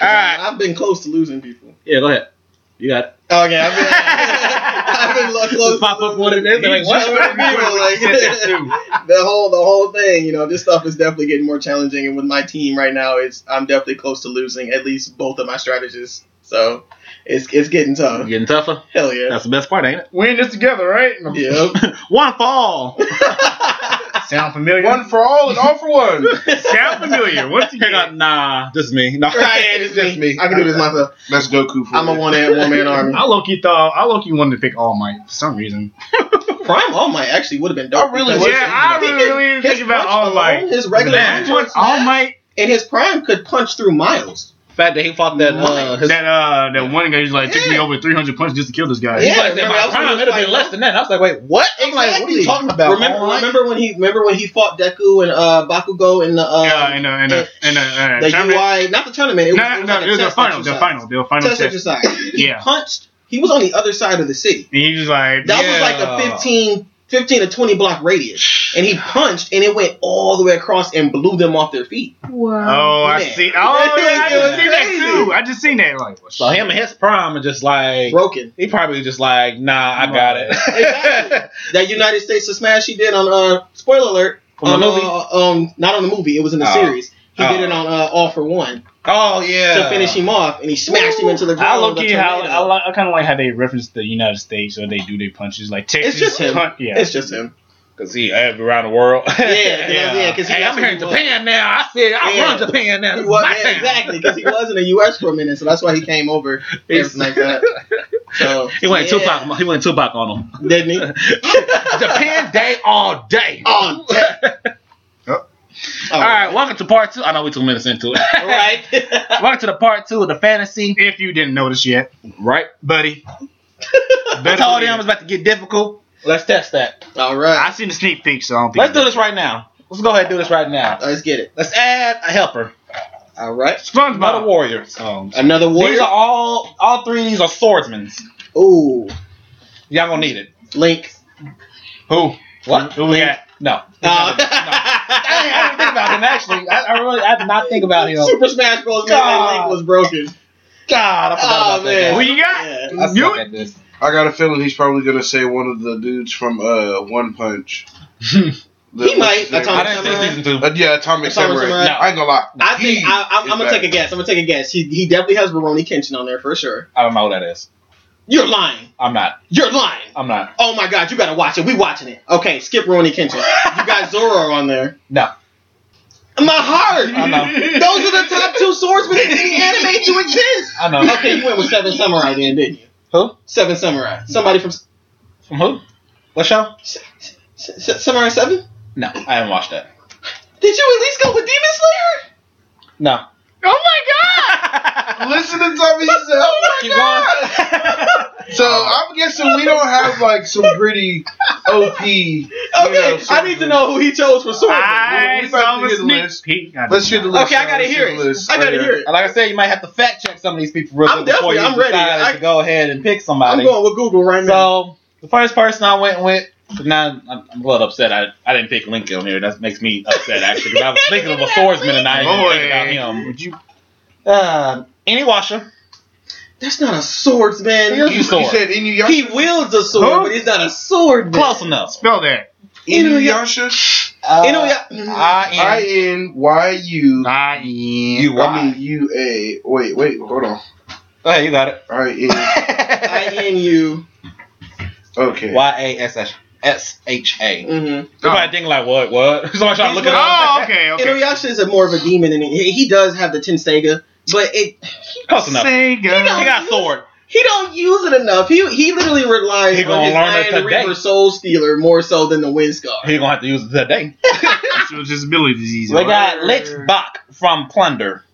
I've been close to losing people. Yeah, go ahead. You got it. Okay, I've been, I've been lo- close. Pop to up losing one of them. They're like, people. what? People, like, the whole the whole thing, you know, this stuff is definitely getting more challenging. And with my team right now, it's I'm definitely close to losing at least both of my strategists. So it's it's getting tough. Getting tougher. Hell yeah. That's the best part, ain't it? We're in this together, right? Yep. One fall. Sound familiar? One for all and all for one. Sound familiar. Once Hang again, on, nah, just me. Nah. Right, it's just me. I can do this myself. That's Goku for I'm a you. one man one man army. I Loki thought I Loki wanted to pick All Might for some reason. Prime All Might actually would have been I dope. really because- wish- yeah, I really, really didn't His think about punch All alone, Might. His regular Man. punch was All mad, Might, and his prime could punch through miles. Fact that he fought that uh, his that uh, that one guy who's like, took me Yeah. over 300 punches just to kill this guy. Yeah, He's like, that remember, I my was gonna prime, just it'd have like, been less than that. And I was like, wait, what? I'm like, what are you talking about? Remember, Remember, remember when he remember when he fought Deku and uh, Bakugo in the uh, Yeah, in a in a in a, in a the tournament. UI, not the tournament. It was, No, it was no, like it was a the test final, the exercise. final, the final Test test. exercise. He Yeah. punched. He was on the other side of the city. And he was like, That Yeah. was like a 15, 15 to twenty block radius, and he punched, and it went all the way across and blew them off their feet. Wow. Oh, I Man. see. Oh, yeah, I It just was seen that crazy. too. I just seen that. Like, well, So him and his prime are just like Broken. he probably just like, nah, I got it. Exactly. That United States of Smash he did on uh spoiler alert From on the movie? Uh, um not on the movie it was in the Oh. series he Oh. did it on uh, All for One oh yeah. to finish him off and he smashed him into the ground. I with look a at how tornado. I, like, I kind of like how they reference the United States or they do their punches like Texas. just him. Punch, yeah, It's just him. Cause he every around the world. Yeah, yeah, 'cause he hey, that's I'm who here in he was. Japan now. I said I Yeah. run Japan He now. This is was, my yeah, town. exactly because he was in the U.S. for a minute, so that's why he came over. He's- Everything like that. So He went yeah, Tupac. He went Tupac on him. didn't he? Japan day all day. On deck. Yep. All right, welcome to part two. I know we two minutes into it. all right. welcome to the part two of the fantasy. If you didn't notice yet, Right. buddy. I Better told believe him it was about to get difficult. Let's test that. all it. I right. seen the sneak peek, so I don't think. Let's do this right now. Let's go ahead and do this right now. Let's get it. Let's add a helper. All right. Another SpongeBob. warrior. Oh, Another These warrior. are all all three of these are swordsmen. Ooh, Y'all gonna need it. Link. Who? What? who we got? No. Uh, I didn't, I didn't think about him actually. I, I really I did not think about him. Super Smash Bros. Man, that Link was broken. God, I forgot Oh, about man. that. Who guy. you got? Yeah. I suck You- at this. I got a feeling he's probably gonna say one of the dudes from uh One Punch. He might. That's I all- didn't see season two. Uh, yeah, Atomic Atomic Samurai. Samurai. No. I ain't gonna lie. I think I, I'm, He I'm gonna is take a back. guess. I'm gonna take a guess. He, he definitely has Baroni Kenshin on there for sure. I don't know who that is. You're lying. I'm not. You're lying. I'm not. Oh my god, you gotta watch it. We watching it. Okay, skip Baroni Kenshin. you got Zoro on there. No. My heart. I know. Those are the top two swordsmen in any anime to exist. I know. Okay, you went with Seven Samurai then, didn't you? Who? Seven Samurai. Somebody from S- From who? What show? S- S- Samurai Seven? No, I haven't watched that. Did you at least go with Demon Slayer? No. Oh my Listen to Tommy himself. Oh Keep going. So I'm guessing we don't have like some pretty OP. Okay, Yeah, I need to know who he chose for God! swordsman. I We about saw to a hear the sneak list. peek. I Let's did hear the not. list. Okay, I gotta Let's hear hear the it. list. I gotta hear it. And like I said, you might have to fact check some of these people real I'm quick before you definitely- I'm ready. decide I- to go ahead and pick somebody. I'm going with Google right now. So the first person I went with, now I'm, I'm a little upset. I, I didn't pick Lincoln on here. That makes me upset actually. 'cause I was thinking of a swordsman and I didn't think about Boy, him. would you? Uh, any washer? That's not a swordsman. He is- You, you Sword. said Inuyasha. He wields a sword, Huh? but he's not a sword. Close enough. Spell that. Inuyasha. Uh, You know, yeah. I I am. N Y U. I am. You I are. mean U A. Wait, wait, hold on. Go ahead, you got it. I N. I N U. Okay. Y A S H S H A. Mhm. Everybody thinking like what? What? Somebody trying to look it up. Oh, okay, okay. Inuyasha is a more of a demon, and he, he does have the Tenseiga, but it Close enough. Sega. He got a sword. he don't use it enough. He he literally relies He on gonna his learn it Iron today. Reaper Soul Stealer more so than the Wind Scar. He gonna have to use it today. It's a disability disease. We got Lich Bach from Plunder.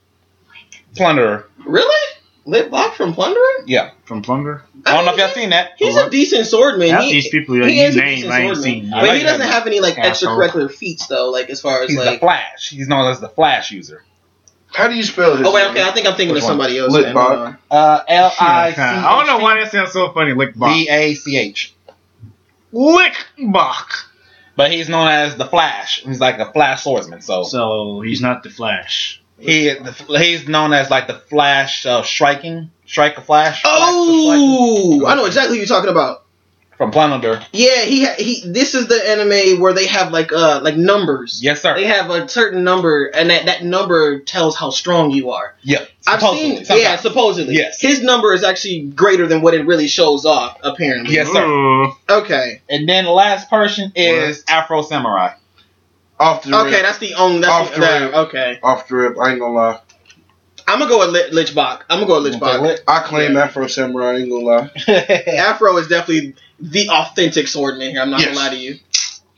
Plunderer. Really? Lit Block from Plunderer? Yeah. from Plunder. I don't know Oh, if y'all seen that. He's a decent swordman. Half he, these people that he you is a name, decent I ain't swordman. seen. I But like he doesn't him. have any like Asshole. extracurricular feats though, like as far as He's the like. Flash. He's known as the Flash user. How do you spell his Oh wait, name? okay. I think I'm thinking Which of somebody else. Lit man, hold Bot. on. Uh, L I C. I don't know why that sounds so funny. Lickbach. B A C H. Lickbach. But he's known as the Flash. He's like a Flash swordsman. So So he's not the Flash. He the, he's known as like the Flash uh, striking striker Flash. Flash Oh, I know exactly who you're talking about. the Striker, from Plunder. Yeah, he ha- he. This is the anime where they have like uh like numbers. Yes, sir. They have a certain number, and that, that number tells how strong you are. Yeah, I've supposedly, seen, yeah, sometimes. supposedly. Yes. His number is actually greater than what it really shows off, apparently. Yes, sir. Mm, Okay. And then the last person is Afro Samurai. off the uh, Okay, rip. that's the only. That's Off the, the that- rip. okay. Off the rip. I ain't gonna lie. I'm gonna go with Lit- Lichbach. I'm gonna go with Lichbach. I claim Afro Samurai. I ain't gonna lie. Afro is definitely the authentic swordman here. I'm not Yes. gonna lie to you.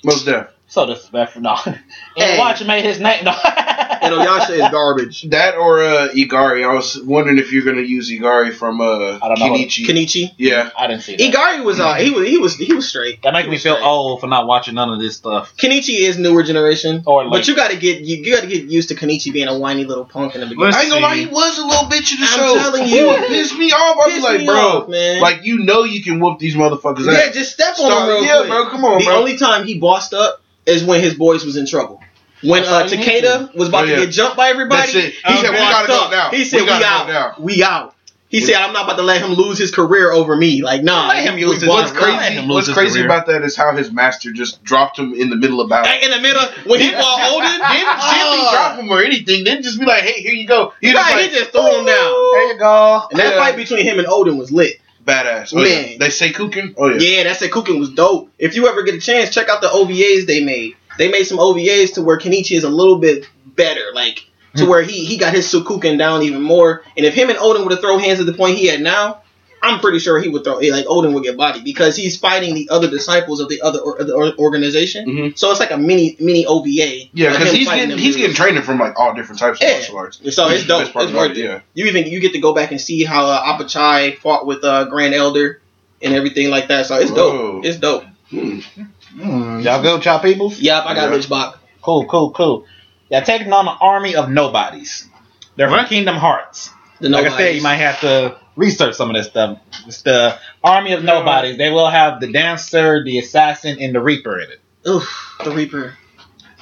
Most deaf. so this is bad for now. And Hey. Watch made his name. No. And Oyasha is garbage. That or uh, Igari. I was wondering if you're gonna use Igari from uh, I don't know. Kenichi. Kenichi. yeah. I didn't see that. Igari was uh, he was he was he was straight. that makes me feel old for not watching none of this stuff. Kenichi is newer generation, Or but late. you gotta get you, you gotta get used to Kenichi being a whiny little punk in the beginning. I ain't gonna lie. He was a little bitch in the I'm show. telling He you. would piss me off. I was Piss like, me bro, off, man. like you know you can whoop these motherfuckers. yeah, ass. just step on him Stop- real yeah, quick. bro. Come on, the bro. only time he bossed up is when his boys was in trouble. When That's uh, all you need Takeda was about Oh, yeah. to get jumped by everybody, That's it. he He said, "We bossed gotta go up. now. He said, We "We, gotta go out. now." We out." He We- said, "I'm not about to let him lose his career over me." Like, nah, Let him we- use we his- bossed What's Why up. let crazy? him lose What's his crazy career? about that is how his master just dropped him in the middle of battle. Like, in the middle when he Yeah. ball holding, Didn't gently Oh. drop him or anything. Didn't just be like, "Hey, here you go." He He, was just, like, he just threw him down. There you go. And that Yeah. fight between him and Odin was lit. badass. Oh, yeah. Man. They say Kukin. Oh yeah. Yeah, that said Kukin was dope. If you ever get a chance, check out the OVAs they made. They made some OVAs to where Kenichi is a little bit better, like Hmm. to where he he got his Sukukin down even more. And if him and Odin would have thrown hands at the point he had now, I'm pretty sure he would throw eh, like Odin would get body because he's fighting the other disciples of the other or, the or- organization. Mhm. So it's like a mini mini OVA. Yeah, of because him fighting he's getting them he's dudes. getting training from like all different types of Yeah. martial arts. So it's dope. Best part It's about worth it. it, Yeah. You even you get to go back and see how uh, Apachai fought with uh, Grand Elder and everything like that. So it's Whoa. dope. It's dope. Mm-hmm. Y'all go, y'all peoples. Yep, I got Yeah. Lich Bach. Cool, cool, cool. Y'all taking on an army of nobodies. They're from Kingdom Hearts. The Like I said, you Nobodies. might have to research some of this stuff. It's the army of nobodies. They will have the dancer, the assassin, and the reaper in it. Oof, the Reaper.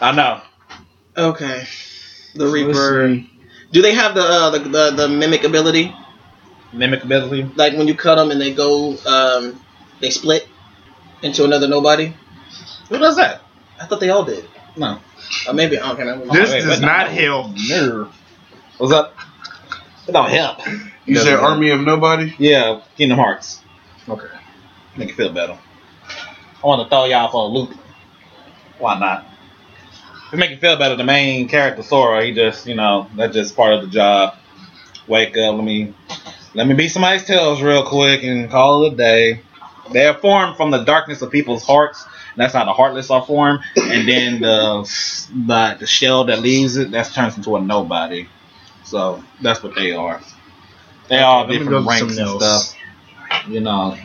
I know. Okay, the Reaper. Do they have the, uh, the the the mimic ability? Mimicability. Like when you cut them and they go, um, they split into another nobody. Who does that? I thought they all did. No. Or maybe okay. I don't know. This Oh, Wait, does what the- not help. Nerve. What's up? It don't help. You Doesn't said matter. army of nobody. Yeah, Kingdom Hearts. Okay. Make it feel better. I want to throw y'all for a loop. Why not? It make it feel better. The main character Sora, he just you know that's just part of the job. Wake up, let me let me beat somebody's tails real quick and call it a day. They are formed from the darkness of people's hearts. And that's how the heartless are formed. And then the the, the shell that leaves it that turns into a nobody. So that's what they are. They all let me go different to ranks and something else. stuff. You know,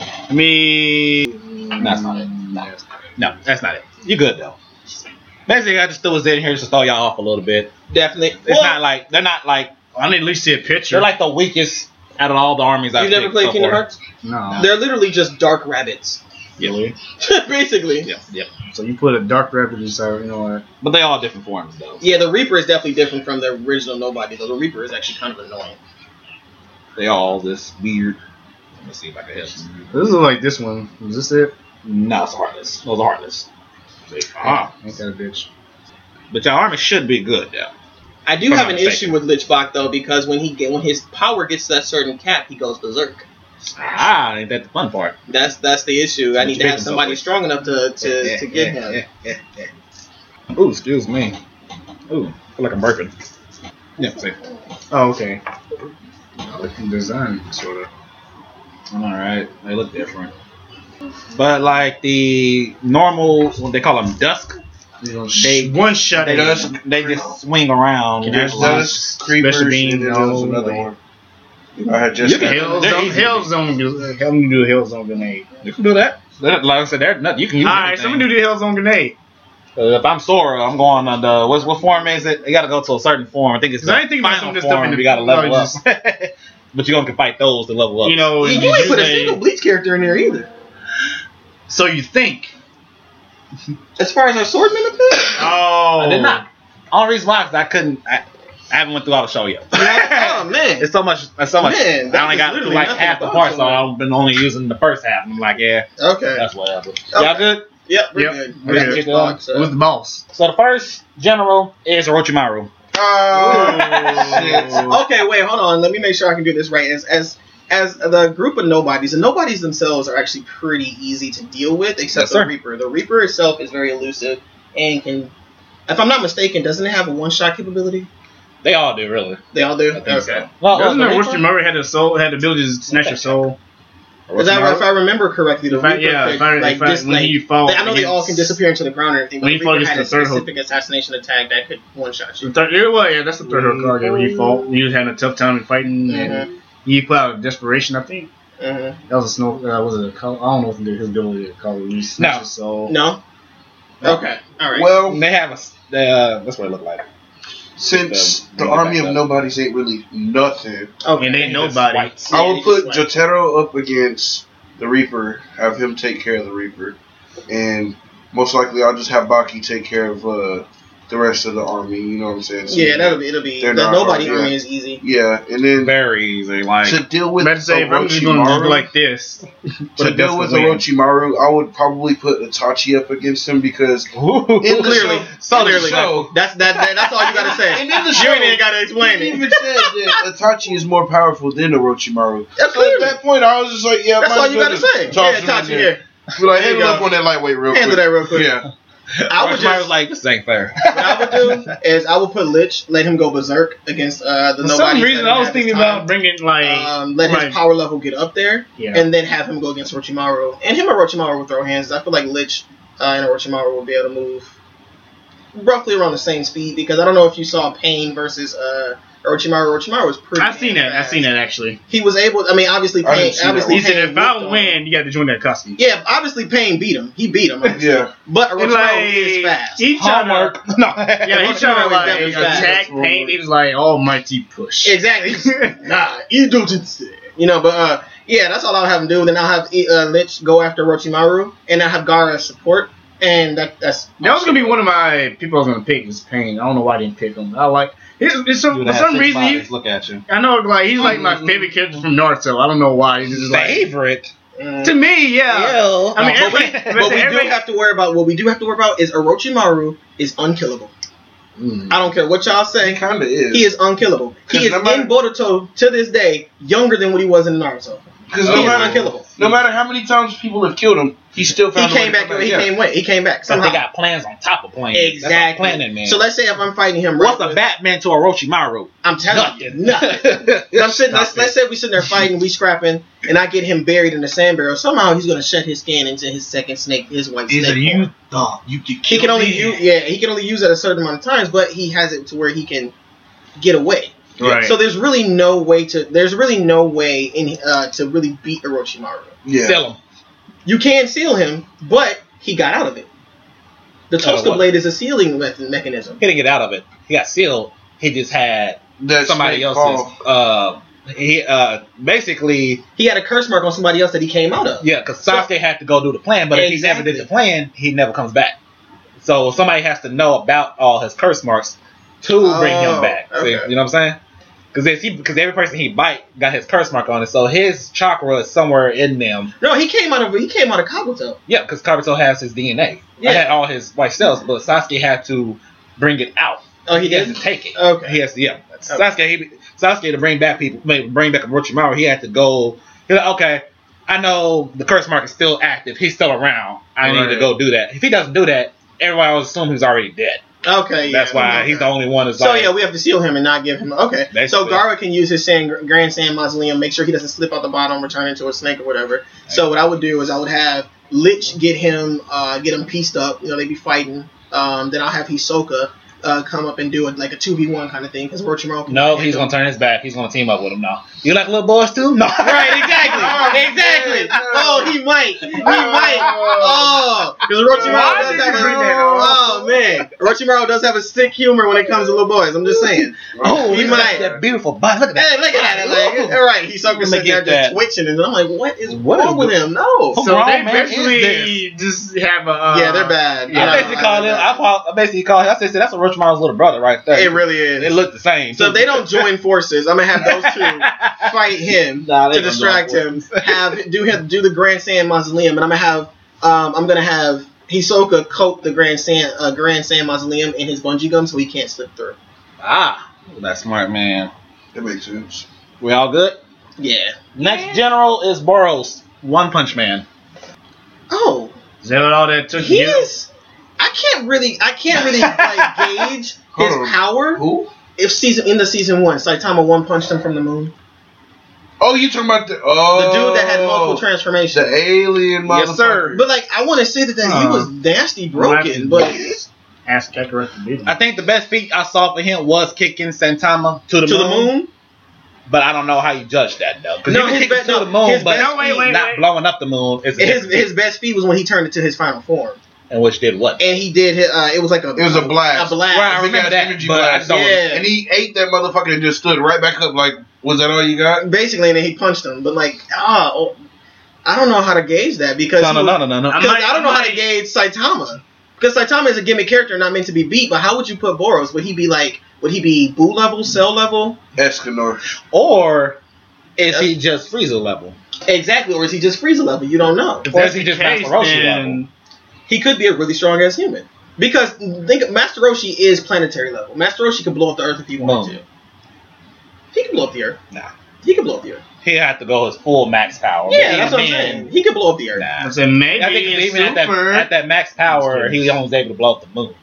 I mean, that's not it. No, no, that's not it. You good though. Basically, I just threw us in here just to throw y'all off a little bit. Definitely. It's not like they're not like I need at least see a picture. they're like the weakest out of all the armies I've you never picked played so Kingdom far. Hearts? no. They're literally just dark rabbits, Yeah, basically. yeah, yeah. So you put a dark rabbit inside, you know what? But they all different forms though. Yeah, the Reaper is definitely different from the original Nobody. Though the Reaper is actually kind of annoying. They all this weird. Let me see if I can help. you. This is like this one. Is this it? No, it's heartless. Those are heartless. Ah, ain't that a bitch? But your army should be good though. I do If I'm have not an mistaken. issue with Lichbach though because when he get when his power gets to that certain cap, he goes berserk. Ah, ain't that the fun part? That's that's the issue. I Which need to have makes him somebody so- strong enough to to, to get him. Ooh, excuse me. Ooh, I feel like I'm burping. Yeah, see. Oh, okay. I like the design, sort of. All right, they look different. But like the normal, what they call them dusk. You know, They- one shot. They at just it. they just swing around. Can I There's There's those creepers Special beans, and then there was no, another like- one. I had just. You can Hell They're zone, easy to hell beat. zone, grenade. help me do a hell zone grenade. You can do that. They're- Like I said, they're nothing. You can use. All right, so I'm gonna do the hell zone grenade. Uh, if I'm Sora, I'm going on the what's what form is it? You got to go to a certain form. I think it's Cause the I ain't thinking about some final of this stuff form. in the You got to level no, up, just- but you're gonna can fight those to level up. You know, Yeah, and you ain't put a usually- single Bleach character in there either. So you think? As far as our swordman appeal, Oh, I did not. Only reason why is I couldn't. I, I haven't went through all the show yet. oh man, it's so much. It's so much. Man, I that only got is through like literally half the nothing part, so about I've been only using the first half. I'm like, yeah, okay. that's whatever. Y'all Okay. good? Yep, we're Yep. good. Okay. We're good. Yeah. So- the boss? So the first general is Orochimaru. Oh, shit. Okay, wait, hold on. Let me make sure I can do this right. As as as the group of nobodies, and nobodies themselves are actually pretty easy to deal with, except Yes, the sir. Reaper. The Reaper itself is very elusive and can, if I'm not mistaken, doesn't it have a one shot capability? They all do really. They all do. I think Oh, Okay. so. Well, Doesn't the know Reaper- Richard Murray had a soul had the ability to snatch your soul? Is that right? If I remember correctly, the If I- Reaper yeah, could, if I, like, if I, dis- when like- you fall, I know they all can disappear into the ground and everything, but When the you fall Reaper against had the a third specific assassination attack that could one shot you. The third, yeah, well, yeah, that's the third mm card game when you fall. You was having a tough time fighting, and Mm-hmm. you put out desperation. I think Mhm. That was a snow. Uh, was it a color? I don't know if it- his ability to color. He snatched No. his soul. No? Okay, alright. Well, They have a. s- They, uh, that's what it looked like. since the, The- army the- of nobodies ain't really nothing, okay. and they They just nobody. white. Yeah, I you would put just went. Jotaro up against the Reaper, have him take care of the Reaper, and most likely I'll just have Baki take care of uh, the rest of the army. You know what I'm saying? So, Yeah, that'll be, it'll be, They're the not nobody hard, yeah. army is easy. yeah. And then Very easy. Like to deal with Better say, if I'm just going to Orochimaru- do like this, to deal with Orochi. Orochimaru, I would probably put Itachi up against him because in the Clearly. show, So in the clearly, show- that's that, that. That's all you gotta say. and in the You show, ain't even gotta he explain it. even said that Itachi is more powerful than Orochimaru. That's So at clearly. that point, I was just like, yeah, That's might all as you well gotta just say. toss Yeah, him in Tachi there. here. Be like, There you handle go. up on that lightweight real Handle quick. that real quick. Yeah. I would Orochimaru was just. like, this ain't fair. What I would do is I would put Lich, let him go berserk against uh, the For nobody. some reason, I was thinking about bringing like um, let his Right. power level get up there, Yeah. and then have him go against Orochimaru. And him and Orochimaru will throw hands. I feel like Lich uh, and Orochimaru will be able to move roughly around the same speed because I don't know if you saw Pain versus uh, Orochimaru. Orochimaru was pretty. I've seen that. I've seen that actually. He was able. I mean, obviously I didn't Pain. see that Obviously one. He Pain said, if whooped I him. win, you got to join that custody. Yeah, obviously Pain beat him. He beat him, obviously. Yeah. but And Orochimaru like is fast. he tried to, Homework. No. yeah, he tried to Orochimaru is like definitely fast. attack paint. He was like almighty push. Exactly. nah, you do just you know, but uh, yeah, that's all I'll have him do. Then I'll have uh, Lich go after Rochimaru, and I'll have Gara as support, and that that's That was gonna be one of my people I was gonna pick was Pain. I don't know why I didn't pick him. I like it's, it's some, Dude, for I had some six reason he, bodies. look at you. I know like he's like my Mhm. favorite character from Naruto. I don't know why. He's just like Favorite. Mm, to me, yeah. hell. I mean, but we, every- but we every- do have to worry about what we do have to worry about is Orochimaru is unkillable. Mm. I don't care what y'all He say, kind of is. he is unkillable. He 'Cause is no matter- in Boruto to this day younger than what he was in Naruto. Because He no, is matter, unkillable. no matter how many times people have killed him, he still He found a way came to back. come He Yeah. came. Wait, he came back Because somehow. they got plans on top of plans. That's what exactly. planning, man. So let's say if I'm fighting him, right? what's the Batman to Orochimaru? I'm telling you, Nothing. nothing. I'm sitting, let's, let's say we sitting there fighting, we scrapping, and I get him buried in the sand barrel. Somehow he's gonna shut his skin into his second snake, his white snake. form. thought you could he can only use, yeah, he can only use it a certain amount of times, but he has it to where he can get away. Right. So there's really no way to, there's really no way in uh, to really beat Orochimaru. Yeah. Sell him. You can seal him, but he got out of it. The Tosca what? blade is a sealing me- mechanism. He didn't get out of it. He got sealed. He just had That's somebody Snake else's. Paul. Uh, he uh, basically, He had a curse mark on somebody else that he came out of. yeah, because Sasuke had to go do the plan, but if he never did the plan, he never comes back. So somebody has to know about all his curse marks to bring Oh, him back. See, okay. you know what I'm saying? Because he, because every person he bite got his curse mark on it, so his chakra is somewhere in them. No, he came out of he came out of Kabuto. Yeah, because Kabuto has his DNA. Yeah. I had all his white cells, but Sasuke had to bring it out. Oh, he He has did. to take it. Okay. He has to, yeah. Sasuke, he, Sasuke to bring back people, ma- bring back Orochimaru, he had to go. He's like, okay, I know the curse mark is still active. He's still around. I need Right. to go do that. If he doesn't do that, everybody will assume he's already dead. Okay, yeah, That's why he's the only one that's So like, yeah, we have to seal him and not give him. Okay, so Basically. Gara can use his sand, Grand Sand Mausoleum, make sure he doesn't slip out the bottom or turn into a snake or whatever. So what I would do is I would have Lich get him, uh, get him pieced up. You know, they'd be fighting. Um, then I'll have Hisoka uh, come up and do it like a two v one kind of thing because Orochimaru. can handle no, he's him. going to turn his back. He's going to team up with him now. You like little boys too? No. Right, exactly. Exactly. Oh, he white. He white. Oh, because Orochimaru Why does did have you a bring that up? oh man, Orochimaru does have a sick humor when it comes to little boys. I'm just saying. Oh, He he might. might. That beautiful butt. Look at that. Hey, look at that! Like, all right, he's up Let me sitting there get just that. twitching, and I'm like, what is What wrong is with him? No. Who So wrong they man is basically just have a. Uh, yeah, they're bad. yeah. No, I basically no, called him. they're I, call, I basically called him. I said, "See, "That's a Orochimaru's little brother right bad. there." It really They is. look the same. So too. if they don't join forces, I'm gonna have those two fight him Nah, they to don't distract join him. Have do him do the Grand Sand mausoleum, and I'm gonna have um, I'm gonna have Hisoka coat the Grand Sand uh, Grand Sand mausoleum in his bungee gum so he can't slip through. ah, that smart man. That makes sense. We all good. Yeah. Next general is Boros, One Punch Man. Oh, Is that what all that took? to he get him? is. I can't really I can't really like gauge his Hold on. power. Who? If season in the season one, Saitama one punched him from the moon. Oh, you talking about the The oh dude that had multiple transformations. the alien motherfucker? Yes, sir. Uh-huh. But like, I want to say that, that he Uh, was nasty broken, well, but I- Ask Kakarot to beat I him. think the best feat I saw for him was kicking Santama to the, to the moon, moon. But I don't know how you judge that though, because No, you can his kick it best- to no, the moon, his but best- No, wait, wait, not wait. blowing up the moon is His his best feat was when he turned into his final form, and which did what? and he did. his- Uh, it was like a It was a blast. A blast. Well, I Big remember ass that, energy but I blast. don't. Yeah. And he ate that motherfucker and just stood right back up. Like, was that all you got? Basically, and then he punched him. But like, ah, oh, I don't know how to gauge that because No, no, he was- no, no, no, no. I'm- 'cause might- I don't know I how to might- gauge Saitama because Saitama is a gimmick character, not meant to be beat. But how would you put Boros? Would he be like? Would he be Boo level, Cell level? Escanor. Or is he just Frieza level? Exactly, or is he just Frieza level? You don't know. If Or that's he the just case, Master Roshi then he could be a really strong ass human. Because think Master Roshi is planetary level. Master Roshi could blow up the Earth if he wanted Boom. to. He can blow up the Earth. Nah. He can blow up the Earth. He had to go his full max power. yeah, that's what I'm Being- saying. He can blow up the Earth. Oh, Nah. I said maybe I think even super. at that, at that max power, Excuse me. he only was able to blow up the moon,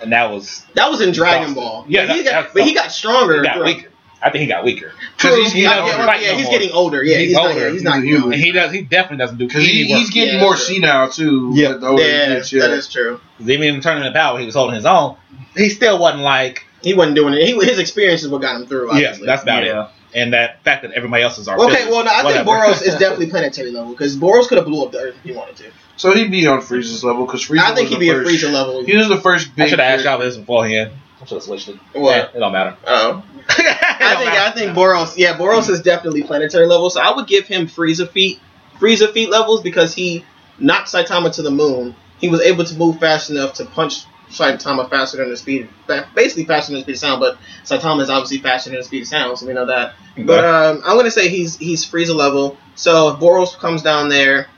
and that was That was in Dragon Exhausted. Ball. Yeah, but he that- got, that's but he got stronger. he got throughout- weaker. I think he got weaker Because he's, True, he's, yeah, not yeah, gonna fight yeah, no he's more. getting older. Yeah, he's, He's not- older. yeah, he's not. He's- young. and he does. He definitely doesn't do Because any he, work. he's getting Yeah, more sure. senile too. Yeah. with the older yeah, he gets, yeah. that is true. Even in the tournament of power, he was holding his own. He still wasn't like He wasn't doing it. He, his experience is what got him through. yes, Obviously. that's about it. yeah. And that fact that everybody else is our okay. fillers, Well, no, I think whatever. Boros is definitely planetary level because Boros could have blew up the Earth if he wanted to. So he'd be on Frieza's level because Frieza. I think was he'd the be a first, Frieza level. He was the first big. I should have asked y'all this beforehand. I should have switched it. What? Eh, It don't matter. Oh. I think. I think I think Boros, yeah, Boros is definitely planetary level. So I would give him Frieza feet, Frieza feet levels because he knocked Saitama to the moon. He was able to move fast enough to punch Saitama faster than the speed, fa- basically faster than the speed of sound. But Saitama is obviously faster than the speed of sound, so we know that. But um, I'm gonna say he's he's Frieza level. So if Boros comes down there,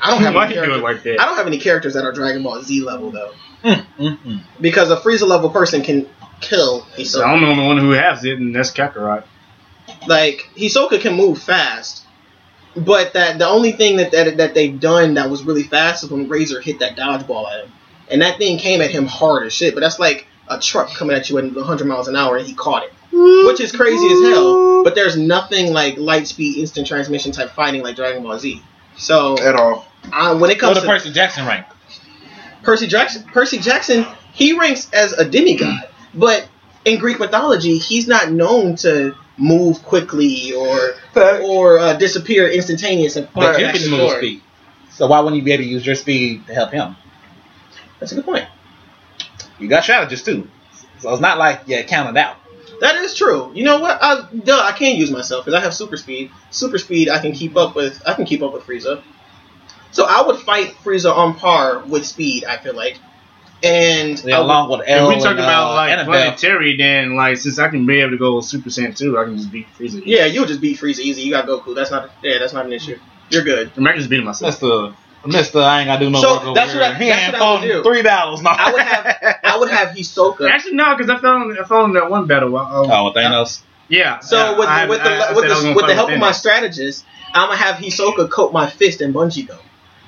I don't have Why any you do it characters. like I that? don't have any characters that are Dragon Ball Z level though, Mm, mm, mm. because a Frieza level person can kill So Hisoka. I'm the only one who has it, and that's Kakarot. Like Hisoka can move fast, but that the only thing that that, that they've done that was really fast is when Razor hit that dodgeball at him, and that thing came at him hard as shit. But that's like a truck coming at you at 100 miles an hour, and he caught it, which is crazy as hell. But there's nothing like light speed, instant transmission type fighting like Dragon Ball Z. So at all. uh, when it What comes the to Percy Jackson rank? Percy Jackson, Percy Jackson, he ranks as a demigod, but in Greek mythology, he's not known to move quickly or or uh, disappear instantaneous and find But you back can the move door. speed. So why wouldn't you be able to use your speed to help him? That's a good point. You got strategists too. So it's not like you're counted out. That is true. You know what? I, duh, I can use myself because I have super speed. Super speed, I can keep up with. I can keep up with Frieza. So I would fight Frieza on par with speed. I feel like, and Yeah, I would- along with If L we talk and, about uh, like Annabelle. planetary, then like since I can be able to go Super Saiyan 2, I can just beat Frieza. yeah, you'll just beat Frieza easy. You got Goku. That's not. Yeah, that's not an issue. You're good. I might just beat myself. Mister, Mister, I ain't gotta do no So, work over that's here. what I- He that's ain't what I would fought in do. Three battles. No, I would have- I would have Hisoka. Actually, no, because I fell in, I fell in that one battle. uh, Um, Oh, with Thanos. Yeah. So yeah, with, I- with I- I the with said I was the, gonna with fight the help of Thanos. my strategist, I'm gonna have Hisoka coat my fist in bungee gum.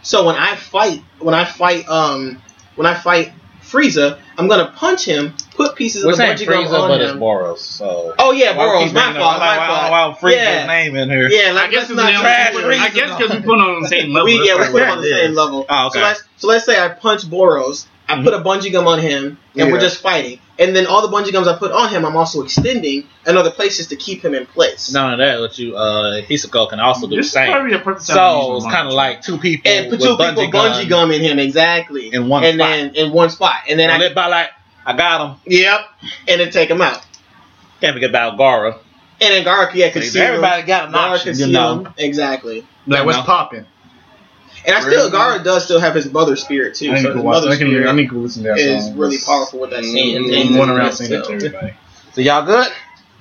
So when I fight, when I fight, um, when I fight Frieza, I'm gonna punch him, put pieces We're of the saying bungee gum Frieza, on but it's him. Boros. So oh yeah, Why we Boros, keep my bringing up- fault, my like, why- fault. why would Frieza's Yeah. name in here? Yeah, I like guess let's it's the not only- trash I guess because we put on the same level. we yeah we that's put what him on the it is. same level. Oh, So let's so let's say I punch Boros. I put a bungee gum on him, and we're Yeah. just fighting. And then all the bungee gums I put on him, I'm also extending in other places to keep him in place. None of that. What you, uh, Hisako can also do the This is same. probably the perfect time to use So the it's kind of monitor. like two people And put with two people bungee, bungee guns gum in him exactly, in one and spot. then in one spot, and then and I lit by like, I got him. yep, and then take him out. Can't forget about Gara. And then Garak, yeah, could see him. Everybody got an Gara could option, you see know. him exactly. Like, what's No. popping? And I still Really? Gara does still have his mother spirit too. I need to so go his watch. mother I, can, spirit I need to go listen to that is song. really powerful with that scene. Mm, and- I'm and- going around and saying that to still. everybody. So y'all good?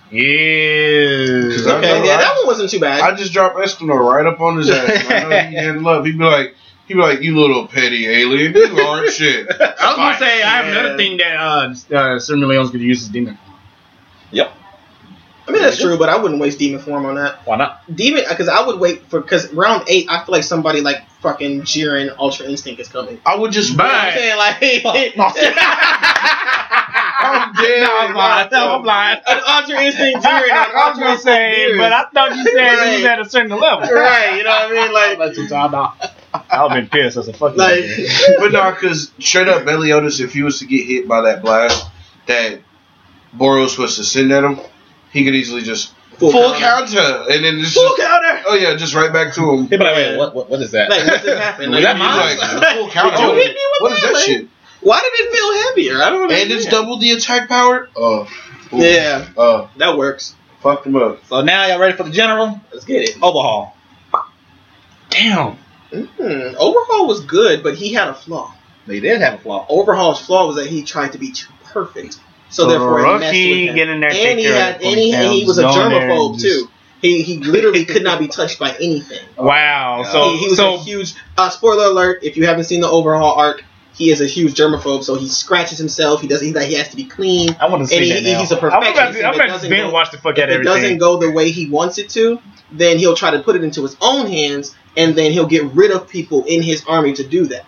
Yeah. 'Cause I Okay, know, yeah, I- that one wasn't too bad. I just dropped Eskimo right up on his ass. I know he didn't love. He'd be like, he'd be like, you little petty alien, you aren't shit. I was gonna say I have Yeah. another thing that uh, uh Serena Leone's gonna use as demon. I mean, that's true, but I wouldn't waste demon form on that. Why not? Demon, because I would wait for because round eight, I feel like somebody like fucking Jiren Ultra Instinct is coming. I would just But- I'm saying like, Oh, I'm dead. uh, lying. an Ultra Instinct Jiren, an Ultra Instinct Beerus. I thought you said he was at a certain level. right, you know what I mean? Like, I've been pissed as a fucking. like But no, because straight up, Meliodas, if he was to get hit by that blast that Boros was to send at him, he could easily just full, counter. and then just, full counter. oh yeah, just right back to him. People like, wait, what, what, what is that? Like, what just happened? Was Like, that you mine? like, Like, full counter. Don't hit me with What is that like, shit? Why did it feel heavier? I don't know. And it's double the attack power. Oh, ooh, Yeah, Oh, that works. fucked him up. so now y'all ready for the general Let's get it. overhaul? damn. Mm, Overhaul was good, but he had a flaw. They did have a flaw. Overhaul's flaw was that he tried to be too perfect, so therefore it messed Rocky, with him. get in there, and he had, and he, and he was a germaphobe too. He he literally could not be touched by anything. Oh, Wow. So he, he was a so huge. Uh, spoiler alert! If you haven't seen the overhaul arc, he is a huge germaphobe. So he scratches himself. He does. He's like he has to be clean. I want to see he- that now. he's a I'm about perfectionist. to, I'm If it about to doesn't binge go- watch the fuck out If of it doesn't everything. go the way he wants it to, then he'll try to put it into his own hands, and then he'll get rid of people in his army to do that.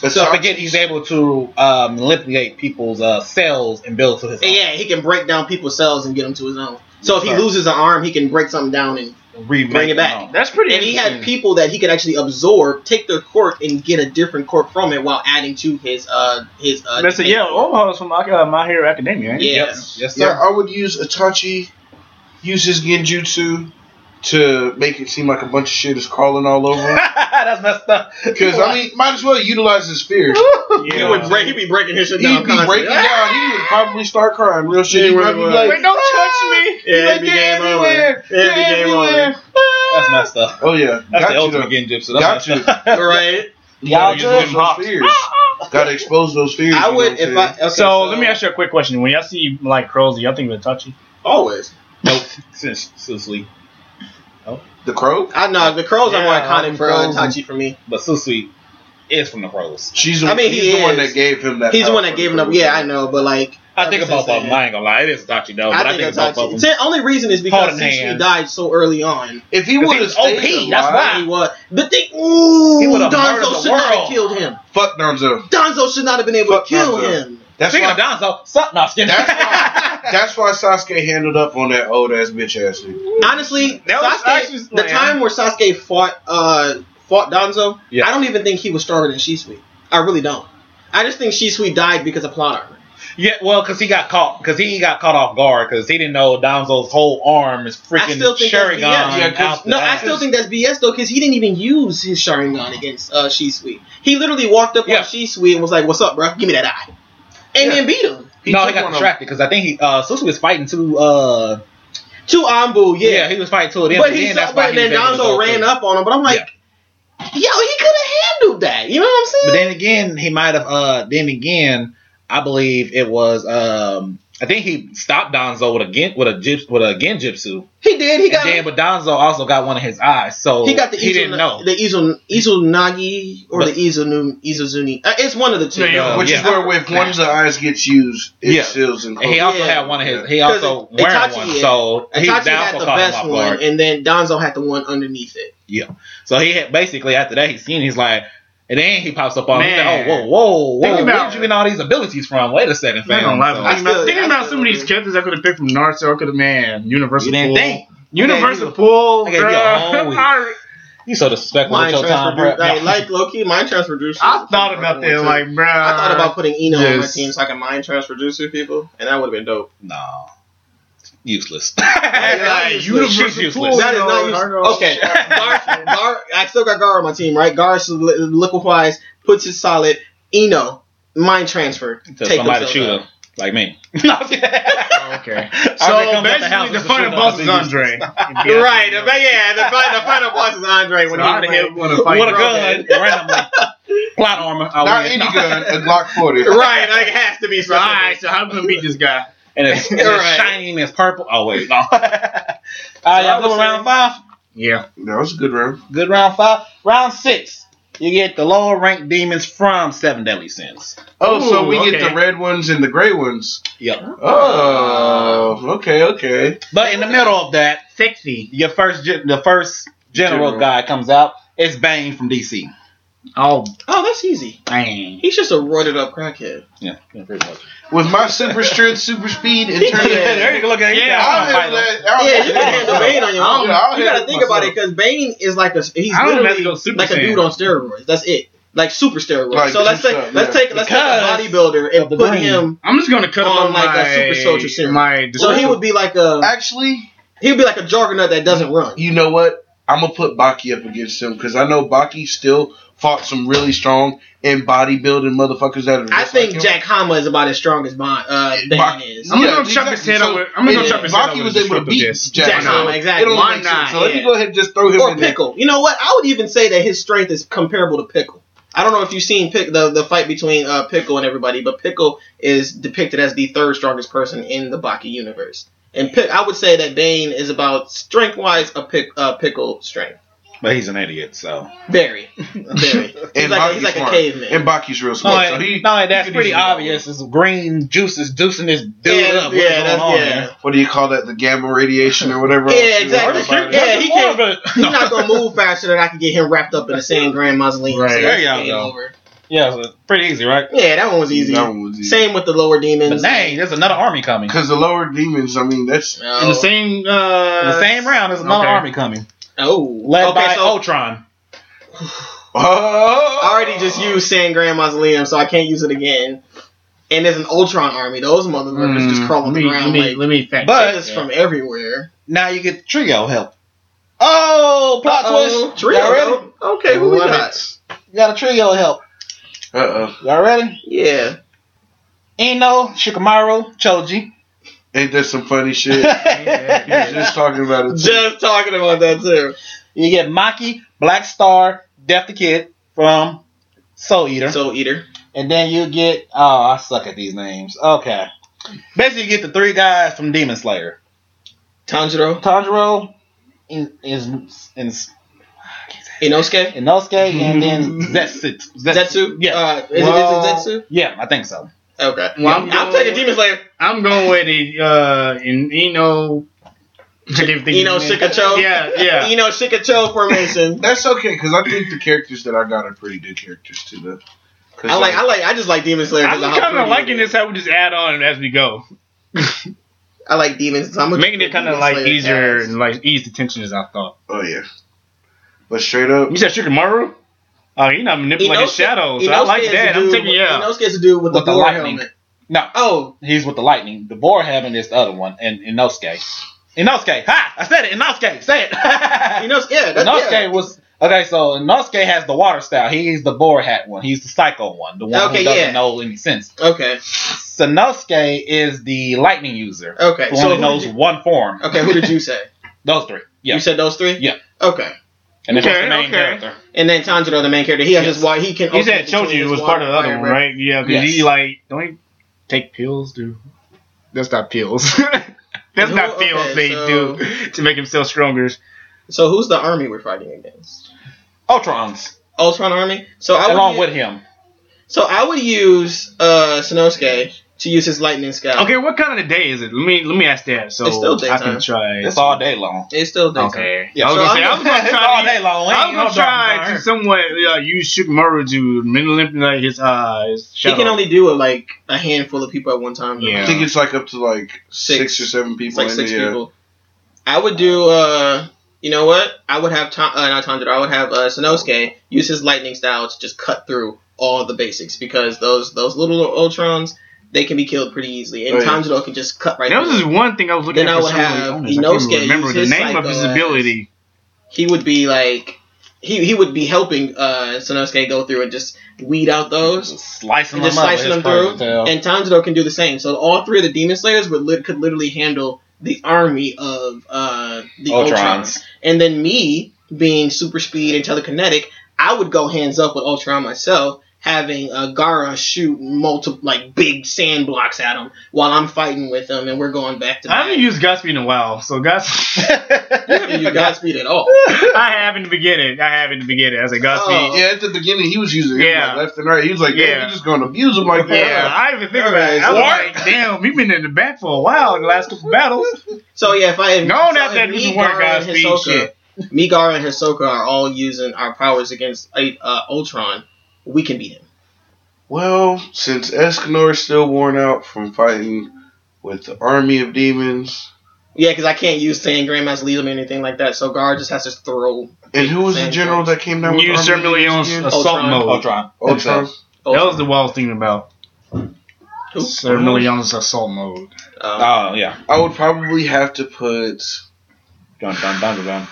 But So so, I forget he's able to uh, manipulate people's uh, cells and build to his. And own. yeah, he can break down people's cells and get them to his own. So if he Sure. loses an arm, he can break something down and Remake Bring it back. his own. That's pretty. and he had interesting. people that he could actually absorb, take their cork, and get a different cork from it while adding to his uh his uh. That's a yeah. Overhaul is from uh, My Hero Academia. Ain't it? Yeah. Yes, yes, yeah, sir. I would use Itachi, use his Genjutsu to make it seem like a bunch of shit is crawling all over him. That's messed up. Because I mean, might as well utilize his fear. He would break. He'd be breaking his shit He'd down. be constantly. breaking down. He would probably start crying. Real shit. He'd He probably would. be like, Wait, don't touch me. Yeah, it'd be Like, they're game over. everywhere. Yeah, it'd be They're game over. everywhere. That's messed up. "Oh yeah, That's got the you ultimate to- Genjutsu. got That's you. messed up. right? You gotta Y'all good? expose those fears. Gotta expose those fears. I you know would what I'm if I. saying? Okay, so, let me ask you a quick question. When y'all see like crows, do y'all think of Itachi? Always, Nope. Since Susui. the crow. I know the crows are more Yeah, iconic for crows and- Itachi for me. But Susui is from the pros. She's. The, I mean, he's he the one is. that gave him that. He's the power one for that gave the him up. crow. Yeah, I know, but like I think about both of them. I ain't gonna lie. It is Dachi though. Oh, But I think, Itachi. about both of them. The only reason is because Holding Shinji hands. died so early on. If he 'Cause would he have was OP, stayed that's alive, why. He was, but they ooh, He would've murdered Donzo the should not have world. killed him. Fuck Donzo. Donzo should not have been able Fuck to kill Donzo. him. That's Speaking why. of Donzo, suck no, skin. That's why- that's why Sasuke handled up on that old ass bitch ass dude. Honestly, That was Sasuke, actually- the time where Sasuke fought uh fought Donzo, Yeah. I don't even think he was stronger than Shisui. I really don't. I just think Shisui died because of plot armor. Yeah, well, because he got caught, because he got caught off guard, because he didn't know Donzo's whole arm is I freaking still think that's Sharingan. BS. Yeah, 'cause- out the No, I ass. still think that's BS though, because he didn't even use his Sharingan against uh, Shisui. He literally walked up Yeah. on Shisui and was like, "What's up, bro? Give me that eye," and Yeah. then beat him no, he got took one of- distracted because I think he uh, Susu was fighting two. Uh, to Ambu. yeah. Yeah, he was fighting two of them. but and he then saw, that's why but he was then able to Donzo go ran through. up on him. But I'm like, yo, he could have handled that. You know what I'm But saying? then again, he might have. Uh, then again, I believe it was. Um, I think he stopped Donzo with a gen, with a gyps, with a genjutsu. he did. He And got. then, but Donzo also got one of his eyes, so he got the he didn't Izuna- know. the Izu, Izunagi or But- the Izunu, Izuzuni. Uh, it's one of the two. Yeah, yeah, Oh, Which yeah. is where if one of the eyes gets used, it Yeah. seals and. And he also Oh, Yeah. had one of his. He Because also it- wearing Itachi one, had- so he Itachi Itachi had also the caught him best off one, guard. and then Donzo had the one underneath it. So he had, basically after that, he seen he's like, and then he pops up on him. He's like, Man. oh, whoa, whoa, whoa! Think Where'd about you it. get all these abilities from? Wait a second, I'm not fam. gonna lie, So- but I thinking about- still- thinking I about still some of these agree. characters I could have picked from Naruto, I could have man Universal you didn't Pool. think. Universal You didn't Pool. I gave you a whole bruh. week. I- You so disrespectful with Mind your time. transfer, dude. bro. Like, like low key, mind transfer juice. I thought about that, like, bro. I thought about putting Eno on my Yes. team so I can mind transfer juice to people, and that would have been dope. no, useless. Like, She's universal useless. tool. That is not no, use- no. okay. Gar, Gar, I still got Gar on my team, right? Gar s- li- liquefies, puts it solid. Eno, mind transfer. Until Take somebody themselves shoot out. him, like me. No, I'm kidding. okay. Andre So comes out the house basically, the with a final shooter. boss is I Andre. Right, the, yeah, the, fi- the final boss is Andre when So he I wanted him. want to see fight. you. With a bro. gun, randomly. Plot armor. I Not win. any gun, a Glock 40. Right, like it has to be. So, all right, so how am gonna beat this guy? And it's, and it's Right. shiny and it's purple. Oh, wait. No. All right, y'all I would doing round say- five? Yeah. That was a good round. Good round five. Round six, you get the lower ranked demons from Seven Deadly Sins. Oh, so Ooh, we get okay. the red ones and the gray ones. Yep. Oh, okay, okay. But in the middle of that, Sexy. your first gen- the first general, General. guy comes out. It's Bane from DC. Oh Oh, that's easy. man. He's just a roided up crackhead. Yeah, yeah, pretty much. With my super strength, super speed, and Yeah, turn there you go. Look at him. Yeah, I'll handle Yeah, that. I'll Yeah, you can handle handle that. Bane on your I'll- own. I'll you gotta handle think about it myself. because Bane is like a he's I don't have to literally go super like a saiyan. dude on steroids. That's it. Like super steroids. Like, so let's juiced take up, let's yeah. take let's take a Because bodybuilder of and the put brain. him. I'm just gonna cut On, up like, my, a super soldier serum. My So he would be like a Actually, he would be like a juggernaut that doesn't run. you know what? I'm gonna put Baki up against him because I know Baki still fought some really strong and bodybuilding motherfuckers that are. Just I think like him. Jack Hama is about as strong as Bond, uh, Bane Bach- is. I'm gonna go Yeah, chop his exactly. head So over. I'm gonna go it- chop his head Baki over. was and able to disrupt beat this. Jack, Jack Hama. Hama, exactly. It don't Why make sense. not? So let Yeah. me go ahead and just throw him Or in there. Pickle. You know what? I would even say that his strength is comparable to Pickle. I don't know if you've seen Pick, the the fight between uh, Pickle and everybody, but Pickle is depicted as the third strongest person in the Baki universe. And Pick, I would say that Bane is about strength wise a pick, uh, Pickle strength. But he's an idiot, so. Very, very. he's And like, a, Baki's he's like a smart. caveman. And Baki's Oh, real No, smart. so he, that's could pretty easily- obvious. It's green juice is juicing this dude yeah, up. What's yeah, going that's, on yeah. here? what do you call that? The gamma radiation or whatever. Yeah, else you exactly. know, about it. Yeah, he More of it. He's not gonna move faster than I can get him wrapped up in the same grand mausoleum. Right. So There that's y'all game go. over. Yeah, so pretty easy, right? Yeah, that one was easy. That one was easy. Same with the lower But demons. dang, there's another army coming. Because the lower demons, I mean, that's No. In the same. Uh, In the same round, there's another okay. army coming. Oh, Led okay. by so Ultron. oh, I already just used San Grand Mausoleum, so I can't use it again. And there's an Ultron army; those motherfuckers just crawl on Mm, let the Hmm, me, ground Let me, like let me fact But- check. it's from everywhere. Now you get trio help. Oh, plot Uh-oh, twist. trio. Y'all ready? Okay, who we Love got? You got a trio help. Uh oh. Y'all ready? Yeah, Eno, Shikamaru, Choji. Ain't that some funny shit? He was you just talking about it. too. just talking about that too. get Maki, Black Star, Death the Kid from Soul Eater. Soul Eater. and then you get oh, I suck at these names. Okay. Basically you get the three guys from Demon Slayer. Tanjiro, Tanjiro in is in Inosuke, Inosuke and then Zetsu. Zetsu. Yeah. uh, is, Well- it, is it Zetsu? yeah, I think so. Okay, Well, I'm, I'm taking Demon Slayer. I'm going with the uh, in Eno. Check everything. Eno Shikacho. Yeah, yeah. Eno Shikacho formation. That's okay because I think the characters that I got are pretty good characters too. Though. 'Cause, I like, I like, I just like Demon Slayer. 'cause I'm of how kind pretty of it liking is. this how we just add on as we go, I like demons. So I'm gonna making it put kind of Demon like Slayer easier as- and like ease the tension as I thought. oh yeah. But straight up, You said Shikamaru? Oh, he not manipulating his Inosuke- shadow, so I Inosuke like is that. the I'm dude taking with- yeah. Inosuke is a dude with, With the, the boar lightning. helmet. No, Oh, he's with the lightning. The boar having is the other one, and Inosuke. Inosuke, ha! I said it. Inosuke, say it. Inosuke. Yeah, that's Inosuke yeah. was okay. So Inosuke has the water style. He's the boar hat one. He's the psycho one. The one Okay, who doesn't yeah. know any sense. Okay. Sanosuke is the lightning user. Okay. Who so only who knows did you, one form. Okay, who did you say? Those three. Yeah. You said those three. Yeah. Okay. And then what's Okay, the main okay. character. And then Tanjiro, the main character, he has his water. He can. You alternate said Choji between was his part of the water- other one, right? Yeah, because Yes. he like don't he take pills, dude? Oh, That's not pills. That's Who- not pills okay, they so- do to make himself stronger. So who's the army we're fighting against? Ultrons. Ultron army. So I would Along u- with him. So I would use uh Sanosuke to use his lightning scout. Okay, what kind of a day is it? Let me let me ask that so It's still I daytime. can try. It's all day long. It's still daytime. Okay. Yeah, I was so gonna say I'm- I was gonna it's try all to- day long. I was Ain't no gonna try dark to burn. somewhat uh, use Shikamaru to manipulate his uh his He shadow. can only do it like a handful of people at one time. Yeah. I think it's like up to like six, Six. or seven It's people. like in six the, uh, people. I would do uh you know what? I would have Tan- uh, not Tanjiro. I would have uh, Sanosuke use his lightning style to just cut through all the basics because those those little Ultrons they can be killed pretty easily, and Oh, yeah. Tanjiro can just cut right. That was through. just one thing I was looking Then at I for would some have reason. I can't Inosuke even remember the use his uh, name of his psycho ass. ability. he would be like he he would be helping uh, Sanosuke go through and just weed out those. Slicing And just them up. slicing with his them through. ponytail. And Tanjiro can do the same. So all three of the Demon Slayers would lit could literally handle the army of uh, the Ultrons. Ultrons. And then me being super speed and telekinetic, I would go hands up with Ultron myself, having uh, Gara shoot multiple like big sand blocks at him while I'm fighting with him, and we're going back to. I haven't used Godspeed in a while, so Godspeed. haven't used Godspeed at all. I have in the beginning. I have in the beginning. I was like Godspeed. Oh. Yeah, at the beginning he was using him Uh-huh. Yeah. like left and right. He was like, "Yeah, Yeah. you just gonna abuse him like that." yeah, I didn't even think about it. I was Alright, like, damn, we've been in the back for a while in the last couple battles. So yeah, if I if, No, so not if that me, using word Gara, and Godspeed Hisoka, shit. me, Gara, and Hisoka are all using our powers against uh, Ultron. We can beat him. Well, since Escanor is still worn out from fighting with the army of demons, Yeah, because I can't use Sangram as lethal or anything like that. So Gara just has to throw and who was the Same general that came down with You the army certainly of own demons again? assault Ultron. mode. Ultron. Ultron. That was the one I was thinking about. Who? Sir Million's assault mode. Uh, Oh yeah. I would probably have to put. Dun dun dun dun.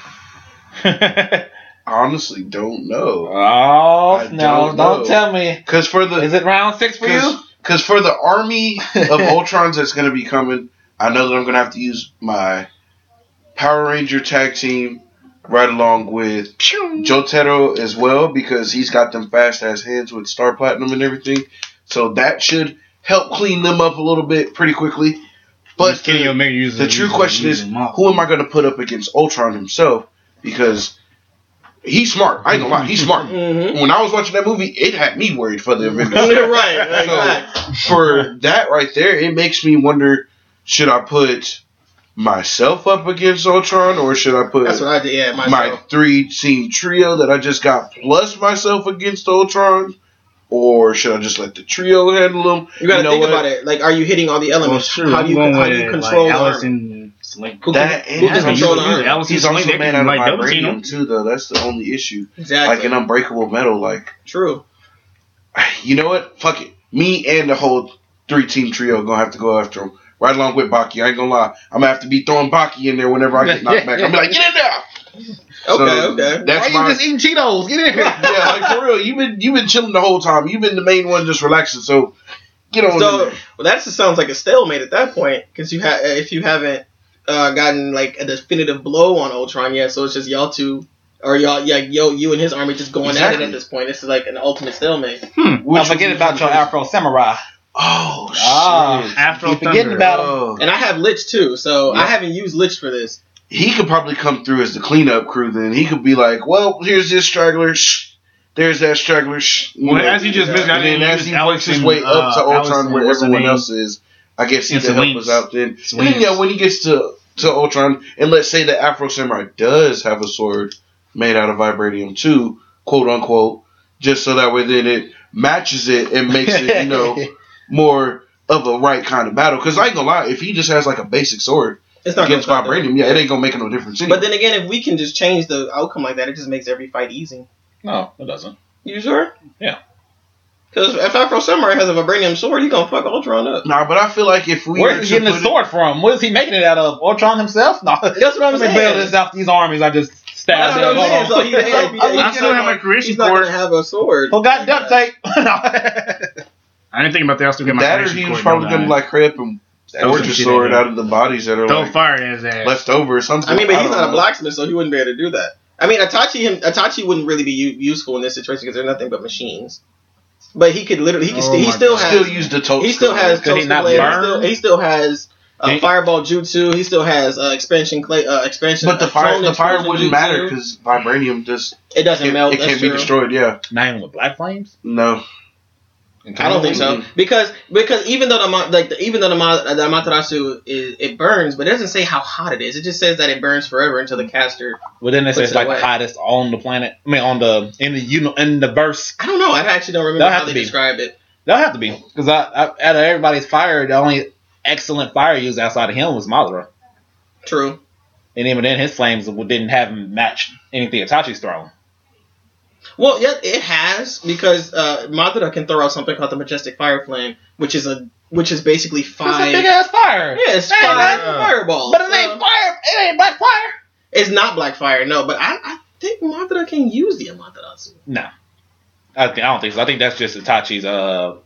dun. Honestly, don't know oh I no! don't Don't, know. tell me. because for the Is it round six for you? Because for the army of Ultrons that's going to be coming, I know that I'm going to have to use my Power Ranger tag team right along with Jotaro as well because he's got them fast ass hands with Star Platinum and everything. So that should help clean them up a little bit pretty quickly. But Just kidding, you'll the, make use the of- true use of- question is use of them all. who am I going to put up against Ultron himself? Because he's smart. I ain't going to lie. He's smart. mm-hmm. When I was watching that movie, it had me worried for the Avengers right, right, right. for that right there, it makes me wonder: should I put myself up against Ultron, or should I put That's what I did. Yeah, my myself. three-team trio that I just got plus myself against Ultron, or should I just let the trio handle them? you gotta know think what? about it. Like, are you hitting all the Oh, elements? how do you how do you control the arm? Allison Slink? Who can- That who and can Allison control the Slink. arm? Allison he's also Slink, a they man can out of like double team him. vibranium too, though. That's the only issue. Like Exactly. an unbreakable metal, like True. you know what? Fuck it. Me and the whole three-team trio gonna have to go after him. Right along with Baki, I ain't gonna lie. I'm gonna have to be throwing Baki in there whenever I get knocked back. I'm like, get in there! Okay, So, okay. That's Why my, you just eating Cheetos? Get in here. yeah, like for real. You've been you've been chilling the whole time. You've been the main one just relaxing. So get So on. in well, there. that just sounds like a stalemate at that point because you ha- if you haven't uh, gotten like a definitive blow on Ultron yet, so it's just y'all two or y'all yeah yo you and his army just going at Exactly. it at this point. This is like an ultimate stalemate. Now Which forget was- about your Afro Samurai. Oh shit. Ah. Afro You forgetting Thunder. about him. Oh. And I have Lich too, so Yeah. I haven't used Lich for this. He could probably come through as the cleanup crew. Then he could be like, "Well, here's this straggler. Shh. There's that straggler. Shh. You Well, know, as you just mentioned, I and then didn't as use he works Allison, his way up to uh, Ultron, Allison, where what's her everyone name? else is, I guess he It's could help Wings. us out then. It's And then, yeah, Wings. when he gets to to Ultron, and let's say the Afro Samurai does have a sword made out of vibranium too, quote unquote, just so that way then it matches it and makes it, you know, more of a right kind of battle. Because I ain't gonna lie, if he just has like a basic sword It's not against gonna stop them. vibranium, yeah, it ain't gonna make no difference. Anyway. But then again, if we can just change the outcome like that, it just makes every fight easy. No, it doesn't. You sure? Yeah. Because if Afro Samurai has a vibranium sword, he gonna fuck Ultron up. Nah, but I feel like if we Where's were he to getting the put it- sword from? What is he making it out of? Ultron himself? No. That's what I'm Let me build saying. this out these armies I just That's stabbed. what I'm saying. So he, Hold on. he, I still have my creation he's not cord. gonna have a sword. Forgot duct tape. No. I didn't think about that. I still got my that or creation he was cord probably going gonna on. like hurry up and Throw forge some a shit sword in there. out of the bodies that are Throw like, fire at his ass. left over or something. I mean, but he's don't not a know. blacksmith, so he wouldn't be able to do that. I mean, Itachi him, Itachi wouldn't really be u- useful in this situation because they're nothing but machines. But he could literally, he could Oh still, he my still God. has, Still use the toast. he still has Oh, Could he toaster not blade. He burn? still, he still has uh, He- fireball jutsu. He still has uh, expansion clay, uh, expansion. But the uh, fire, thrown the fire explosion wouldn't jutsu. matter because vibranium just it doesn't it, melt. it that's can't be true. destroyed. Yeah, Not even with black flames? no. I don't think so Mm. because because even though the ma- like the, even though the, ma- the amaterasu is it burns, but it doesn't say how hot it is. It just says that it burns forever until the caster. Well, then they say Puts it's it like away. the hottest on the planet. I mean, on the in the you know in the verse. I don't know. I actually don't remember That'll how have they to be. describe it. They'll have to be because I, I, out of everybody's fire, the only excellent fire used outside of him was Mothra. True. And even then, his flames didn't have him match anything Itachi's throwing. Well, yeah, it has because uh, Madara can throw out something called the Majestic Fire Flame, which is a which is basically It's a five. big Yeah, ass fire. it's Hey, five man. fireballs. But it so- ain't fire. It ain't black fire. It's not black fire, no. But I, I think Madara can use the Amaterasu. No, I, think, I don't think so. I think that's just Itachi's uh,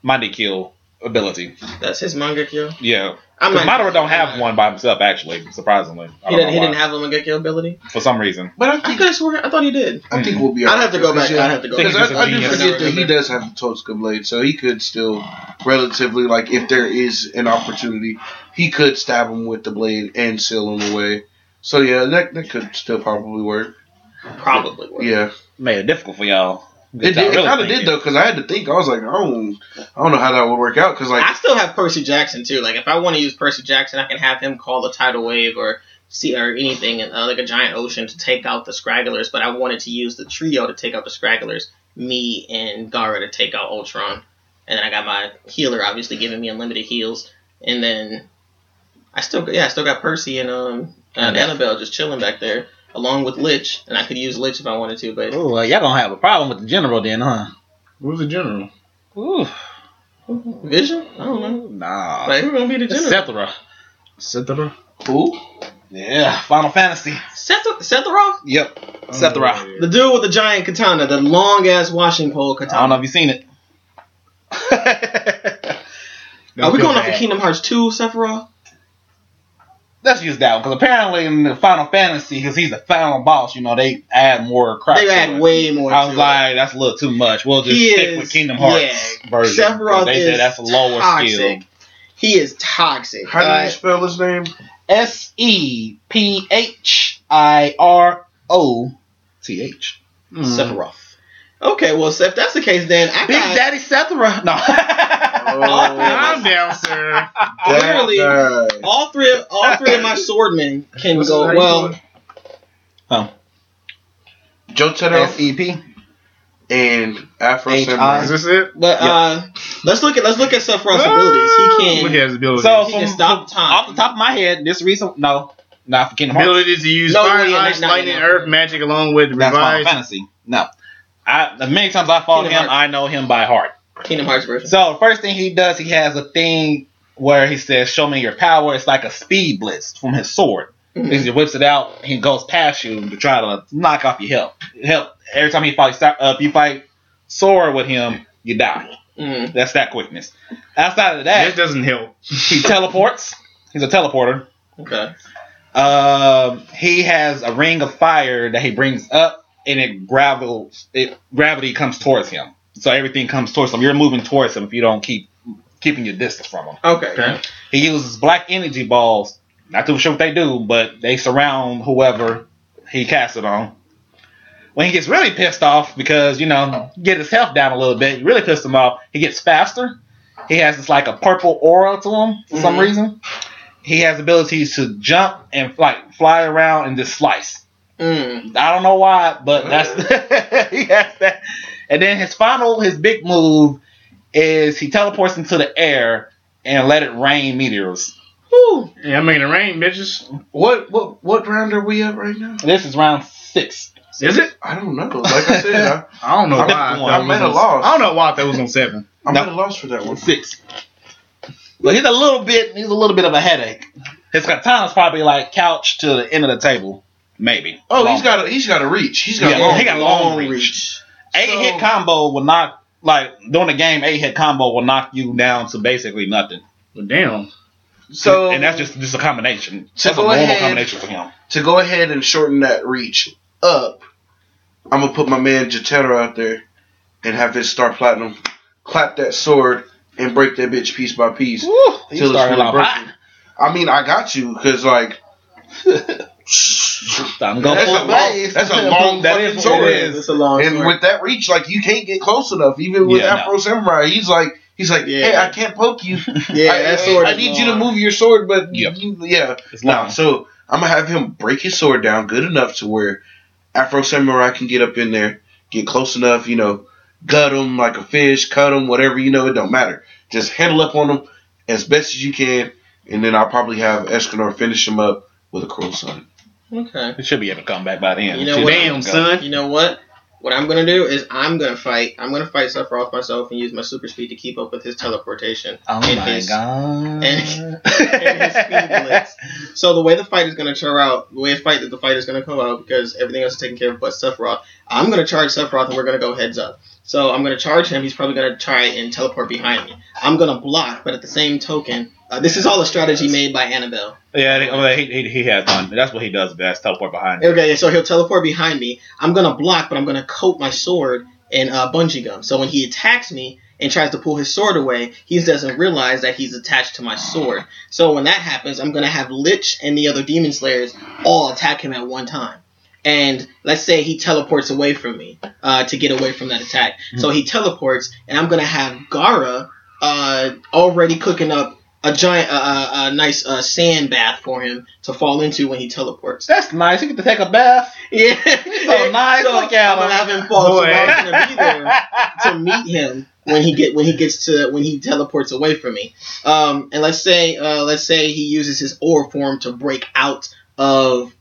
Mighty Kill ability. That's his manga kill. Yeah, I'm because not- Madara don't have one by himself. Actually, surprisingly, He I don't know didn't. He why. didn't have a manga kill ability. for some reason. But I I think could have sworn. I thought he did. I think we'll be. I'd alright. have to go back. Because, yeah, I'd have to go. Think back. Because I, I do Yes, I forget that he remember. does have the Totsuka blade, so he could still relatively like if there is an opportunity, he could stab him with the blade and seal him away. So yeah, that, that could still probably work. Probably. would. Yeah, Made it difficult for y'all. it, did, it kind of did though because I had to think. I was like, I don't, I don't know how that would work out because like I still have Percy Jackson too. Like if I want to use Percy Jackson, I can have him call a tidal wave or see or anything uh, like a giant ocean to take out the scragglers. But I wanted to use the trio to take out the scragglers. Me and Gara to take out Ultron, and then I got my healer obviously giving me unlimited heals, and then I still yeah I still got Percy and um and Annabelle just chilling back there along with Lich, and I could use Lich if I wanted to, but. Oh, y'all gonna have a problem with the general then, huh? Who's the general? Ooh, Vision? I don't know. nah. Like, who's gonna be the It's general? Sethra. Sethra. who? Yeah, Final Fantasy. Seth, Sethroth? Yep, Oh, Sethra. Oh, The dude with the giant katana, the long ass washing pole I don't know katana. if you seen it. Are we going off of Kingdom Hearts 2, Sephiroth? Let's use that one because apparently in the Final Fantasy, because he's the final boss, you know they add more crap. They to add it. way more. I was to like, that's a little too much. We'll just He stick is- with Kingdom Hearts version. Sephiroth they is said that's a it. lower toxic. skill. He is toxic. How do you Uh, spell his name? S E P H I R O T H. Hmm. Hmm. Sephiroth. Okay, well, so if that's the case, then I Big got Daddy Sethra. No. Oh. I'm down, sir. Clearly- That guy. all three. Of, all three of my swordmen can What's go. his name? Well, S Jotaro E P. and Afro H I. Samurai. Is this it? but uh, let's look at let's look at Sephiroth's abilities. He Look can. at his ability. So He from, can stop from- time. off the top of my head, this recent no, not for Kingdom Hearts. ability to use No, fire, yeah, ice, not- not lightning, enough. earth, magic, along with That's Final revised. Fantasy. No. I, the many times I fought Kingdom him, Hearts. I know him by heart. Kingdom Hearts version. So the first thing he does, he has a thing where he says, "Show me your power." It's like a speed blitz from his sword. Mhm. He whips it out and goes past you to try to knock off your health. Help every time he fights. Uh, if you fight sword with him, you die. Mm. That's that quickness. Outside of This that, doesn't help. he teleports. He's a teleporter. Okay. Um, he has a ring of fire that he brings up, and it gravels. It gravity comes towards him, so everything comes towards him. You're moving towards him if you don't keep keeping your distance from him. Okay. Okay. He uses black energy balls. Not too sure what they do, but they surround whoever he casts it on. When he gets really pissed off because you know get his health down a little bit, you really pissed him off. He gets faster. He has this like a purple aura to him for some Mhm. reason. He has abilities to jump and like fly around and just slice. Mm. I don't know why, but that's he has that. And then his final, his big move is he teleports into the air and let it rain meteors. Whew. Yeah, I mean, it rain, bitches. What what what round are we at right now? This is round six. Is it? I don't know. Like I said, I, I don't know I'm why. at I Oh, one. thought I'm it was at a on- loss. I don't know why I thought it was on seven. I'm No. at a loss for that one. Six. But he's a little bit. He's a little bit of a headache. His katana's probably like couch to the end of the table, maybe. Oh, Long. he's got a, he's got a reach. He's got Yeah, long. he got long reach. eight so- hit combo will knock like during the game. Eight hit combo will knock you down to basically nothing. Well, damn. So and that's just just a combination. So that's a go normal ahead. combination for him. to go ahead and shorten that reach up. I'm gonna put my man Jotaro out there and have his star platinum clap that sword and break that bitch piece by piece Woo, he till it's started fully off hot. broken. I mean, I got you because like I'm going That's full a long- blast. that's a long That fucking is sword. what it is. It's a long And sword. with that reach, like you can't get close enough. Even with Yeah, no. Afro Samurai, he's like, he's like, Yeah. hey, I can't poke you. yeah, I, that I- sword. I is need long. you to move your sword, but Yep. you, yeah, It's no. long. So I'm gonna have him break his sword down good enough to where Afro Samurai can get up in there, get close enough, you know, gut him like a fish, cut him, whatever, you know, it don't matter. Just handle up on him as best as you can, and then I'll probably have Escanor finish him up with a cruel sun. Okay. It should be able to come back by then. You know Shit, what? damn, son. You know what? What I'm gonna do is I'm gonna fight. I'm gonna fight Sephiroth myself and use my super speed to keep up with his teleportation Oh and my his god. and- and his speed blitz. So the way the fight is going to turn out, the way the fight that the fight is going to come out, because everything else is taken care of but Sephiroth, I'm going to charge Sephiroth and we're going to go heads up. So I'm going to charge him. He's probably going to try and teleport behind me. I'm going to block, but at the same token, uh, this is all a strategy made by Annabelle. yeah, I think- well, he, he, he has one. That's what he does best. Teleport behind. you. Okay, so he'll teleport behind me. I'm going to block, but I'm going to coat my sword in uh, bungee gum. So when he attacks me and tries to pull his sword away, he doesn't realize that he's attached to my sword. So when that happens, I'm going to have Lich and the other demon slayers all attack him at one time. And let's say he teleports away from me uh, to get away from that attack. So he teleports, and I'm going to have Gara uh, already cooking up a giant, uh, uh, a nice uh, sand bath for him to fall into when he teleports. That's nice. You get to take a bath. Yeah. So nice, look I'm at him. gonna have him fall. So Boy. I'm gonna be there to meet him when he get when he gets to when he teleports away from me. Um, and let's say uh, let's say he uses his aura form to break out of.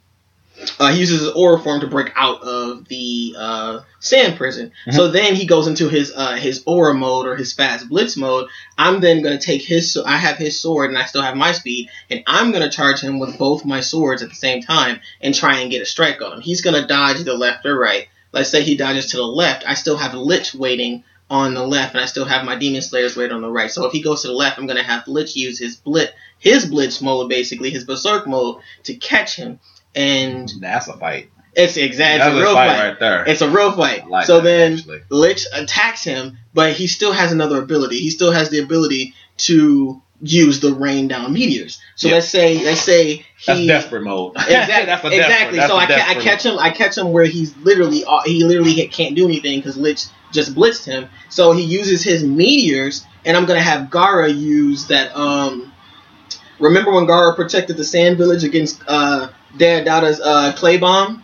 Uh, he uses his aura form to break out of the uh, sand prison. So then he goes into his uh, his aura mode or his fast blitz mode. I'm then gonna take his. So I have his sword and I still have my speed, and I'm gonna charge him with both my swords at the same time and try and get a strike on him. He's gonna dodge either left or right. Let's say he dodges to the left. I still have Lich waiting on the left, and I still have my Demon Slayers waiting on the right. So if he goes to the left, I'm gonna have Lich use his blit, his blitz mode, basically his berserk mode, to catch him. And That's a fight. it's exactly That's it's a real fight, fight. right there. It's a real fight. I like so that, then actually. Lich attacks him, but he still has another ability. He still has the ability to use the rain down meteors. So Yeah. let's say let's say he that's desperate mode. Exactly. That's a desperate- exactly. that's so a I, ca- I desperate catch him. I catch him where he's literally uh, he literally ha- can't do anything because Lich just blitzed him. So he uses his meteors, and I'm gonna have Gara use that. Um, remember when Gara protected the Sand Village against uh, Deodata's uh, clay bomb?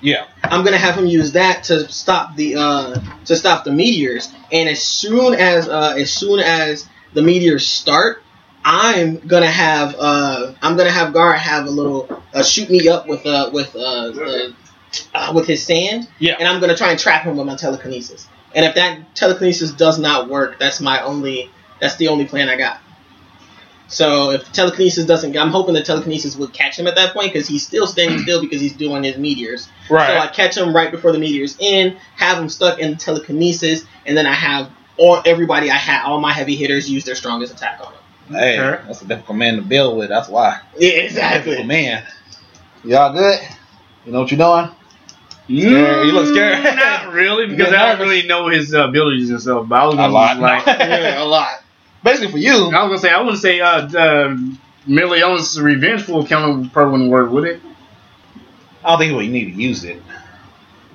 Yeah. I'm gonna have him use that to stop the uh, to stop the meteors. And as soon as uh, as soon as the meteors start, I'm gonna have uh, I'm gonna have Gar have a little uh, shoot me up with uh, with uh, uh, uh, with his sand. Yeah. And I'm gonna try and trap him with my telekinesis. And if that telekinesis does not work, that's my only that's the only plan I got. So if telekinesis doesn't, I'm hoping the telekinesis would catch him at that point because he's still standing still because he's doing his meteors. So I Right. catch him right before the meteor's in, have him stuck in telekinesis, and then I have all everybody I had all my heavy hitters use their strongest attack on him. hey, that's a difficult man to build with. That's why. Yeah, Difficult man. Y'all good? You know what you're doing? Scared. You look scared. Mm, Not really, because You're I don't nervous. really know his uh, abilities and stuff. But I was A gonna lot. just, like, yeah, a lot. Basically, for you, I was gonna say, I wouldn't say uh, uh Meliodas revengeful kind of probably wouldn't work, would it? I don't think we need to use it.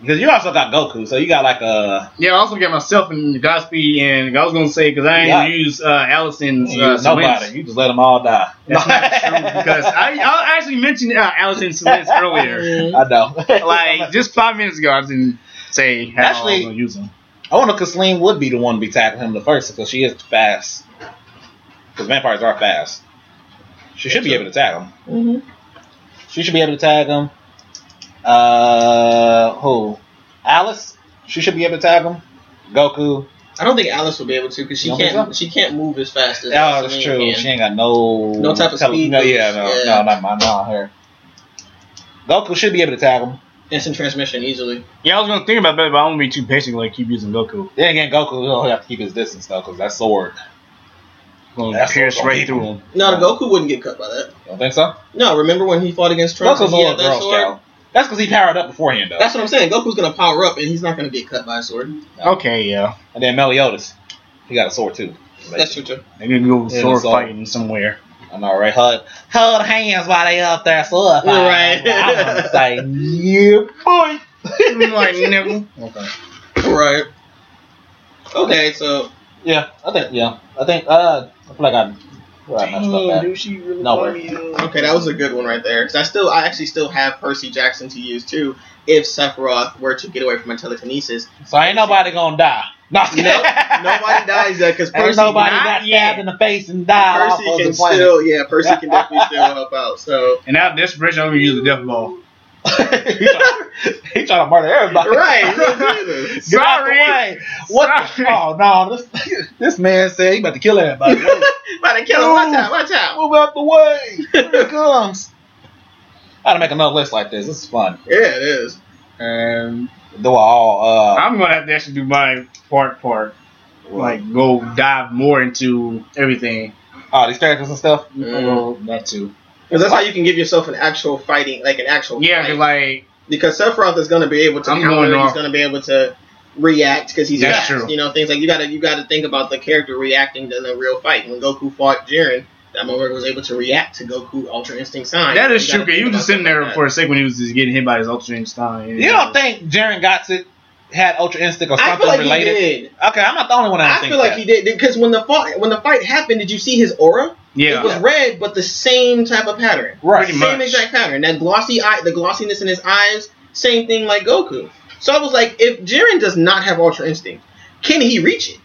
Because you also got Goku, so you got like a Yeah, I also got myself in Godspeed, and I was gonna say because I didn't Yeah. use uh, Allison's uh, nobody. Swinz. You just let them all die. That's not true because I, I actually mentioned uh, Allison Swinz earlier, Mhm. I know. like just five minutes ago. I didn't say how I Actually- was gonna use him. I wonder because Celine would be the one to be tackling him the first because she is fast. Because vampires are fast. She should be able to tag him. Mhm. She should be able to tag him. Uh, who? Alice. She should be able to tag him. Goku. I don't think Alice will be able to because she You don't think can't she can't move as fast as. Yeah, that's Selene true. can. She ain't got no No type of speed No, boost. yeah, no, Yeah. no, not my, not her. Goku should be able to tag him. Instant transmission easily. Yeah, I was gonna think about that, but I don't wanna be too patient. Like keep using Goku, Then again, Goku will have to keep his distance though, because that sword. gonna That's pierce what right I'm through him. No, the Goku wouldn't get cut by that. Don't think so? No, remember when he fought against Trunks? Goku's and a he little had that girl sword? scout. That's because he powered up beforehand though. That's what I'm saying. Goku's gonna power up and he's not gonna get cut by a sword. Okay, yeah, And then Meliodas, he got a sword too. That's true. too. they need to go Yeah, sword so- fighting somewhere. I know, right? Hold, hold hands while they up there sword fighting. Right. I'm gonna say, yeah, boy. like, nigga. Okay. Right. Okay, so Yeah, I think yeah, I think uh, I feel like I, well, I messed up that. she really No, funny, yo. Okay, that was a good one right there. 'Cause I still, I actually still have Percy Jackson to use too. If Sephiroth were to get away from my telekinesis, So ain't nobody gonna die. No, Nope, nobody dies that because Ain't Percy, nobody not got yet. stabbed in the face and died off Percy of the can planet. still, yeah, Percy can definitely still help out. So And out of desperation, I'm gonna use the death ball. he, trying, he trying to murder everybody. right. Get out the way. What? the- oh no! This this man said he about to kill everybody. About to kill him. Watch out. Watch out. Move out the way. Here it comes. I had to make another list like this. This is fun. Yeah, it is. And Do all. Uh, I'm gonna have to actually do my part part. Like go dive more into everything. all these characters and stuff. Well, that too. Because that's how you can give yourself an actual fighting, like an actual Yeah, fight. 'cause, like because Sephiroth is going to be able to I'm counter. going he's off- going to be able to react because he's That's fast. true. You know, things like you got to you got to think about the character reacting to the real fight. When Goku fought Jiren, that Moberg was able to react to Goku Ultra Instinct Sign. that is You gotta true. 'cause think You were about just sitting stuff there like for a second when he was just getting hit by his ultra instinct. You don't think Jaren Gotsit had Ultra Instinct or that. I something feel like related? he did. Okay, I'm not the only one. that I think feel like that. he did because when the fight when the fight happened, did you see his aura? It was Yeah. red, but the same type of pattern. Right. Pretty same much. exact pattern. That glossy eye, the glossiness in his eyes, same thing like Goku. So I was like, if Jiren does not have Ultra Instinct, can he reach it?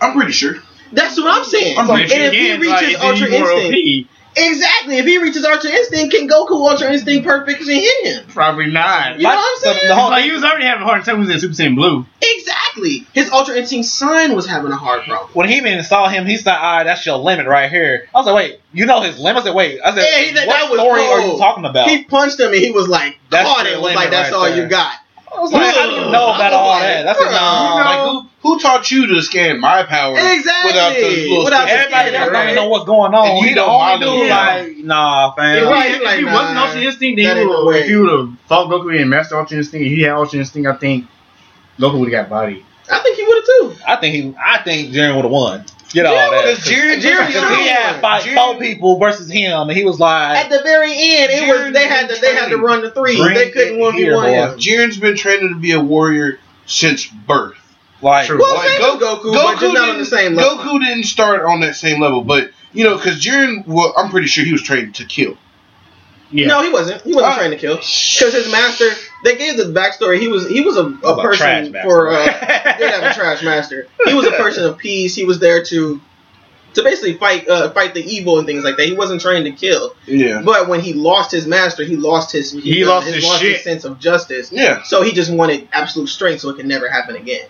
I'm pretty sure. That's what I'm saying. I'm So- pretty and if he reaches Ultra Instinct, exactly. If he reaches Ultra Instinct, can Goku Ultra Instinct perfection hit him? Probably not. You know what I'm Like, the- saying? the whole- Like he was already having a hard time with his Super Saiyan Blue. exactly. His Ultra Instinct sign was having a hard problem. when he even saw him, he's like, "All right, that's your limit right here." I was like, "Wait, you know his limit?" I said, "Wait," I said, Yeah, he- that- "What that was story are cold. you talking about?" He punched him and he was like, That's caught your it. Was limit like, that's right all there. you got. I was like, "I didn't know about all that." That's like, Bruh. nah, Oh, like, Like who, who taught you to scan my power? Exactly. Without the little Without the everybody scanner, else don't right? even know what's going on. And you He the the only only dude dude. like, "Nah, fam." You're right. If, like, if he nah, wasn't Ultra Instinct, that then he ain't no would, if way. he would have fought Goku and mastered Ultra Instinct, if he had Ultra Instinct, I think Goku would have got body. I think he would have too. I think he, I think Jaren would have won. Get all Jiren that. Because Jiren, Jiren- Jiren, Because he had fight four people versus him, and he was At like, the very end, it was Jiren's they had to they had to trained. run the threes. Bring They couldn't it one v here, one boy. him. Jiren's been training to be a warrior since birth. "Like, True. Well, Like, same as Goku, but just not on the didn't- same level. Goku didn't start on that same level, but you know, because Jiren, well, I'm pretty sure he was trained to kill. Yeah. No, he wasn't. He wasn't Uh, trying to kill. Because his master, they gave the backstory. He was he was a, a That was a person trash for uh, master. did have a trash master. He was a person of peace. He was there to to basically fight uh, fight the evil and things like that. He wasn't trying to kill. Yeah, But when he lost his master, he lost his he, lost his shit. sense of justice. yeah. So he just wanted absolute strength, so it could never happen again.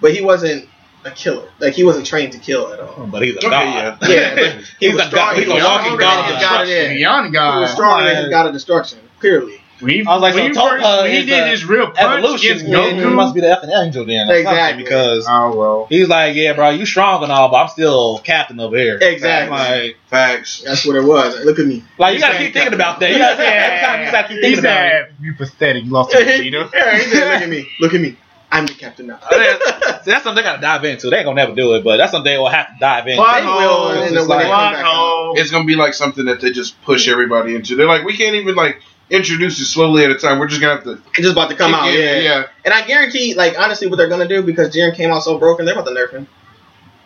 But he wasn't a killer. Like he wasn't trained to kill at all. But he's a Okay, god. yeah. Yeah, but he he's was a strong. god. He's a He was walking stronger god than of his god. destruction. yeah. Beyond He was God. stronger than man. his god of destruction. Clearly. When he, I was like, when so he, first, Toppa when he is did the his real punch against Evolution man, he Goku. must be the effing angel then. or something, Exactly. Because oh well. he's like, yeah, bro, you strong and all, but I'm still captain over here. Exactly. Like, Facts. That's what it was. Like, look at me. like you He's gotta saying keep thinking captain. about that. You gotta every time you gotta keep thinking about it. "You pathetic, you lost yeah, to he said, Vegeta." look at me. Look at me. I'm the captain now. Oh, that's- that's something they gotta dive into. They ain't gonna never do it, but that's something they will have to dive into. Plot They will, holes, and then when they come plot back holes. It's gonna be like something that they just push everybody into. They're like, we can't even like introduce it slowly at a time. We're just gonna have to It's just about to come out. kick Yeah, in, yeah. And I guarantee, like honestly, what they're gonna do because Jiren came out so broken, they're about to nerf him.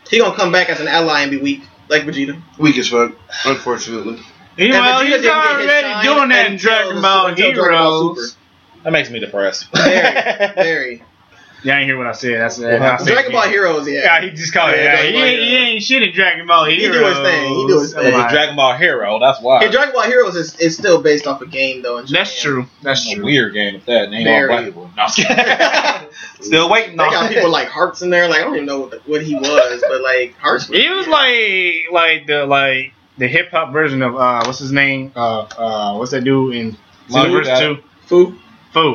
He gonna come back as an ally and be weak, like Vegeta. Weak as fuck, unfortunately. You And know, Vegeta he's didn't get his already shine doing that in until Dragon the- Ball until Dragon Ball Heroes. That makes me depressed. Very, very. Y'all ain't hear what I said. That's I said Dragon Ball it. Heroes, yeah. Yeah, he just called Yeah, it. Yeah, Dragon he, Ball ain't- he Heroes. ain't shit in Dragon Ball He do Heroes. his thing, he do his I'm thing. He's a like, Dragon Ball hero, that's why. And Dragon Ball Heroes is, is still based off a game though. In That's Japan. true. That's It's a true. weird game at that. and Ain't all Very. black people. No, I'm kidding. Still waiting They on got people like Hearts in there. Like I don't even know what, the, what he was, but like Hearts. It was like like the like the hip hop version of uh what's his name uh uh what's that dude in Lil Universe Uzi. Two Foo.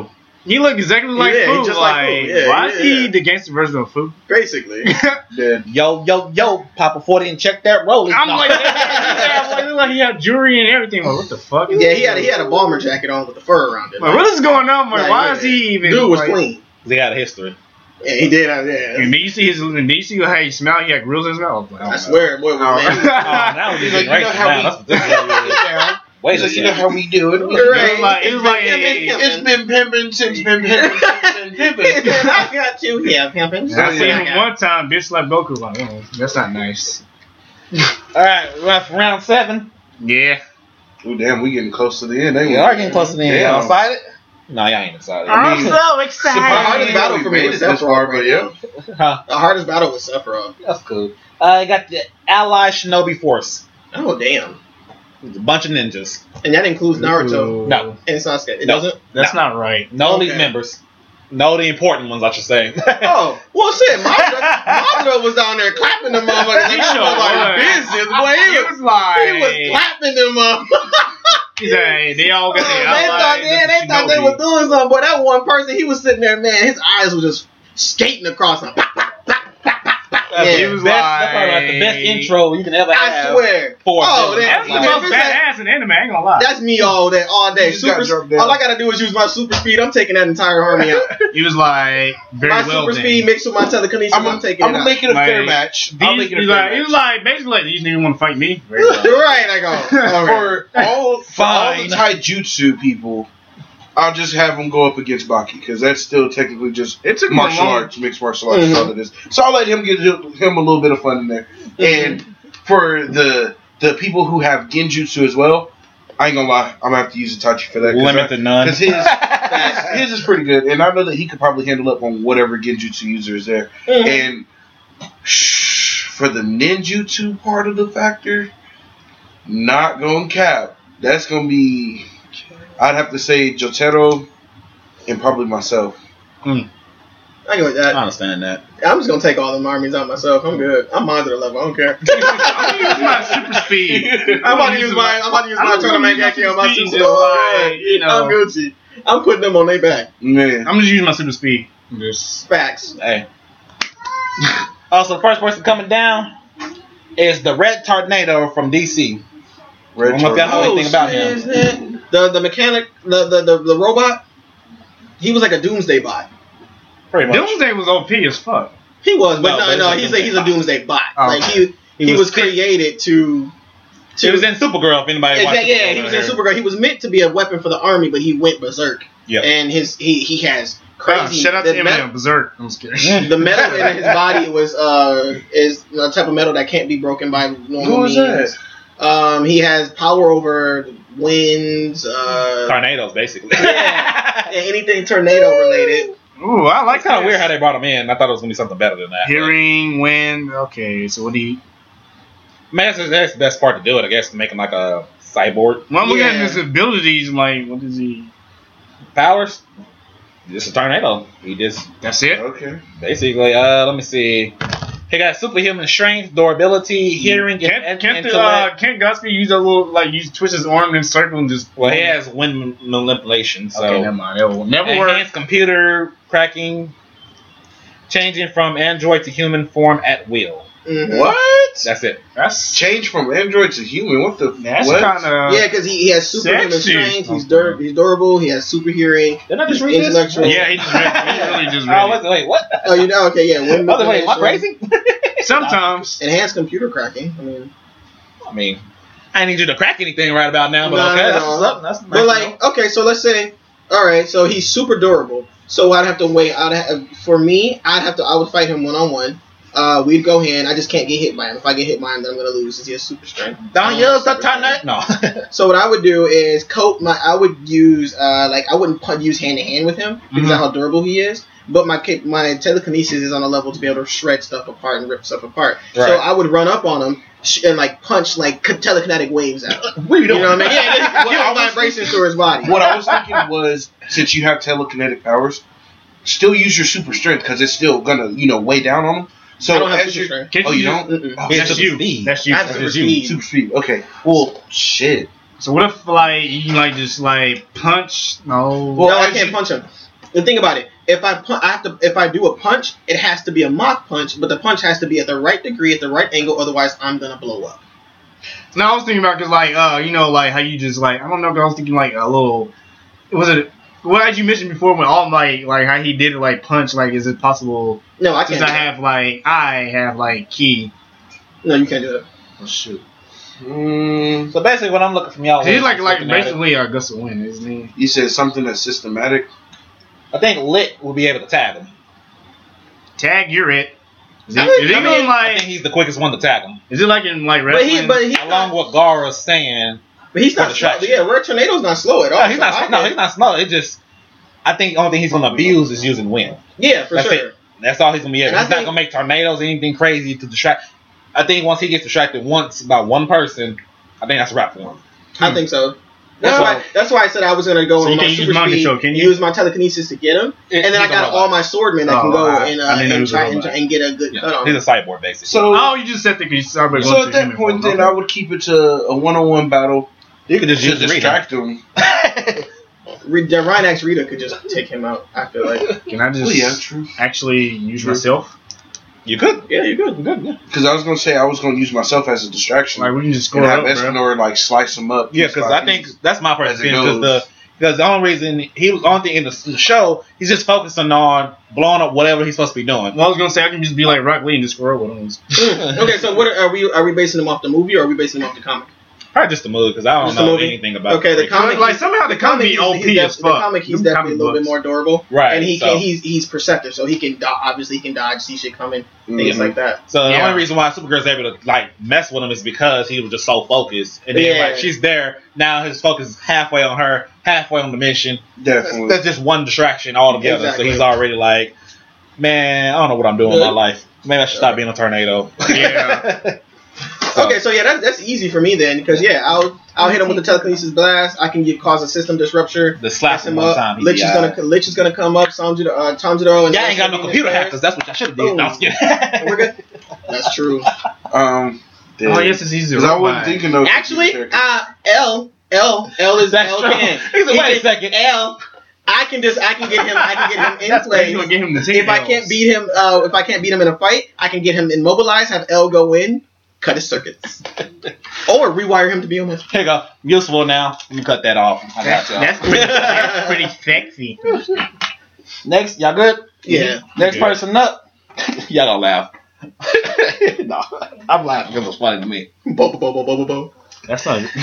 Fu. He look exactly like Yeah, he Fu. just like like, Fu. Yeah, why yeah, is he yeah. the gangster version of Fu? Basically, Dead. Yo, yo, yo, Papa 40 and check that roll. I'm No. like, yeah, I'm like, look like he had jewelry and everything. Like, Oh, what the fuck? yeah, he had a, he had a bomber jacket on with the fur around it. Like, what is going on? Like, Like, why yeah. is he even? Dude was like, clean. they got a history. Yeah, he did. uh, Yeah, And then you see his, and then you see how he smelled. He had grills in his mouth. Like, oh, I swear, boy was nasty. Oh, now we're He's like, getting you know racist how now. we. That's what this is. Wait He's a like, you know second. how we do it. You're We- right. like- it's It's like- him, it's It's him. been pimping since been pimping since been He pimping. said, I got you. Yeah, pimping. I seen Yeah, I him got one time, bitch slapped Goku. Like, oh, that's not nice. All right, we're at round seven. Yeah. Oh damn, we getting close to the end. ain't We we? are getting close to the end. Yeah. Y'all excited? No, y'all ain't excited. Uh-huh. I mean, so The hardest Surprise. battle for me We was made it this far, Sephiroth. Right but now. yeah. huh, The hardest battle was Sephiroth. that's cool. Uh, I got the Ally Shinobi Force. Oh damn! It's a bunch of ninjas. And that includes Naruto No, and Sasuke. It No. doesn't. That's not right. no Okay. lead members. No, the important ones, I should say. Oh well, shit. Madara, Madara was down there clapping them motherfuckers. He He sure sure nobody's was. business. Boy, he It was, was like he was clapping them up. He's like, hey, they all they got their allies. thought they, Look they, at thought they Shinobi. were doing something, but that one person, he was sitting there, man. His eyes were just skating across. Like, pop, pop, pop, pop, pop, pop. That's Yeah. the He was best- that's probably like the best like- intro you can ever have. I swear. For Oh, them. that- That's Like, the if most it's that- badass in anime. I ain't gonna lie. That's me all day, all day. You just gotta Super, drop down. all I gotta do is use my super speed. I'm taking that entire army out. He was like, very my well super then. speed mixed with my telekinesis. I'm, I'm, I'm, taking it out. making a fair Like, match. These, I'm making a he's fair like, he match. was like, basically, like, these niggas want to fight me. Very well. right, I go. All right. for all for all the Fine. taijutsu people, I'll just have them go up against Baki because that's still technically just It took me martial long. arts, mixed martial Mm-hmm. arts, and all of this. So I'll let him get him a little bit of fun in there. Mm-hmm. And for the the people who have genjutsu as well, I ain't gonna lie, I'm gonna have to use Itachi for that. Limit to none. Because his, his his is pretty good, and I know that he could probably handle up on whatever genjutsu user is there. Mhm. And shh, for the ninjutsu part of the factor, not going to cap. That's going to be, I'd have to say Jotaro and probably myself. I go with I that. understand that. I'm just gonna take all them armies out myself. I'm good. I'm monitor level. I don't care. I'm gonna use my super speed. I'm about to use my. I'm about to use my I'm gonna tournament use my back here on my speed super. just Oh, like, you know. I'm Gucci. I'm putting them on their back. Man. I'm just using my super speed. Just Facts. Hey. Also, the first person coming down is the Red Tornado from DC. Red Almost got Tornado. know anything about him. Oh, shit, man. The the mechanic, the, the the the robot. He was like a doomsday bot. Pretty much. Doomsday was OP as fuck. He was, but No, no, but no, he's a he's a he's a doomsday bot. Oh, like he he, He was was, created to. to She was in Supergirl. If anybody watched Exact- yeah, he was in Supergirl. He was meant to be a weapon for the army, but he went berserk. Yeah. And his he he has crazy. Uh, shout out to the Eminem, metal- Berserk. I'm just kidding. Supergirl. the metal in his body was uh is a type of metal that can't be broken by normal Who was means. that? Um, he has power over winds, uh, Tornadoes, basically. Yeah. anything tornado related. Ooh, I like That's kind this. of weird how they brought him in. I thought it was gonna be something better than that. Hearing, wind. Okay, so what do you? Man, that's, that's the best part to do it. I guess to make him like a cyborg Well, I'm looking Yeah. at his abilities. Like, what is he? powers. Just a tornado. He just That's it. Okay. basically. Uh, let me see. He got superhuman strength, durability, hearing, and, Can't, and can't, the, intellect. uh, can't Gillespie use a little like use twist his arm and circle and just? well, he has wind manipulation. So okay, never mind. That will never work. enhanced computer cracking, changing from android to human form at will. Mhm. What? That's it. That's Change from android to human. What the? that's what? kind of yeah, because he, he has superhuman Sexy. strength. He's dur- he's durable. He has super hearing. Didn't I just read this? Intellectual. Yeah, he just read, he really just Oh, read wait, wait, what? Oh, you know. Okay. Yeah. Wind Oh, wait, am I manipulation. crazy? it. Sometimes Enhanced computer cracking. I mean, Oh I mean, I need you to crack anything right about now, but No, okay, no, that's no. what's up. That's nice But to like, okay, so let's say, all right, so he's super durable. So I'd have to wait. I'd have, for me, I'd have to. I would fight him one on one. Uh, we'd go hand. I just can't get hit by him. If I get hit by him, then I'm gonna lose. 'cause He has super strength. know. Don't use the tornado. No, So what I would do is coat my. I would use uh, like I wouldn't pun- use hand to hand with him because Mhm. Mm-hmm. of how durable he is. But my cap- my telekinesis is on a level to be able to shred stuff apart and rip stuff apart. So Right. I would run up on him sh- and like punch like telekinetic waves out. what are you You know doing? what I Oh, mean? Yeah, Well, give I him was vibrations through his body. what I was thinking was, since you have telekinetic powers, still use your super strength because it's still gonna, you know, weigh down on them. So I don't have as super your- strength. Can't oh, you you don't. Mm-mm. Oh, It's that's just you. speed. That's you. I have super That's you. speed. Super speed. Okay. Well, shit. So what if like you like just like punch? No. Well, no, I as can't you- punch him. The thing about it, if I punch, I have to. If I do a punch, it has to be a mock punch, but the punch has to be at the right degree, at the right angle. Otherwise, I'm gonna blow up. No, I was thinking about because, like, uh, you know, like how you just like I don't know. 'cause I was thinking like a little. Was it? Well, as you mentioned before, when All Might, like how he did it, like punch, like is it possible? No, I can't. Since do I that. have like I have like key. no, you can't do that. Oh shoot! Mm, So basically, what I'm looking from y'all. He's is like like looking at it. basically a gust of wind, isn't he? you said something that's systematic. I think Lit will be able to tag him. Tag, you're it. Is it, I is mean- it I mean, in, I think like? he's the quickest one to tag him. Is it like in like But wrestling? he, but he's Along not, with Gara's saying, but he's for not the slow. traction. Yeah, Red Tornado's not slow at all. no, he's so I not. No, can't- he's not slow. It just, I think the only thing he's gonna abuse is using wind. Yeah, for That's sure. That's all he's gonna be able. And I He's not think- gonna make tornadoes or anything crazy to distract. I think once he gets distracted once by one person, I think that's a wrap for him. I think so. That's why. That's why I said I was gonna go So on you my can't use super mind speed, control, can you? use my telekinesis to get him, It- and then I he's a got robot. all my swordmen that can Oh, go I- and, uh, I didn't know he and, was a try, and, robot. try and get a good cut Yeah. on. He's him. a cyborg, basically. So, Oh, you just said that because cyborg so at that point, then I would keep it to a one-on-one battle you could to just use the reader. distract him. Re- the Rhinox Rita could just take him out. I feel like. Can I just Well, Oh, yeah, true. actually use True. myself? You could. yeah, you're good. You could. Yeah, Because I was gonna say I was gonna use myself as a distraction Like we can just and score have up, bro. Espinor like slice him up. yeah. piece Because by I think piece. that's my As it perspective. Because goes. the because the only reason he was on the end of the show, he's just focusing on blowing up whatever he's supposed to be doing. Well, I was gonna say I can just be like Rock Lee and just score up with him. Mm. okay, so what are, are we? Are we basing him off the movie or are we basing him off the comic? Probably just the movie because I don't Just the know movie? anything about. Okay, the comic- Like somehow the comedy he's- OP he's def- as fuck. The comic, he's Them definitely a little bit books. more durable, right. and he so, can. He's he's perceptive, so he can do- obviously he can dodge, see shit coming, things Mhm. like that. So the Yeah. only reason why Supergirl's able to like mess with him is because he was just so focused, and then Yeah. like she's there now, his focus is halfway on her, halfway on the mission. That's, definitely. that's just one distraction altogether. Exactly. So he's already like, man, I don't know what I'm doing with my Good. life. Maybe I should stop being a tornado. Yeah. So- Okay, so yeah, that's that's easy for me then, because yeah, I'll I'll hit him with the telekinesis blast. I can get cause a system disruption. the slap Mess him him one up. time. Lich is gonna Lich is gonna come up. Sanjiro, uh, Tanjiro and Yeah, I ain't got no computer hack because that's what I should have did. No, I'm just kidding. And We're good. That's true. um, Oh yes, it's easy. to because I rock by. wasn't thinking of Actually, uh, L L L is That's L true. can. He said, He wait a can- second. L. I can just I can get him I can get him in That's crazy, place. you gonna get him to take If I L's. can't beat him, uh, if I can't beat him in a fight, I can get him immobilized, have L go in, cut his circuits, or rewire him to be on my. Here you go. Useful now. Let me cut that off. I got y'all. that's pretty, that's pretty sexy. Next, y'all good? Mm-hmm. Yeah. Next Yeah. person up. y'all don't laugh. no, I'm laughing because it's funny to me. Bo bo bo bo bo bo bo. That's not.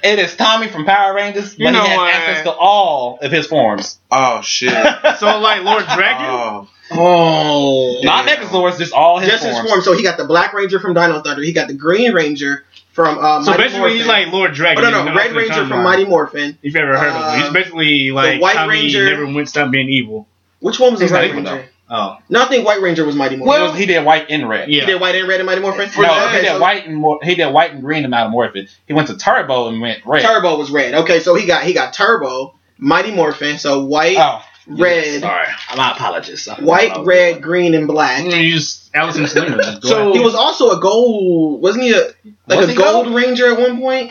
It is Tommy from Power Rangers, but You know he has what? access to all of his forms. Oh shit! So like Lord Dragon. oh, Oh. Not Damn. Megazords, just all his Just his forms. form. So he got the Black Ranger from Dino Thunder. He got the Green Ranger from. Uh, so Mighty basically, he's Morphin. like Lord Dragon. Oh, no, You know no, what Red I'm Ranger talking from about. Mighty Morphin. If you ever heard of him, Uh, he's basically like White Tommy Ranger- never went stop being evil. Which one was the He's not Red evil, Ranger? Oh. No, I think White Ranger was Mighty Morphin. It was- he did white and red. he Yeah, did White and Red and Mighty Morphin. No, Okay, he did so white and mor- he did white and green and metamorphic. He went to turbo and went red. Turbo was red. Okay, so he got he got Turbo, Mighty Morphin. So white, Oh, red, Sorry, my apologies. Mm, I don't know what I white, was red, doing. green, and black. I'm gonna use Allison Slinger. Just go So- ahead. He was also a gold, wasn't he? A like Was a he gold ranger at one point.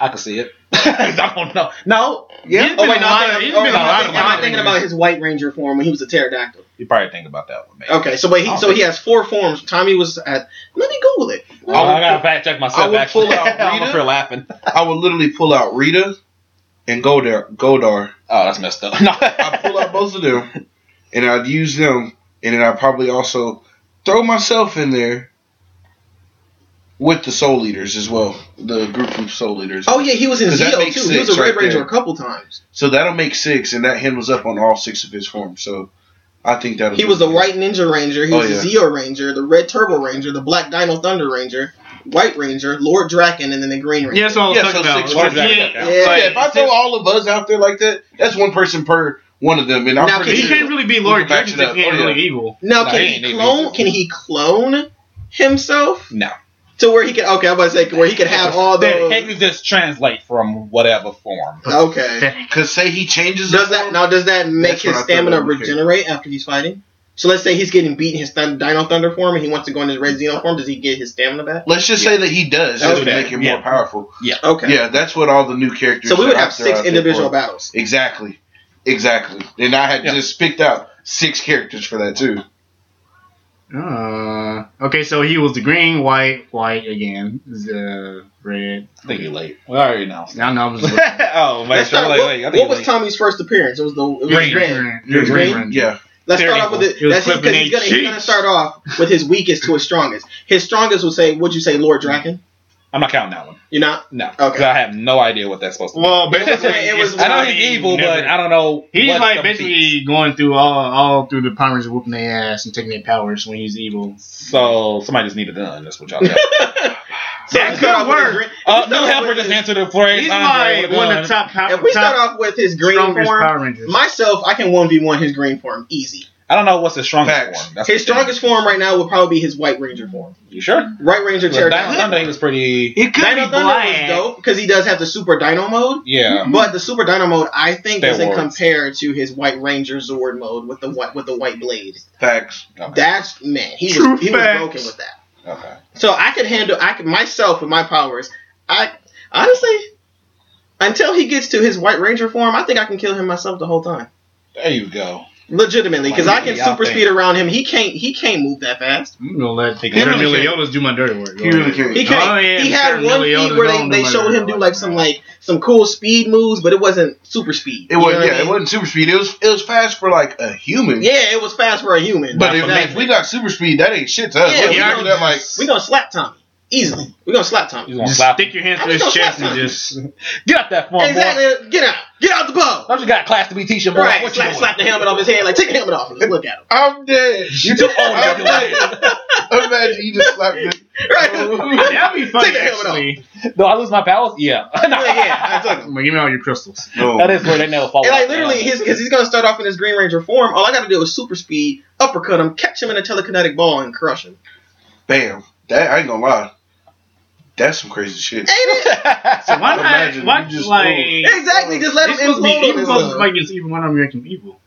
I can see it. I don't know. No, yeah. He's been a lot of- he's been a am Oh, I lot thinking- am of I White thinking Rangers. about his white ranger form when he was a pterodactyl? Oh. you probably think about that one. Maybe. Okay, so wait, he, so he has four forms. Tommy was at. Let me Google it. Oh, I gotta fact check I myself. would actually, pull out I'm Rita. up here laughing. I would literally pull out Rita and Godar. Godar. Oh, that's messed up. No. I pull out both of them, and I'd use them, and then I'd probably also throw myself in there with the Soul Leaders as well, the group from Soul Leaders. Oh yeah, he was in 'Cause that Zeo makes too. He was six a red right ranger there. a couple times. So that'll make six, and that handles up on all six of his forms. So I think that'll. He be was the good. white ninja ranger. He Oh, was the Zeo ranger, the red turbo ranger, the black dino thunder ranger, white ranger, Lord Draken, and then the green ranger. yeah, that's what I was Yeah, talking so about. six Like, Lord Dragon. yeah, Yeah, So yeah, if I throw all of us out there like that, that's one person per one of them, and I'm Now, but pretty he sure- can't really be We Lord can match Dragon it if up. he ain't Oh, yeah. really evil. Now Nah, can he he, ain't even clone? evil. Can he clone himself no. to where he can? Okay, I'm about to say where he could have all Then It the. can just translate from whatever form. Okay. Cause say he changes. Does the that form, now? Does that make That's what I his thought stamina that would be. regenerate after he's fighting? So let's say he's getting beat in his Thun- Dino Thunder form and he wants to go into Red Xeno form. Does he get his stamina back? Let's just say that he does. Let's That do would that. make him Yeah. more powerful. Okay. Yeah, that's what all the new characters. so we would that have I throw six out there individual for. battles. Exactly. Exactly. And I had Yeah. just picked out six characters for that too. Uh, okay, so he was the green, white, white again, the red. I think you're late. We already know. Now, now I'm just looking. oh, wait, Let's sure, start- wait, what wait. I think what you're was late. Tommy's first appearance? It was the it was Green. Red. It was Green? Ranger. Yeah. Let's Very start off with it. cool. It was That's because flipping he's gonna, eight he's gonna cheeks. start off with his weakest to his strongest. His strongest would say, "Would you say Lord Draken?" I'm not counting that one. You're not. No. Because Okay. I have no idea what that's supposed to be. Well, It was basically, when- it was it's when- I know not he's even evil, never- but I don't know. He's what like the basically beats. going through all all through the Power Rangers, whooping their ass and taking their powers when he's evil. So somebody just need a gun. That's what y'all got. So That let's start could off with his work. green- uh, let's no start off helper with just his- answered it for you. He's Andre like with a one of gun. the top power, uh, If we top start off with his green strongest form, Power Rangers. myself, I can one v one his green form easy. I don't know what's his strongest Facts. form. That's His the thing. strongest form right now would probably be his White Ranger form. You sure? Right Ranger With Dino Cherokee. Thunder, he was pretty. It could Dino be Thunder black. was dope because he does have the Super Dino mode. Yeah. But the Super Dino mode, I think, That doesn't works. compare to his White Ranger Zord mode with the white with the white blade. Facts. Okay. That's man, he True was he was facts. broken with that. okay. So I could handle I could myself with my powers. I honestly, until he gets to his White Ranger form, I think I can kill him myself the whole time. There you go. Legitimately, because I can Y'all super think. speed around him. He can't he can't move that fast. I'm gonna let He Henry really can't. Leota's do my dirty work. He really can't. He can't. Oh, yeah, he had Mr. one Emilio feat does where all they, the they money. showed him do like some like some cool speed moves, but it wasn't super speed. It You know was what yeah, I mean? it wasn't super speed. It was it was fast for like a human. Yeah, it was fast for a human. But if, Exactly. if we got super speed, that ain't shit to us. Yeah, we yeah, do that like we gonna slap Tommy easily. We are gonna slap Tommy. He's gonna Just slap. stick your hands I'm to his just gonna chest slap and him. just. Get out that form, boy. Exactly. Get out. Get out the boat. Don't you got class to be teaching, boy? Right. What Slap, you slap the helmet off his head. Like take the helmet off and just look at him. I'm dead. You too old. Oh, I'm You're like- dead. Imagine you just slapped it. Right. That'd be funny. Take the helmet off. actually. Do I lose my powers? Yeah. No. yeah, yeah, I took him. I'm gonna give me all your crystals. No. That is where they never fall. And like off, man. literally, his because he's gonna start off in his Green Ranger form. All I gotta do is super speed, uppercut him, catch him in a telekinetic ball, and crush him. Bam. That I ain't gonna lie. That's some crazy shit. Ain't it? So why not? Imagine, Why you just- just like? exactly. Just let It's him supposed to be implode on evil. himself. Like it's evil. Why not make him evil?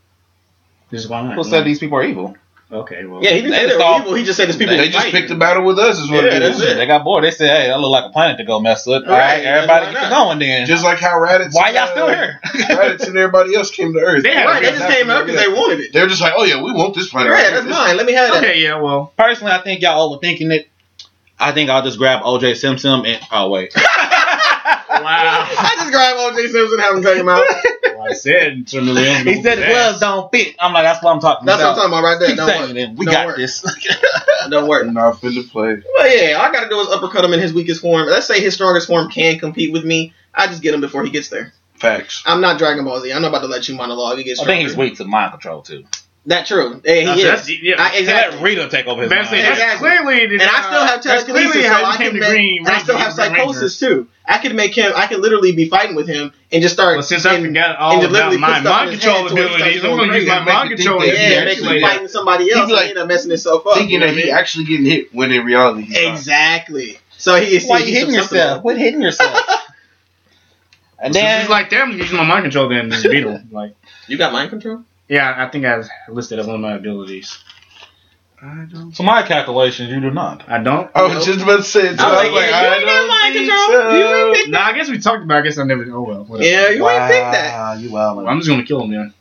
Just why not? People said these people are evil. Okay. Well. yeah, he didn't They say just they were all- evil. He just said his people. They just picked the battle with us, is what Yeah, it that's is. it. They got bored. They said, "Hey, that look like a planet to go mess with." All Right, right, everybody why get not? going then. Just like how Raditz. Why y'all still uh, here? Raditz and everybody else came to Earth. They had Right. They a just came up because they wanted it. They're just like, oh yeah, we want this planet. Right. That's mine. Let me have that. Okay. Yeah. Well. Personally, I think y'all overthinking it. I think I'll just grab OJ Simpson and oh wait, Wow. I just grabbed OJ Simpson, have him take him out. I said Henry Leota. he said the gloves don't fit. I'm like, that's what I'm talking That's what I'm about. talking about right there. Keep Don't saying worry. it. We Don't got work. this. Don't worry. I'm not finna play. Well, yeah, all I gotta do is uppercut him in his weakest form. Let's say his strongest form can compete with me. I just get him before he gets there. Facts. I'm not Dragon Ball Z. I'm not about to let you monologue. He gets I stronger. think he's weak to mind control too. That true. Yeah, he That's, is. I, yeah. Let exactly. Rita take over his That's, mind. that's Exactly. clearly. And I still have that's telekinesis, clearly so how I he came can to make, Green. and I still have Ranger, Green psychosis too. I can make him. I can literally be fighting with him and just start. Well, since I and- forgot and all just about literally my put stuff mind in his hand control till he abilities, starts I'm going gonna use crazy. my mind Make it control think that- yeah, Yeah, make him actually, abilities. fighting somebody else. like, and end up messing himself up. Thinking you know that what I he mean? actually getting hit when in reality he's not. exactly. So he is. Why he's you hitting susceptible. yourself? What hitting yourself? and Then, then he's like, damn, I'm using my mind control then this beetle. Like, You got mind control. yeah, I think I listed as one of my abilities. I don't. to my calculations, you do not. I don't. I was just about to say it. So I was like, yeah, I you ain't got mind control. You don't ain't think pick- Nah, I guess we talked about. it. I guess I never. Oh well. Whatever. Yeah, you ain't pick that. you Well, wild. I'm just gonna kill him then.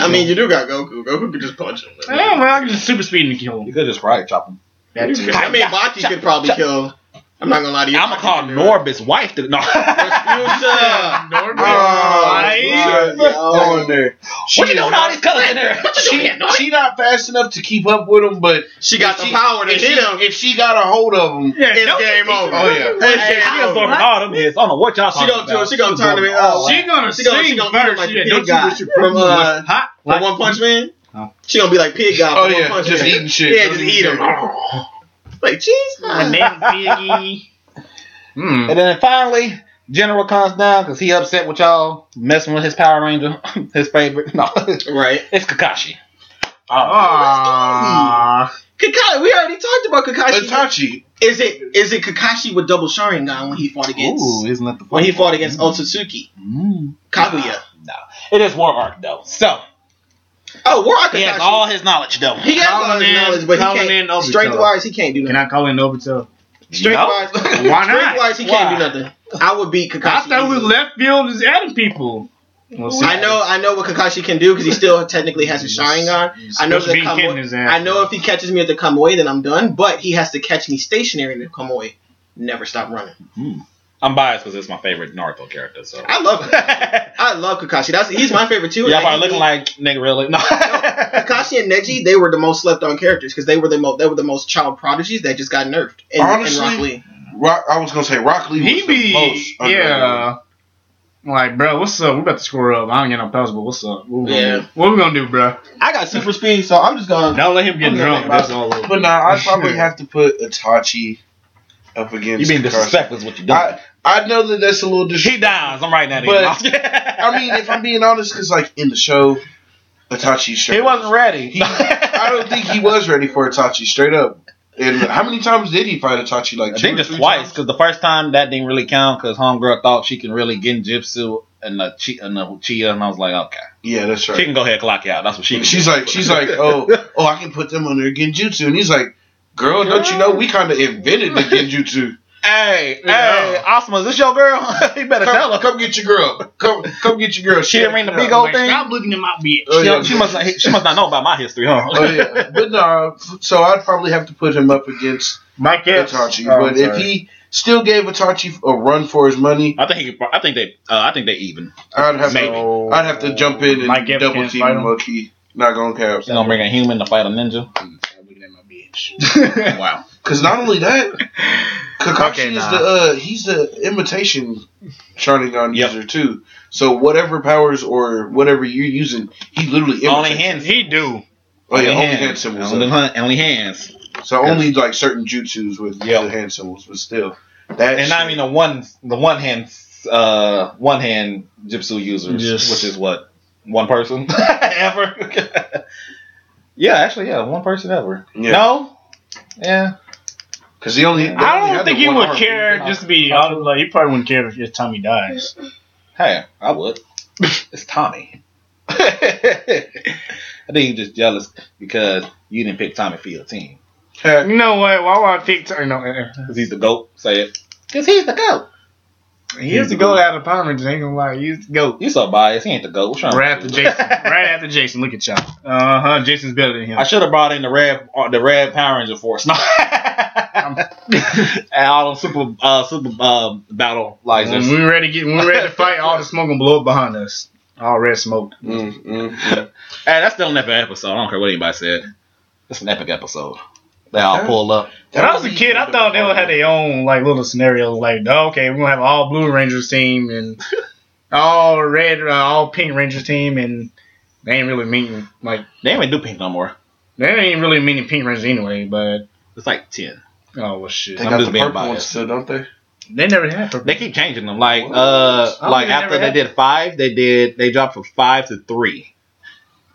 I mean, you do got Goku. Goku could just punch him. Yeah, Oh, well, I can just super speed and kill you him. could just right chop him. That too. I mean, Baki could probably kill. I'm not gonna lie to you. I'm gonna call Norbit's wife. To, no. Fuchsia. Norbert, so. why? Oh, Yo. on there. what you doing with all these colors in there? She, she not fast enough to keep up with him, but She got if the she- power to if hit she, him. If she got a hold of him, Yeah, It's don't- game over. oh yeah, Hey, hey, she Hey, absorbing all them hits. I don't know what y'all She gonna talking do about. it. She gonna turn him in. Oh, She gonna She gonna- she sing gonna first. eat like yeah, the don't big you guy wish your from, pussy was uh, hot? Like Like One Punch Man. Oh. She gonna be like Pig God. oh from One yeah, Punch just Man. eating shit. Yeah, just eat him. Like jeez. My huh? name's Biggie. Hmm. And then finally, General comes down because he upset with y'all messing with his Power Ranger, his favorite. No, Right. it's Kakashi. Uh-uh. Ah. Kakashi. We already talked about Kakashi. Itachi. Is it is it Kakashi with double Sharingan when he fought against Ooh, isn't that the Mm-hmm. when he fought against Otsutsuki Mm. Kaguya? No, it is War Arc though. So Oh, we're he has Kakashi. all his knowledge though. He has all Calling his in- knowledge, but calling he in can't. Obito. Strength wise, he can't do Can nothing. I call in Obito? Strength No. wise, Why strength not? wise, he can't Why? do nothing. I would beat Kakashi. I thought we easily. left field is adding people. Well, see, I know, I know what Kakashi can do because he still technically has his Sharingan. I know Supposed that to be Kamui- kidding his ass. I know if he catches me at the Kamui, then I'm done. But he has to catch me stationary in the Kamui. Never stop running. I'm biased because it's my favorite Naruto character. So I love it. y'all I love Kakashi. That's he's my favorite too. probably looking like nigga really. No. Kakashi and Neji. They were the most slept on characters because they were the most they were the most child prodigies that just got nerfed. in- in Honestly, Rock Lee. Rock, I was gonna say Rock Lee was He the most be yeah. Like, bro, what's up? We about to score up. I don't get no pass, but what's up? What we gonna Yeah. do? What we gonna do, bro? I got super speed, so I'm just gonna. Don't let him get I'm not drunk. about That's all over. But nah, I'd probably have to put Itachi up against. You being Kakashi. disrespectful is what you do. I I know that that's a little He disrespectful. downs. I'm right now. But- I mean, if I'm being honest, because like in the show, Itachi straight. He wasn't ready. He- I don't think he was ready for Itachi straight up. And how many times did he fight Itachi? Like I two think or just three twice times? because the first time that didn't really count because homegirl thought she can really get jitsu and the chi and the chia and I was like, okay, Yeah, that's she right. can go ahead and clock out. That's what she. Can She's do. like, she's like, oh, oh, I can put them under genjutsu, and he's like, girl, don't you know we kind of invented the genjutsu? hey, hey, Yeah. Osma, is this your girl? you better tell Come, her. come get your girl. Come, come get your girl. She didn't ring the big old. old Like, thing. stop looking at my bitch. Oh, she, yeah. she must not. She must not know about my history, huh? Oh yeah, but no. So I'd probably have to put him up against Mike Epps. Itachi. Oh, but I'm if sorry. he still gave Itachi a run for his money, I think. He, I think they. Uh, I think they even. I'd have Maybe. to. I'd have to jump in and Mike Epps double can't team fight him him. low key. Not going caps. They gonna bring a human to fight a Mm. ninja. Stop looking at my bitch. Wow. Because not only that, Kakashi Okay, is nah. the uh, he's the imitation Sharingan Yep. user too. So whatever powers or whatever you're using, he literally Only imitates. hands. He do. Oh yeah, only hand symbols. Only, though. hun- only hands. So only like certain jutsus with Yep. the hand symbols, but still. That And I shit- mean the one the one hand uh one hand gypsy users, Yes. which is what one person ever. yeah, actually, yeah, one person ever. Yeah. No, yeah, Because he only. I don't think he would care. know. Just to be honest, like he probably wouldn't care if his Tommy dies. hey, I would. it's Tommy. I think you're just jealous because you didn't pick Tommy for your team Mm, You know what? Why would I pick? Tommy? no, uh, because he's the goat. Say it. Because he's the goat. he used to go out of Pomeranz. Ain't gonna lie, he used to go You so biased. He ain't the goat. What's wrong right with after you? Jason. right after Jason. Look at y'all. Uh huh. Jason's better than him. I should have brought in the red, uh, the red Power Ranger Force. No. and all the super, uh, super uh, battle When lasers. we ready to get, when we ready to fight, all the smoke gonna blow up behind us. All red smoke. Mm, mm, mm. Hey, that's still an epic episode. I don't care what anybody said. It's an epic episode. They all Yeah. pull up. When I was a kid, I thought they would have their own like little scenario. Like, oh, okay, we're gonna have all blue rangers team and all red, uh, all pink rangers team, and they ain't really meaning like They ain't even do pink no more. they ain't really meaning pink rangers anyway. But It's like ten. oh well, shit, They I'm got just the being purple ones biased. still, don't they? they never had purple. They keep changing them. Like, What? uh, I like don't think after they they never did five, they did they dropped from five to three,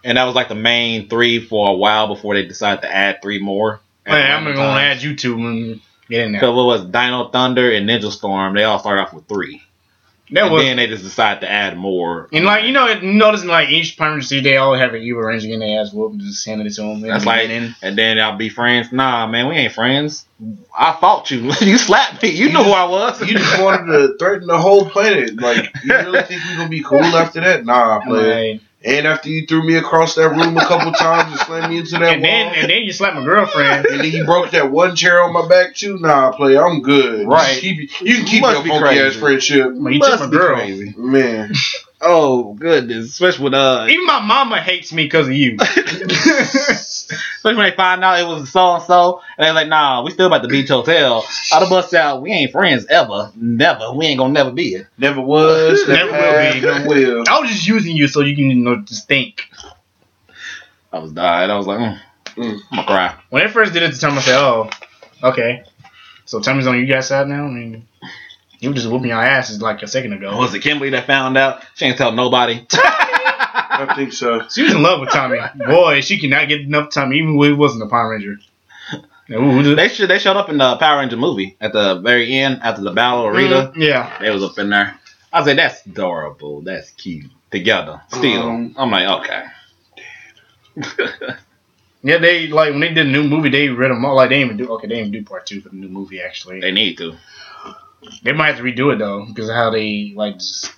and that was like the main three for a while before they decided to add three more. Hey, I'm gonna add you two when get in there. Because what was Dino Thunder and Ninja Storm? They all start off with three, That and was. then they just decide to add more. And like you know, it- noticing like each Power Ranger, they all have an evil ranger getting their ass whooped and just handing it to them. That's like, and then I'll be friends. Nah, man, we ain't friends. I fought you. you slapped me. You, knew who I was. You just wanted to threaten the whole planet. Like, you really think we gonna be cool after that? Nah, player. Like, And after you threw me across that room a couple times and slammed me into that and wall, then and then you slap my girlfriend. and then you broke that one chair on my back too. Nah, player, I'm good. Right. You, keep- you can keep Must your be funky ass crazy. friendship, Like, you took my Must be girl. crazy. man. Oh goodness, especially with uh, Even my mama hates me because of you. especially when they find out it was so and so, and they're like, nah, we still about to beach hotel. I'd have bust out. We ain't friends ever, never. We ain't gonna never be it. Never was, Never never, will be. will be, never will. I was just using you so you can you know just think. I was died. I was like, mm, Mm. I'm gonna cry. When I first did it to Tommy, I said, "Oh, okay." So Tommy's on you guys' side now. I mean, you were just whooping your asses like a second ago. Was it Kimberly that found out? She ain't tell nobody. I think so. She was in love with Tommy. Boy, she cannot get enough Tommy, even when he wasn't a Power Ranger. Now, who- who did- They should they showed up in the Power Ranger movie at the very end after the Battle of Rita. Mm, yeah. They was up in there. I said that's adorable. That's cute. Together, still. Um, I'm like, okay. Yeah, they like when they did a new movie, they read them all. Like they didn't even do okay, they didn't even do part two for the new movie. Actually, They need to. they might have to redo it though because of how they like, just,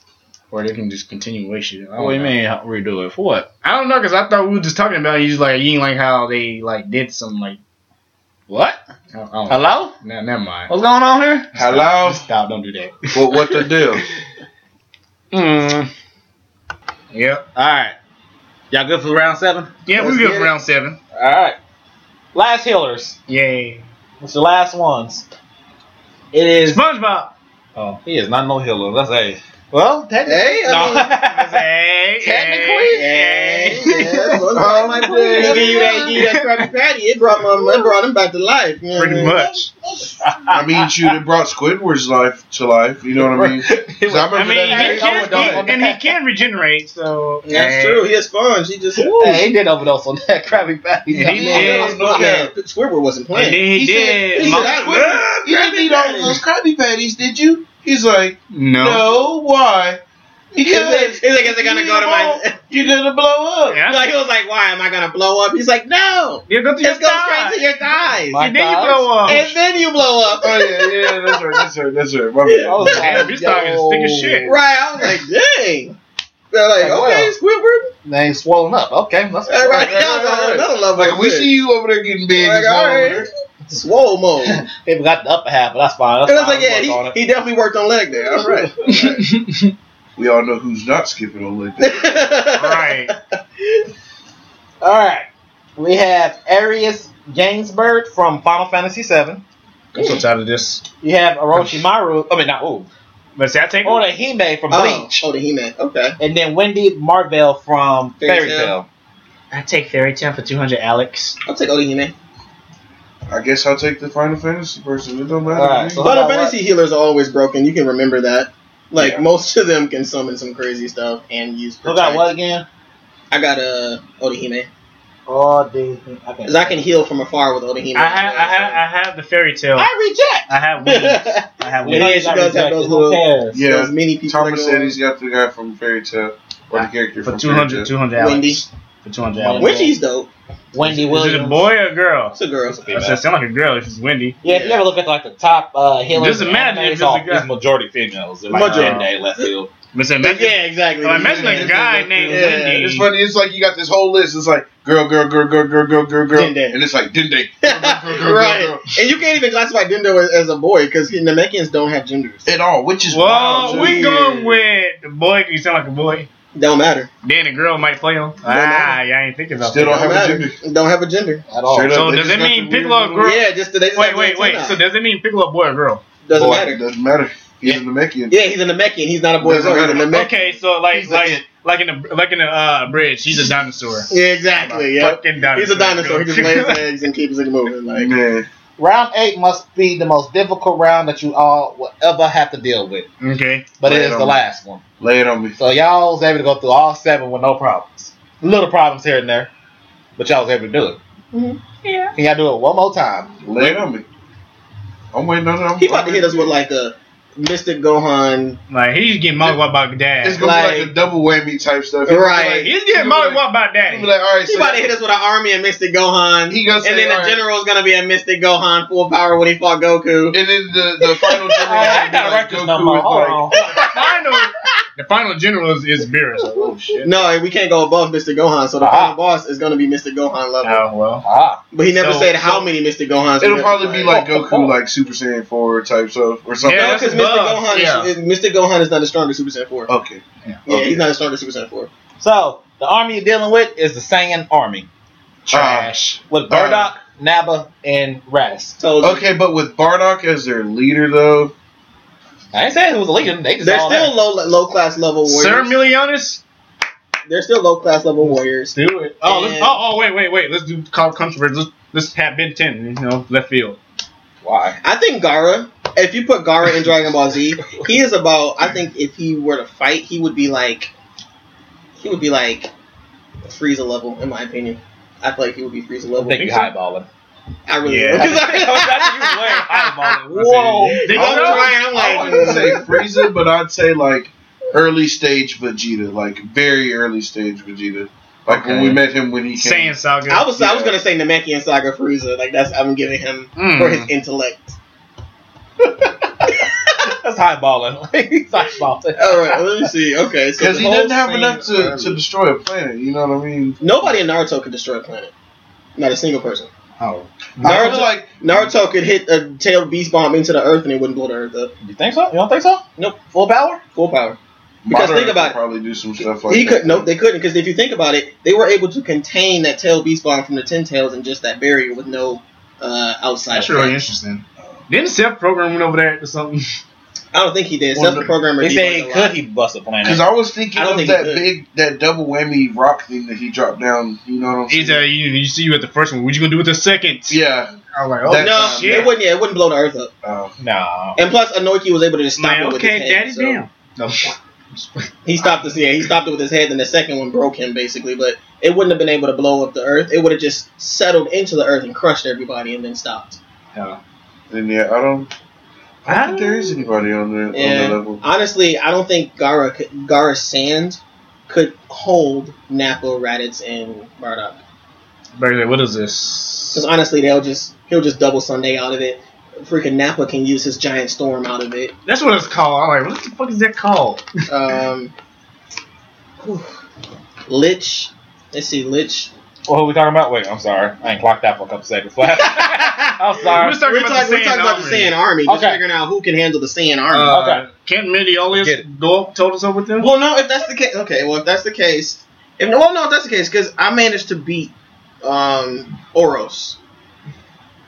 or they can just continue with shit. I don't What do you know. mean redo it for what? I don't know because I thought we were just talking about it. you. Just like you ain't like how they like did some like. What? I don't, I don't, Hello? ne- never mind. What's going on here? Hello. Oh. Stop! Don't do that. What what the deal? Mm. Yep. All right. Y'all good for round seven? Yeah, Let's we good get for it. round seven. All right. Last healers. Yay! It's the last ones. It is. SpongeBob. Oh, he is not no healer. That's a. Well, Hey, I mean, no. Hey, Technically, hey. yeah, that's one side of Oh, my Give brain. you Give you that Krabby Patty. It brought my, it brought him back to life. you know what I pretty mean? much. I mean, shoot, it brought Squidward's life to life. You know what I mean? 'Cause I I remember mean, he can, that day, I was he- dying. and he can regenerate, so That's true. He has sponge. He just. Hey, he did overdose on that Krabby Patty. Yeah, he You know, did. that was fun. Yeah. Yeah, Squidward wasn't And playing. then he, He said- did. he Mo- said, "I love You didn't eat all those Krabby Patties, did you? He's like, no. no, why? Because He's like, is it gonna go to my? you're gonna blow up. Yeah. Like he was like, why am I gonna blow up? He's like, no, You go through your it goes thighs. straight to your thighs, My And then you thighs? blow up. and then you blow up. Oh yeah, yeah, that's right, that's right, that's right. My I was bad. like, This dog is thick as yo. shit. Right? I was like, dang. They're like, Like, okay, Squidward. They ain't swollen up. Okay, let's All right, right, right, that was a whole right. nother level. Like, we of see you over there getting big. Like, as well all right. over there. swole mode. And People got the upper half, but that's fine. That's I was fine. like, Work on yeah, it. he, he definitely worked on leg day. All right. We all know who's not skipping over like that. Right. All right. We have Arius Gainsbird from Final Fantasy VII. I'm so tired of this. You have Orochimaru. I mean, not who. But see, I take Oda Hime from Oh, Bleach. oh, the He-Man. Okay. And then Wendy Marvell from Fairy Fairy Tail. Tail. I take fairy tale for two hundred, Alex. I'll take Oda He-Man. I guess I'll take the Final Fantasy person. It don't matter. All right, to me. so- Final about Fantasy healers are always broken. You can remember that. Like Yeah. most of them can summon some crazy stuff and use. Who got protect. what again? I got uh, Odahime. Oh, dude. I can't. Cause I can heal from afar with Odahime. I have, I have, I have the fairy tale. I I have wings. reject. I have reject. wings. Yeah, she does have those Who little- cares? Yeah. There's many people. Thomas that said he's got the guy from Fairy Tale or the character For from 200, Fairy Tale. 200 Alex. Wendy. For 200 Wendy. Alex. Wendy's dope. Wendy Is it a Williams. boy or a girl? It's a girl. I said, sound like a girl if it's Wendy. Yeah, if you ever look at like the top uh, healing, Just imagine if it's a guy. It's majority females. It's like Majority. Jen Day left field. But say, But imagine, yeah, exactly. oh, imagine a guy named Yeah, Wendy. It's funny. It's like you got this whole list. It's like girl, girl, girl, girl, girl, girl, girl, girl, Dende. and it's like Dende. right. And you can't even classify Dendo as, as a boy because Namekians don't have genders. at all, which is wild Whoa, to we me. going with the boy because you sound like a boy. Don't matter. Then a girl might play him. Ah, yeah, I ain't thinking about Still that. don't have matter. a gender. Don't have a gender. at all. Straight up, So they does just it got mean the Piccolo weird girl? Yeah, just they just Wait, have wait, the wait. antenna. So does it mean Piccolo boy or girl? doesn't boy. matter. Doesn't matter. He's a Namekian. Yeah, he's a Namekian. He's not a boy. Doesn't girl. He's a matter. Namekian. Okay, so like He's a like kid. like in the like in the uh, bridge, he's a dinosaur. Yeah, exactly. Yeah. Fucking dinosaur. He's a dinosaur. He just lays eggs and keeps it moving. Like, Man, Round eight must be the most difficult round that you all will ever have to deal with, okay. but it Right is the on. last one. lay it on me. So y'all was able to go through all seven with no problems. Little problems here and there, but y'all was able to do it. Yeah. Can y'all do it one more time? Lay it on me. I'm waiting on him. he about to hit us with like a Mystic Gohan. Like he's getting mollywopped by It's dad. gonna be like Like- a double whammy type stuff. Right. He's getting mollywopped by He'll be daddy. like, all right, He so about to hit us with an army of Mystic Gohan. He gonna say, and then all the right. general's gonna be a Mystic Gohan full power when he fought Goku. And then the, the final general. I is gonna be gotta like, write this Goku number. is Hold like- on. final, the final general is, is Beerus. Oh shit. No, we can't go above Mystic Gohan, so the Ah. final boss is gonna be Mystic Gohan level. Oh well. Ah, But he never So- said how many Mystic Gohans. It'll we probably be like Oh, Goku, oh, oh. like Super Saiyan 4 type stuff or something. Yeah, no, that's because Mystic above. Gohan, Yeah. is, Mystic Gohan is not the strongest Super Saiyan Four. Okay. yeah, okay. he's not the strongest Super Saiyan Four. so the army you're dealing with is the Saiyan army Trash. with Alright. Bardock, Naba, and Raditz. So Uh, okay, but with Bardock as their leader, though, I ain't saying who was the leader. They just they're all still there. low low class level warriors. Sir Millionis. they're still low class level warriors. Do it. Oh, let's, And- oh, oh, wait, wait, wait. Let's do call controversy. Let's, let's have Ben Ten. You know, left field. Why? I think Gara. If you put Gara in Dragon Ball Z, he is about. I think if he were to fight, he would be like, he would be like, Frieza level, in my opinion. I feel like he would be Frieza I level. think you highballing. I really. Yeah. Because I think you were Whoa. highballing. They I'm go- trying. I'm I like, wouldn't say Frieza, but I'd say like early stage Vegeta, like very early stage Vegeta. Like when we Okay. met him when he came. Saiyan Saga. I was I was Yeah. gonna say Namekian Saga Frieza. Like that's I'm giving him Mm. for his intellect. That's highballing. He's highballing. All right, let me see. Okay, so Because the he whole doesn't have scene- enough to, to destroy a planet, you know what I mean? Nobody in Naruto could destroy a planet. Not a single person. Oh. I Naruto, feel like Naruto could hit a tail beast bomb into the earth and it wouldn't blow the earth up. You think so? You don't think so? Nope. Full power? Full power. Because Madara think about could it. probably do some stuff like he that. could nope, they couldn't because if you think about it, they were able to contain that tail beast bomb from the ten tails and just that barrier with no uh, outside. That's really effect. interesting. Didn't Seth program went over there or something? I don't think he did. Well, Seth the no. programmer. He said debugged he a could. lot. He bust a planet. Because I was thinking I don't of think he that could. big, that double whammy rock thing that he dropped down. You know what I'm He's saying? uh, you, you see you at the first one. What you gonna do with the second? yeah. I was like, oh That- no, shit. it wouldn't. Yeah, it wouldn't blow the earth up. Oh, No. And plus, Anoki was able to stop my it with his okay, head. daddy's so- down. He stopped this. Yeah, he stopped it with his head, and the second one broke him basically. But it wouldn't have been able to blow up the earth. It would have just settled into the earth and crushed everybody, and then stopped. then yeah, I don't. I don't think there is anybody on the Yeah. on the level. Honestly, I don't think Gara could, Gara Sand could hold Nappa, Raditz, and Bardock. Barry's like, what is Because this? honestly, they'll just he'll just double Sunday out of it. Freaking Nappa can use his giant storm out of it. That's what it's called. I'm like, what the fuck is that called? Um, whew. Lich, let's see, Lich. Well, who we talking about? Wait, I'm sorry. I ain't clocked out for a couple seconds. I'm sorry. We're talking we're, about talk- the we're talking about the Saiyan Saiyan army. Just Okay. figuring out who can handle the Saiyan army. Uh, Okay. Can't Get Mendioleus go up total up with them? well, no, if that's the case, okay. Well, if that's the case, if well, no, if that's the case, because I managed to beat um Oros,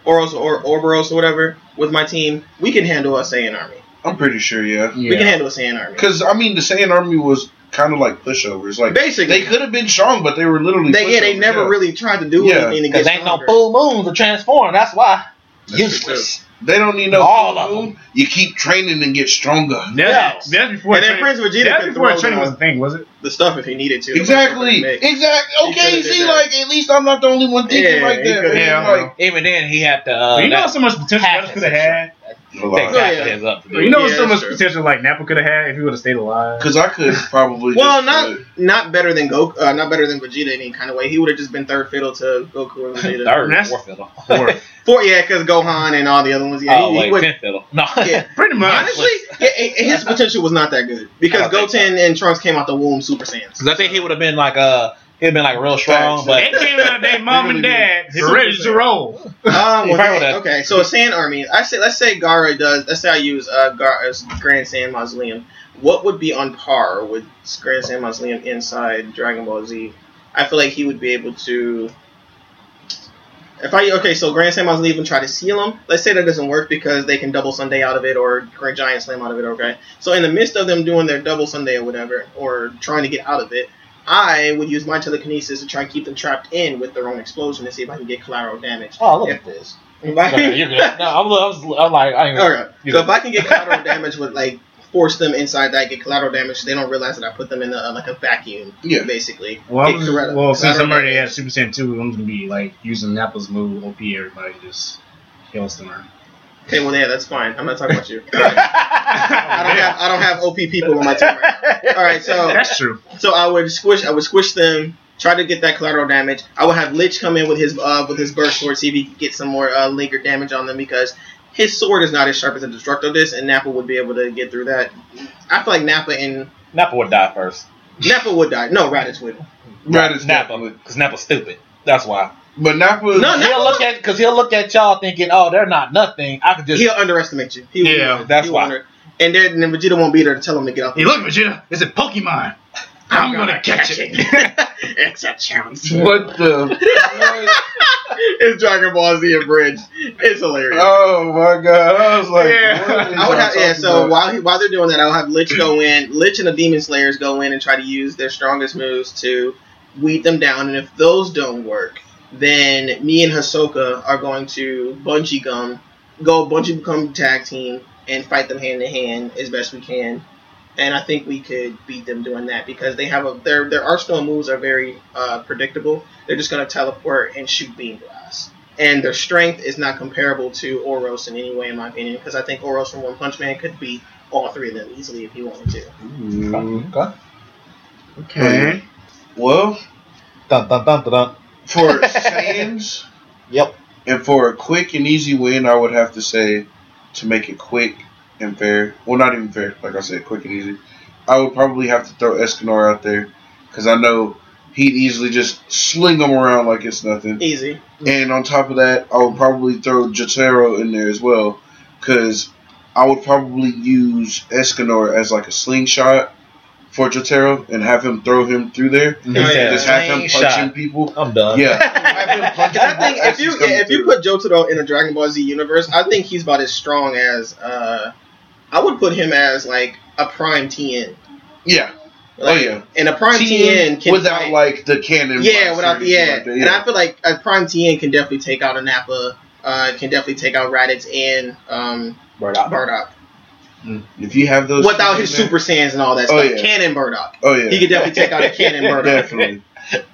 Oros or Orboros or whatever with my team. We can handle a Saiyan army. I'm pretty sure, yeah. We can handle a Saiyan army. Because I mean, the Saiyan army was kind of like pushovers. Like Basically, they could have been strong, but they were literally. They, yeah, they pushovers, never yeah. really tried to do Yeah, anything to get Because ain't no stronger. full moons to transform. That's why. Useless. Useless. They don't need no All of them. You keep training and get stronger. That's, that's before And then Prince training- Vegeta that's could before throw training down was a thing, was it? the stuff if he needed to. Exactly. Like, Exact. He Okay. could've did See, that. like at least I'm not the only one thinking Yeah, like he that. could've- Yeah. yeah, Like, Even then, he had to. Uh, you know that- so much potential half Nappa is could have a had. that Yeah. got his up to do. You know Yeah, so much sure. potential like Nappa could have had if he would have stayed alive. Because I could probably. Well, just, not uh, not better than Goku, uh, not better than Vegeta in any kind of way. He would have just been third fiddle to Goku and Vegeta. Third, That's- fourth fiddle. Or- Four, yeah, because Gohan and all the other ones. Yeah, oh, he, he wait, would. fifth fiddle. No. Yeah. Pretty much. Honestly, yeah, and- and his potential was not that good because I don't think Goten and Trunks came out the womb Super Saiyans. Because I think he would have been like, uh, he'd have been like real strong, Facts. but. they came out their mom and dad ready to roll. Um, He probably would've- okay, so a Saiyan army. I say, let's say Gara does. Let's say I use uh, Gara's Grand Saiyan Mausoleum. What would be on par with Grand Saiyan Mausoleum inside Dragon Ball Z? I feel like he would be able to. If I okay, so Grand Saiyan Mausoleum and try to seal him. Let's say that doesn't work because they can double Sunday out of it or Grand Giant Slam out of it. Okay, so in the midst of them doing their double Sunday or whatever, or trying to get out of it. I would use my telekinesis to try and keep them trapped in with their own explosion and see if I can get collateral damage. Oh, look at this. If No, no, I- uh, you're good. No, I'm, I was, I'm like, I ain't All right. You So know. if I can get collateral damage with like force them inside that, get collateral damage, they don't realize that I put them in a, like a vacuum, Yeah. basically. Well, I'm Get just- collateral- well since I'm collateral already damage. at Super Saiyan 2, I'm gonna be like using Nappa's move, OP everybody just kills them. or- Okay, well yeah, that's fine. I'm not talking about you. I don't Yeah. have I don't have OP people on my team. Right now. All right, so That's true. So I would squish. I would squish them. Try to get that collateral damage. I would have Lich come in with his uh, with his burst sword, see if he could get some more uh, lingered damage on them because his sword is not as sharp as a destructo disc, and Nappa would be able to get through that. I feel like Nappa and Nappa would die first. Nappa would die. No, Raditz would. Right, it's Nappa, Nappa. because Nappa's stupid. That's why. But Nappa. No, Nappa He'll look at because he'll look at y'all thinking, oh, they're not nothing. I could just He'll underestimate you. He will. Yeah, that's He will why. under- and then, then Vegeta won't be there to tell him to get off. Hey, look, Vegeta, it's a Pokemon. Oh, I'm, gonna, catch it. it's a challenge. What the? it's Dragon Ball Z abridged. It's hilarious. oh my god! I was like, Yeah. what I is would y'all have, yeah. talking So about? while he, while they're doing that, I'll have Lich go in. Lich and the Demon Slayers go in and try to use their strongest moves to weed them down. And if those don't work, then me and Hisoka are going to bungee gum, go bungee become tag team and fight them hand to hand as best we can. And I think we could beat them doing that because they have a their their arsenal of moves are very uh, predictable. They're just going to teleport and shoot beam blasts and their strength is not comparable to Oros in any way, in my opinion, because I think Oros from One Punch Man could beat all three of them easily if he wanted to. Mm, Mm-hmm. Okay. Okay. Well, Dun, dun, dun, dun, dun. for Saiyans, Yep. and for a quick and easy win, I would have to say, to make it quick and fair, well, not even fair, like I said, quick and easy, I would probably have to throw Escanor out there because I know he'd easily just sling them around like it's nothing. Easy. And on top of that, I would probably throw Jotaro in there as well, because I would probably use Escanor as like a slingshot for Jotaro and have him throw him through there. He yeah. said, Just have him "Slingshot." Uh. punching people. I'm done. Yeah. Because I think if you yeah, if you put Jotaro in a Dragon Ball Z universe, I think he's about as strong as uh, I would put him as like a prime TN. Yeah. Oh, Like, yeah. And a prime TN, can without fight- like the cannon. yeah blast or without the anything yeah. like that, and I feel like a prime TN can definitely take out a Nappa uh, can definitely take out Raditz and um, Burdock. Bardock If you have those without two his in super there- saiyans and all that Oh, stuff. yeah. Cannon Bardock, oh yeah, he could definitely take out a Cannon Bardock. definitely.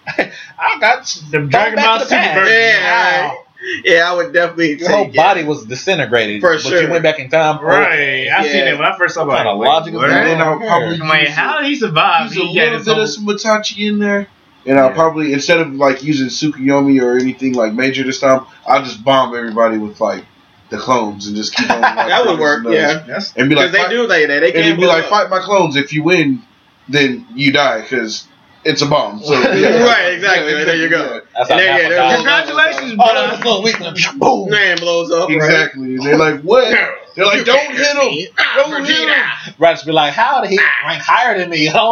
I got you. The Dragon back Ball to the Super past. version. Yeah, Wow. yeah, I would definitely. Your whole take it. body was disintegrated. For but sure. you went back in time. Right. I seen Yeah. it when I first saw it. What kind of like, logic is wait, And that? then I'll probably I'm like, use how a- did he survive? use He a had little his bit own- of some Itachi in there. And I'll Yeah. probably instead of like using Tsukuyomi or anything like major this time, I'll just bomb everybody with like the clones and just keep on. Like, That would pressing work, those. yeah. That's And be Because like, they fight- do like that. They and can't it'd be like, up. fight my clones. If you win, then you die because it's a bomb. So Right, exactly. There you go. Oh, That's how Yeah, yeah, Nappa died. there's- Congratulations, Oh, bro. that was a little weakness. Boom. Man blows up. Right? Exactly. And They're like, what? They're like, You don't can't hit hurt him. me. Ah, Don't hit Vegeta. him. Raditz be like, how did he rank higher than me? I don't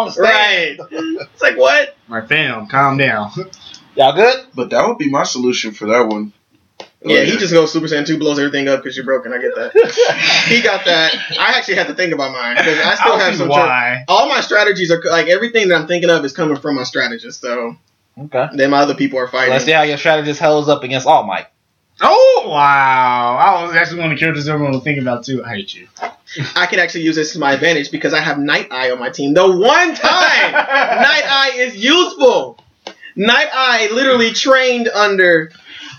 Right. understand. It's like what? Like, fam, calm down. Y'all good? But that would be my solution for that one. Yeah, Like, he just goes Super Saiyan two, blows everything up because you're broken. I get that. he got that. I actually had to think about mine because I still I have don't see some. Why. why. All my strategies are like everything that I'm thinking of is coming from my strategist. So Okay. then my other people are Let's see fighting. how your strategist holds up against All Might. Oh wow! I was actually one of the characters everyone was thinking about too. I hate you. I can actually use this to my advantage because I have Night Eye on my team. The one time Night Eye is useful. Night Eye literally trained under,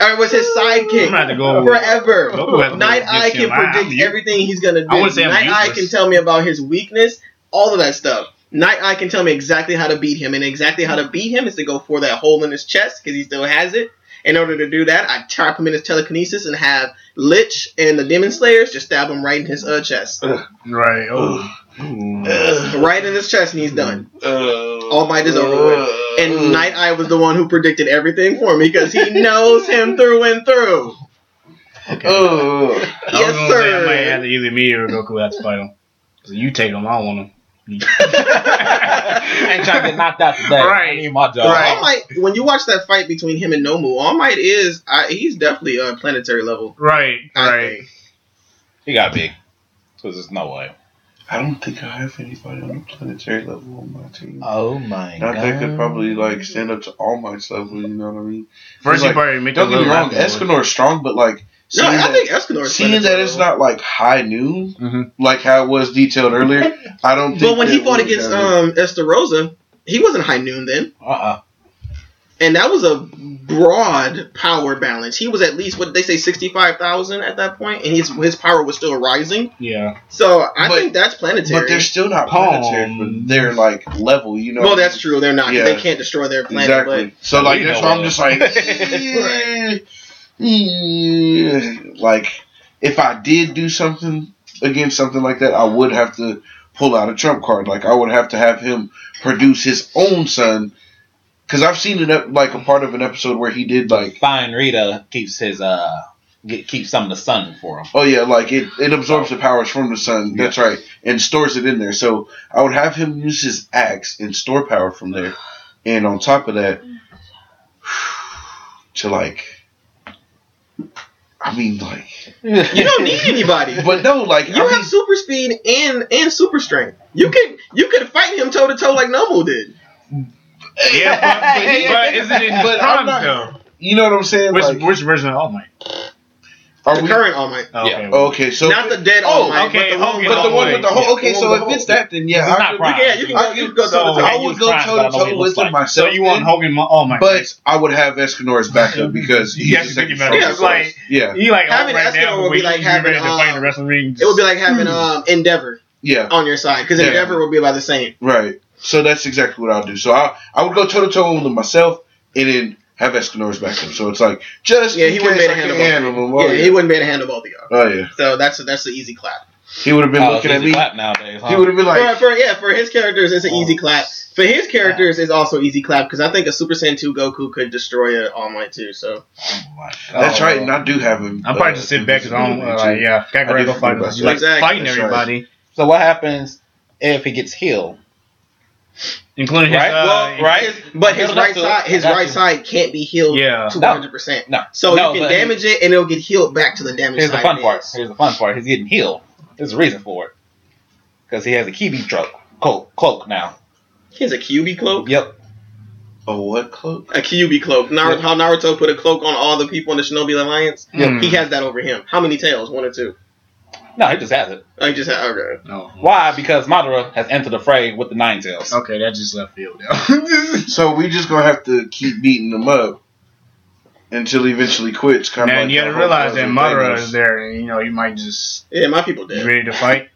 or was his I'm gonna sidekick have to go. with- forever. go with- go Night with Eye him. can I- I'm predict you. everything he's gonna do. I wouldn't say I'm Night Eye can useless. tell me about his weakness, all of that stuff. Night Eye can tell me exactly how to beat him, and exactly how to beat him is to go for that hole in his chest because he still has it. In order to do that, I trap him in his telekinesis and have Lich and the Demon Slayers just stab him right in his uh, chest, Right. Oh. right in his chest, and he's done. Uh, All Might is over with. Mm. And Night Eye was the one who predicted everything for me because he knows him through and through. Uh, I was Yes, gonna say I might have to either me or Goku have to fight him. So you take him, I want him. I ain't trying to get knocked out today. I Right. need my job. All Might, when you watch that fight between him and Nomu, All Might is I, he's definitely uh, planetary level. Right. I Right. think. He got big. Because there's no way. I don't think I have anybody on the planetary level on my team. Oh my Not that could probably like stand up to All Might's level. You know what I mean? First, Like, you probably make Don't a get me little wrong, rapping voice. Escanor is strong, but like No, seeing, I that, think Escanor is seeing that planetary it's level. not like high noon, Mhm. like how it was detailed earlier, I don't. think But when he that fought would against have it. um Esther Rosa, he wasn't high noon then, Uh-uh. and that was a broad power balance. He was at least what they say sixty five thousand at that point, and his his power was still rising. Yeah. So I But- think that's planetary. but they're still not Palm. planetary for their like level. You know? well, that's true. They're not. 'cause Yeah. They can't destroy their planet. exactly. So like We that's know why I'm that. just like, eh, eh, like if I did do something against something like that, I would have to pull out a trump card. Like I would have to have him produce his own son. Because I've seen it ep- like a part of an episode where he did like, Fine Rita keeps his, uh, get, keeps some of the sun for him. oh yeah, like it, it absorbs the powers from the sun. That's right, and stores it in there. So I would have him use his axe and store power from there, and on top of that, to like, I mean like, But you don't need anybody. but no, like You I mean, have super speed and and super strength. You can you can fight him toe to toe like Nomu did. Yeah, but, but, but isn't it But but I'm prime not- though? you know what I'm saying? Which, like, which version of All Might? are The we, current All Might, Oh, Yeah. okay. okay? So, not the dead Oh, All Might, okay, but the one, okay, with but the one with the whole. Yeah. Okay, The so one with if the it's whole- that, then yeah, This is I not could- prime. Yeah, you can go, you can go toe to toe. I use would go prime, but I toe don't know to what he toe looks with him like. So myself. you want then, Hogan Mo- All Might? but I would have Escanor's backup because You he's actually the thinking second about it, strongest. it's like- yeah, you like Having all right Escanor now, would but be when like you having, ready to fight in the um, wrestling ring. It would be like having um Endeavor yeah, on your side because Hmm. Yeah. Endeavor will be about the same. right. So that's exactly what I'll do. So I I would go toe to toe with him myself, and then have Escanor's backup. So it's like just Yeah, in he wouldn't case be I able to can handle handle him. yeah, Oh yeah, he wouldn't be able to handle both of y'all. oh yeah. So that's that's an easy clap. He would have Oh, been looking at me. Oh, Clap nowadays, huh? He would have been like, for, for yeah, for his characters, it's an Oh. easy clap. For his characters, it's also easy clap because I think a Super Saiyan two Goku could destroy an All Might too. So Oh my God. "That's right." And I do have him. Oh. I'm probably just sitting back at home, uh, like, yeah, gotta I go do fight him. forget Like about fighting that. everybody, So what happens if he gets healed? including his Right? uh, Well, right? But his Build up right to it. side, his Got right you. side can't be healed Yeah. to one hundred percent. No. So No, you can but- damage it and it'll get healed back to the damage Here's the side. fun it part. is. Here's the fun part. He's getting healed. There's a reason for it. Because he has a Kibi truck. Cloak, cloak now. He has a QB cloak. Yep. A what cloak? A Kyuubi cloak. Naruto, How Naruto put a cloak on all the people in the Shinobi Alliance. Yeah. He has that over him. How many tails? One or two? No, he just has it. I just had okay. No. Why? Because Madara has entered the fray with the nine tails. Okay, that just left field now. So we just gonna have to keep beating him up until he eventually quits. Kind and you have have to realize that Madara is there, and you know you might just Yeah, my people be dead. ready to fight.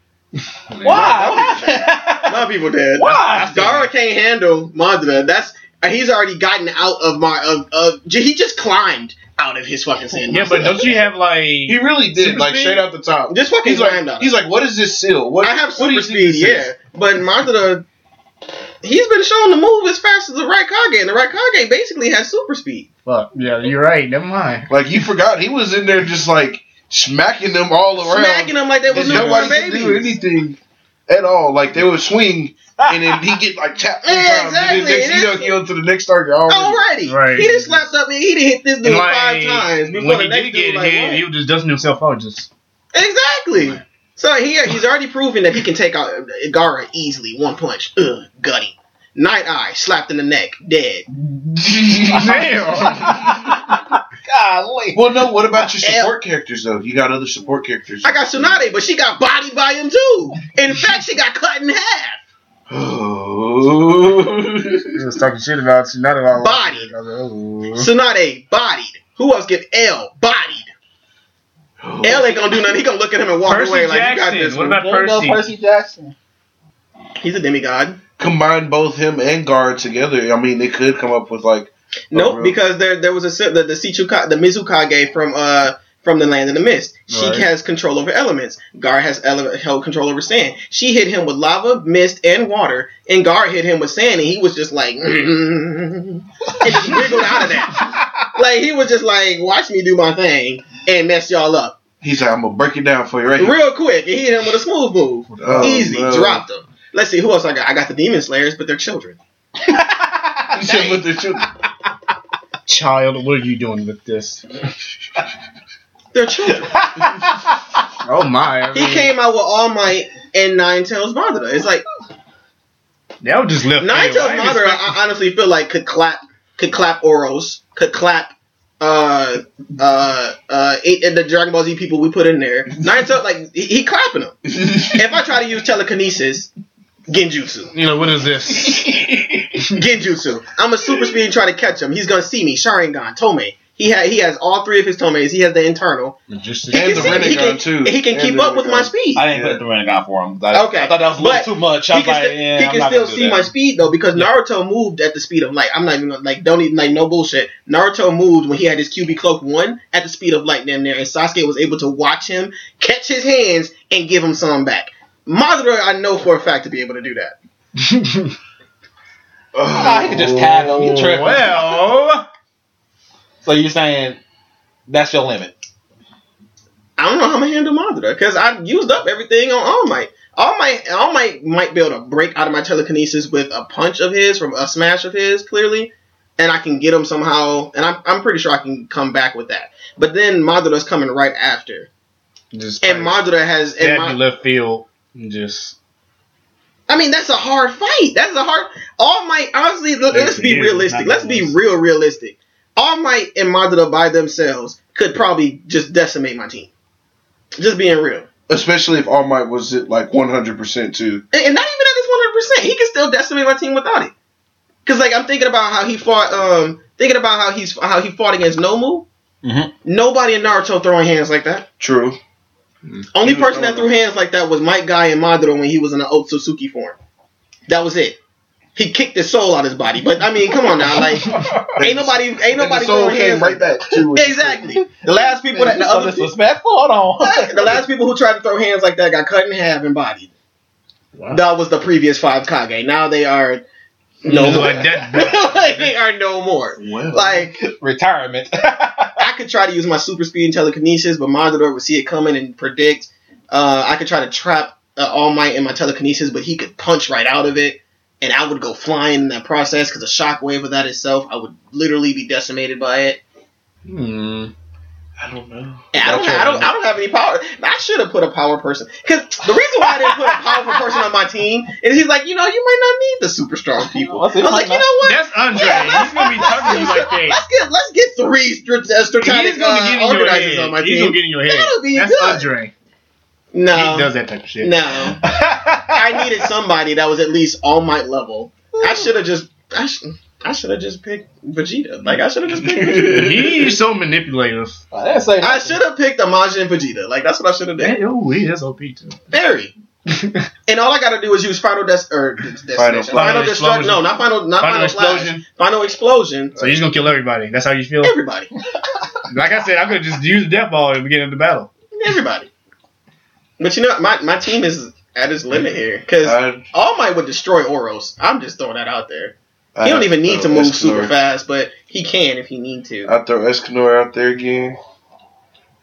Why? My people dead. Why? Dara can't handle Madara. That's he's already gotten out of my of, of j- he just climbed out of his fucking sand. Yeah, but don't you have like He really did Super like speed? straight out the top. just fucking He's climbed like, out. he's like, what is this seal? What I have what do super you think speed, this yeah, is? but Madara he's been shown to move as fast as the right Kage, and the right Kage basically has super speed. fuck? Yeah, you're right. Never mind. Like you forgot he was in there just like smacking them all around. Smacking him like they was and newborn nobody could do babies. anything at all. Like they would swing and then he get like tapped. three Yeah, times, exactly. and then next It you know is- he on to the next target already. Already, Right. he just slapped up and he done hit this dude And, like, five times before when the he next did dude get like hit, what? he was just dusting himself out. Just Exactly. So he he's already proven that he can take out Gara easily, one punch. Ugh, gutty. Night Eye slapped in the neck, dead. damn. Golly. Well, no. What about your support characters though? You got other support characters. I got Tsunade, but she got bodied by him too. In fact, she got cut in half. Oh. He was talking shit about you, not about Body. I was Mm-hmm. Tsunade bodied. Who else get L bodied? L ain't gonna do nothing. He gonna look at him and walk Percy away like you got Jackson. this. What one." about There you go, Percy? Percy Jackson. He's a Oh, demigod. Combine both him and Guard together. I mean, they could come up with like Nope, real? because there there was a si- the, the Sichuka the Mizukage from uh from the Land of the Mist. She Right. has control over elements. Gar has ele- held control over sand. She hit him with lava, mist, and water, and Gar hit him with sand, and he was just like, and just wiggled out of that. Like he was just like, watch me do my thing and mess y'all up he's like, I'm gonna break it down for you right here. real quick. And he hit him with a smooth move, Oh, easy, no. dropped him. Let's see who else I got. I got the Demon Slayers, but they're children. He said, "Look at you." Child, what are you doing with this? They're children. Oh my! I He mean, came out with All Might and Nine Tails Madara. It's like. That was just left Nine field. Tails I didn't Madara, expect- I honestly feel like could clap, could clap Oros, could clap, uh, uh, uh, eight, the Dragon Ball Z people we put in there. Nine Tails, like he, he clapping them. if I try to use telekinesis, Genjutsu, You know what is this? Genjutsu, I'm a super speed and try to catch him. He's gonna see me. Sharingan, Tome. He ha- he has all three of his Tomes. He has the internal. Magician. He And can the see- he Renegon, can- too. He can And keep the up with my Renegon. speed. I didn't Yeah. put the Renegon for him. 'cause I, Okay. I thought that was a little But too much. he I was can, like, sti- yeah, he I'm can not still gonna do see that. my speed though because Naruto moved at the speed of light. I'm not even gonna- like don't even like no bullshit. Naruto moved when he had his QB cloak one at the speed of light damn near, and Sasuke was able to watch him catch his hands and give him some back. Madara, I know for a fact to be able to do that. Nah, he could just tag him. You tripping. Well, So you're saying that's your limit? I don't know how I'm gonna handle Madara because I used up everything on All Might. All Might, All Might might be able to break out of my telekinesis with a punch of his from a smash of his, clearly, and I can get him somehow. And I'm, I'm pretty sure I can come back with that. But then Madara's coming right after, just and Madara has. And that'd Ma- be left field. and Just I mean, that's a hard fight. That's a hard. All Might, honestly, look, Yes, let's it be is. realistic. Not Let's be nice. real realistic. All Might and Madara by themselves could probably just decimate my team. Just being real. Especially if All Might was at like 100 percent too. And, and not even at his one hundred percent, he can still decimate my team without it. Cause like I'm thinking about how he fought, um, thinking about how he's how he fought against Nomu. Mm-hmm. Mhm. Nobody in Naruto throwing hands like that. True. Only He was person that threw throwing- hands like that was Mike Guy and Madara when he was in the Otsutsuki form. That was it. He kicked his soul out of his body. But I mean, come on now, like ain't nobody, ain't And nobody the soul throwing came hands right like that. back to it. Exactly. The last people that the so other people, disrespectful. Hold on. the last people who tried to throw hands like that got cut in half and bodied. Wow. That was the previous five Kage. Now they are no Just more. like that. they are no more. Well, Like Retirement. I could try to use my super speed and telekinesis, but Mordor would see it coming and predict. Uh, I could try to trap uh, All Might in my telekinesis, but he could punch right out of it, and I would go flying in that process because a shockwave of that itself, I would literally be decimated by it. Hmm. I don't know. And I don't, I don't, I don't have any power. I should have put a power person because the reason why I didn't put a powerful person on my team is he's like, you know, you might not need the super strong people. I was What's it like, like you know what? That's Andre. Yeah, He's gonna be talking to you like that. Let's get let's get three str- uh, He's strategic gonna uh, be getting in your organizers on my head. He's gonna team. get in your head. That'll be That's good. Um, Andre. No, he does that type of shit. no. I needed somebody that was at least on my level. I Hmm. should have just I, sh- I should have just picked Vegeta. Like I should have just picked. Vegeta. He's so manipulative. I didn't say I should have picked Amajin and Vegeta. Like that's what I should have done. That, oh, wee, that's OP too. Very. and all I gotta do is use final des- or des- final, final Final- final destruction. No, not final, not final, Final explosion. explosion. Final explosion. So he's gonna kill everybody. That's how you feel. Everybody, Like I said, I could just use the death ball at the beginning of the battle. everybody. But you know, my my team is at its limit here because I, All Might would destroy Oros. I'm just throwing that out there. I he don't even need know. to move Escanor. super fast, but he can if he need to. I throw Escanor out there again.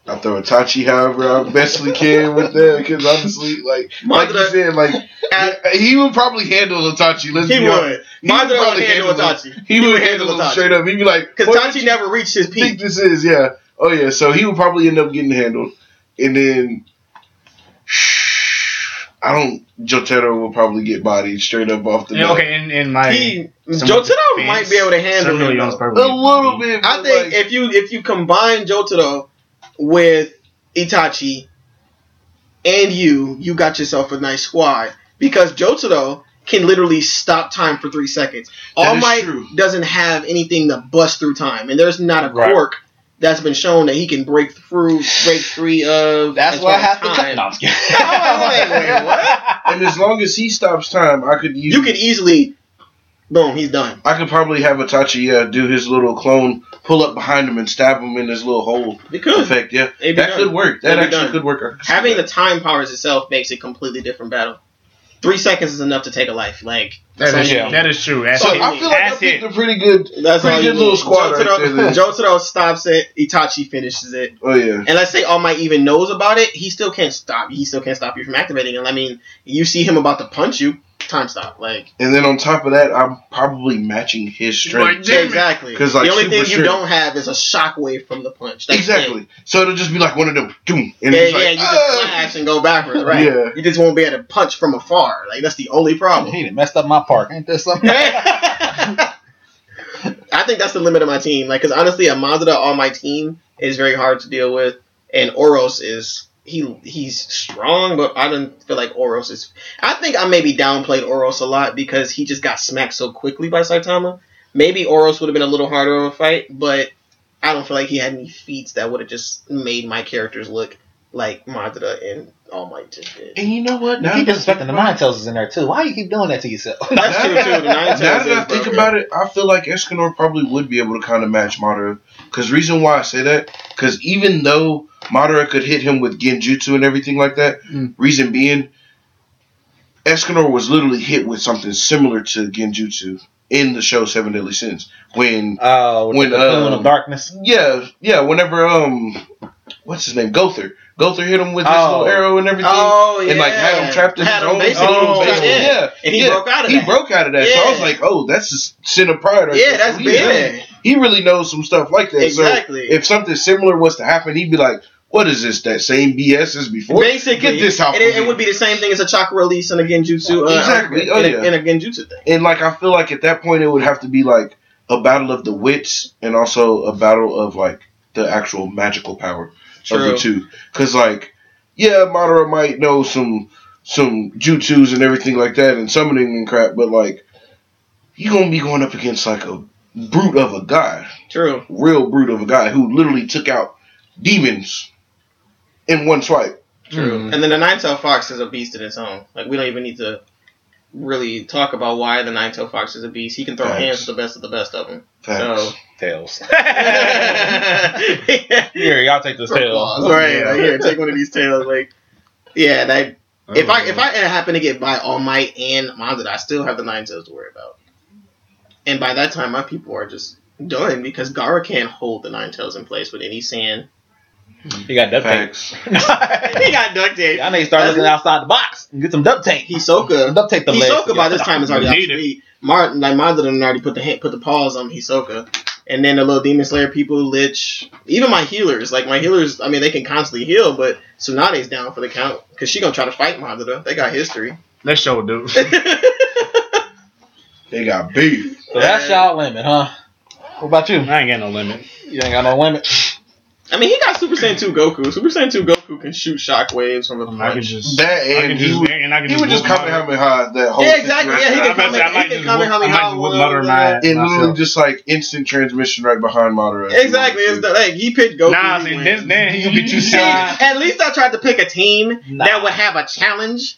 I throw Itachi however I bestly can with that because honestly, like like you Madara- said, like At- he would probably handle Itachi. Let's he be honest. would. Madara would probably handle handle Itachi. He would handle him Itachi. straight up. He'd be like, Because "What Tachi never reached his do you think peak. this is?" Yeah. Oh yeah. So he would probably end up getting handled, and then I don't. Jotaro will probably get bodied straight up off the And, bat. okay, and, and my He Someone Jotaro might be able to handle Some really him. young though. person A would little be- bit. I but, think like, if you if you combine Jotaro with Itachi and you, you got yourself a nice squad because Jotaro can literally stop time for three seconds. That All is Might true. doesn't have anything to bust through time, and there's not a Right. quirk that's been shown that he can break through break three of. That's as why far I as have to cut. time. No, I'm just kidding. I'm like, wait, and as long as he stops time, I could use. You could easily, boom, he's done. I could probably have Itachi yeah, do his little clone pull up behind him and stab him in his little hole It could. effect. Yeah, It'd be that done. could work. That It'd be actually done. could work. Having the time powers itself makes a completely different battle. Three seconds is enough to take a life. Like that's That is, all you yeah. need. that is true. That's So it. I feel like I That's picked it. a pretty good. That's Pretty all good you little need. squad right there, Jotaro, then. Jotaro stops it. Itachi finishes it, Oh yeah. and let's say All Might even knows about it. He still can't stop. He still can't stop you from activating it. I mean, you see him about to punch you. Time stop. Like And then on top of that, I'm probably matching his strength. Like, Damn it. exactly. 'Cause, like, the only Super thing you Sure- don't have is a shockwave from the punch. That's exactly. It. So it'll just be like one of them. Doom. And Yeah, it's yeah. like, you just "Ah!" flash and go backwards, right? Yeah. You just won't be able to punch from afar. Like that's the only problem. He done messed up my park. Ain't that something? I think that's the limit of my team. Like, because honestly, a Mazda on my team is very hard to deal with, and Oros is he he's strong, but I don't feel like Oros is. I think I maybe downplayed Oros a lot because he just got smacked so quickly by Saitama. Maybe Oros would have been a little harder of a fight, but I don't feel like he had any feats that would have just made my characters look like Mazda and All Might just did. And you know what? You Now keep that, disrespecting the Nine Tails is in there too. Why you keep doing that to yourself? That's true too. The Nine now Tails that I is think broken. about it, I feel like Escanor probably would be able to kind of match Madara. Because reason why I say that, because even though Madara could hit him with Genjutsu and everything like that, Mm. reason being, Escanor was literally hit with something similar to Genjutsu in the show Seven Deadly Sins when Oh, with When, the cocoon um, of darkness. Yeah, yeah. Whenever um, what's his name? Gother. Gother hit him with his Oh. little arrow and everything, Oh yeah, and like had him trapped in Had his him own. basically oh, trapped in. yeah. and he yeah. broke out of He that. broke out of that. So I was Yeah. like, oh, that's a sin of pride. Right yeah, there. that's he big. Really, he really knows some stuff like that. Exactly. So if something similar was to happen, he'd be like, "What is this? That same BS as before." Basically, Get this out and it, from it would be the same thing as a chakra release and a genjutsu. Uh, Exactly. Oh, and, a- yeah. and a genjutsu thing. and like I feel like at that point it would have to be like a battle of the wits and also a battle of like the actual magical power of True. the two. Cause like yeah, Madara might know some some jutsus and everything like that and summoning and crap, but like you gonna be going up against like a brute of a guy, True. real brute of a guy who literally took out demons in one swipe. True. And then the nine-tailed fox is a beast in its own. Like we don't even need to really talk about why the nine-tailed fox is a beast. He can throw Facts. hands at the best of the best of them. Facts. Tails. So. Here, y'all take this tail. Claws, right? Like, here, take one of these tails. Like, yeah, that. If I if Oh. I happen to get by All Might and Mazda, I still have the Nine Tails to worry about. And by that time, my people are just done because Gara can't hold the Nine Tails in place with any sand. You got duct tape. Facts. he got duct tape. Y'all need to start looking outside the box and get some duct tape. Hisoka. Duct tape the legs. Hisoka by together. this time is already Need it. obsolete. Martin, like Mazda, done already put the hand, put the paws on Hisoka, and then the little demon slayer people, lich, even my healers. Like my healers, I mean, they can constantly heal, but Tsunade's down for the count because she gonna try to fight Madara. They got history. Let's show, dude. They got beef. So that's y'all limit, huh? What about you? I ain't got no limit. You ain't got no limit. I mean, he got Super Saiyan 2 Goku. Super Saiyan 2 Goku can shoot shockwaves from a I can punch. just. That I can and he just. would, and I can he just would just whoop come and my- help me hide that whole Yeah, exactly. Yeah, he situation. can I'm come about to in. say, I might He can just come in whoop- how many I might how just whoop Madara in my long. ass. And literally myself. just like instant transmission right behind Madara. Exactly. It's the, like he picked Goku. Nah, he see, wins. this uh, then he gonna beat you See, shot. at least I tried to pick a team Nah. that would have a challenge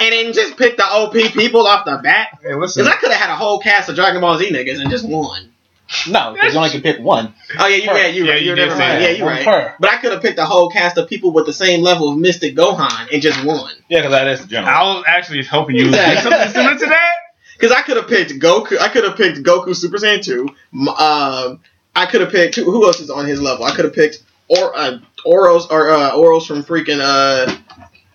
and then just pick the OP people off the bat. Hey, Because listen. I could have had a whole cast of Dragon Ball Z niggas and just won. No, because you only can pick one. Oh, yeah, you're right. You're Yeah, right. you You're did never say right. that. Yeah, you're One right. per. But I could have picked a whole cast of people with the same level of Mystic Gohan and just won. Yeah, because that is general. I was actually hoping you would do something similar to that. Because I could have picked Goku. I could have picked Goku Super Saiyan 2. M- Um, I could have picked. Who else is on his level? I could have picked or uh, Oros or uh, Oros from freaking uh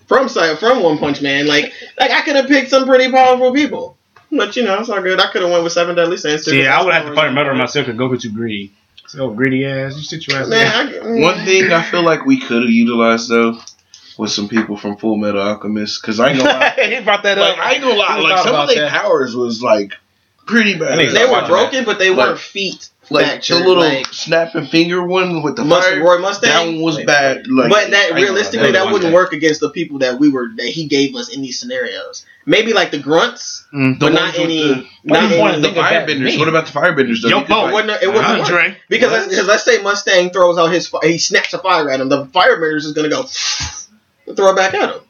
from Si- from One Punch Man. Like like I could have picked some pretty powerful people. But you know it's all good. I could have went with Seven Deadly Sins. too, See, but I that's would have to Oros fight and- Murder myself and Goku too greedy. So greedy ass, you sit your ass Man, down. I, get- mm. One thing I feel like we could have utilized though was some people from Full Metal Alchemist because I ain't gonna lie, he brought that like, I ain't gonna lie, We like thought some of about their that. powers was like pretty bad. They they were Like, broken, but they like- weren't feet like fractured. the little like, snapping finger one with the Must- fire. Roy That Mustang. one was Wait, bad. Like, but that I ain't realistically, gonna that lie, wouldn't was work against the people that we were that he gave us in these scenarios. Maybe like the grunts, Mm. The but ones not with any. the- not you any pointed Think bad. The of that firebenders. man. What about the firebenders though? Yo, Because, Bo, it like, wouldn't. It wouldn't work. Andre, Because What? let's, because let's say Mustang throws out his fi- he snaps a fire at him, the fire mirrors is gonna go and throw it back at him,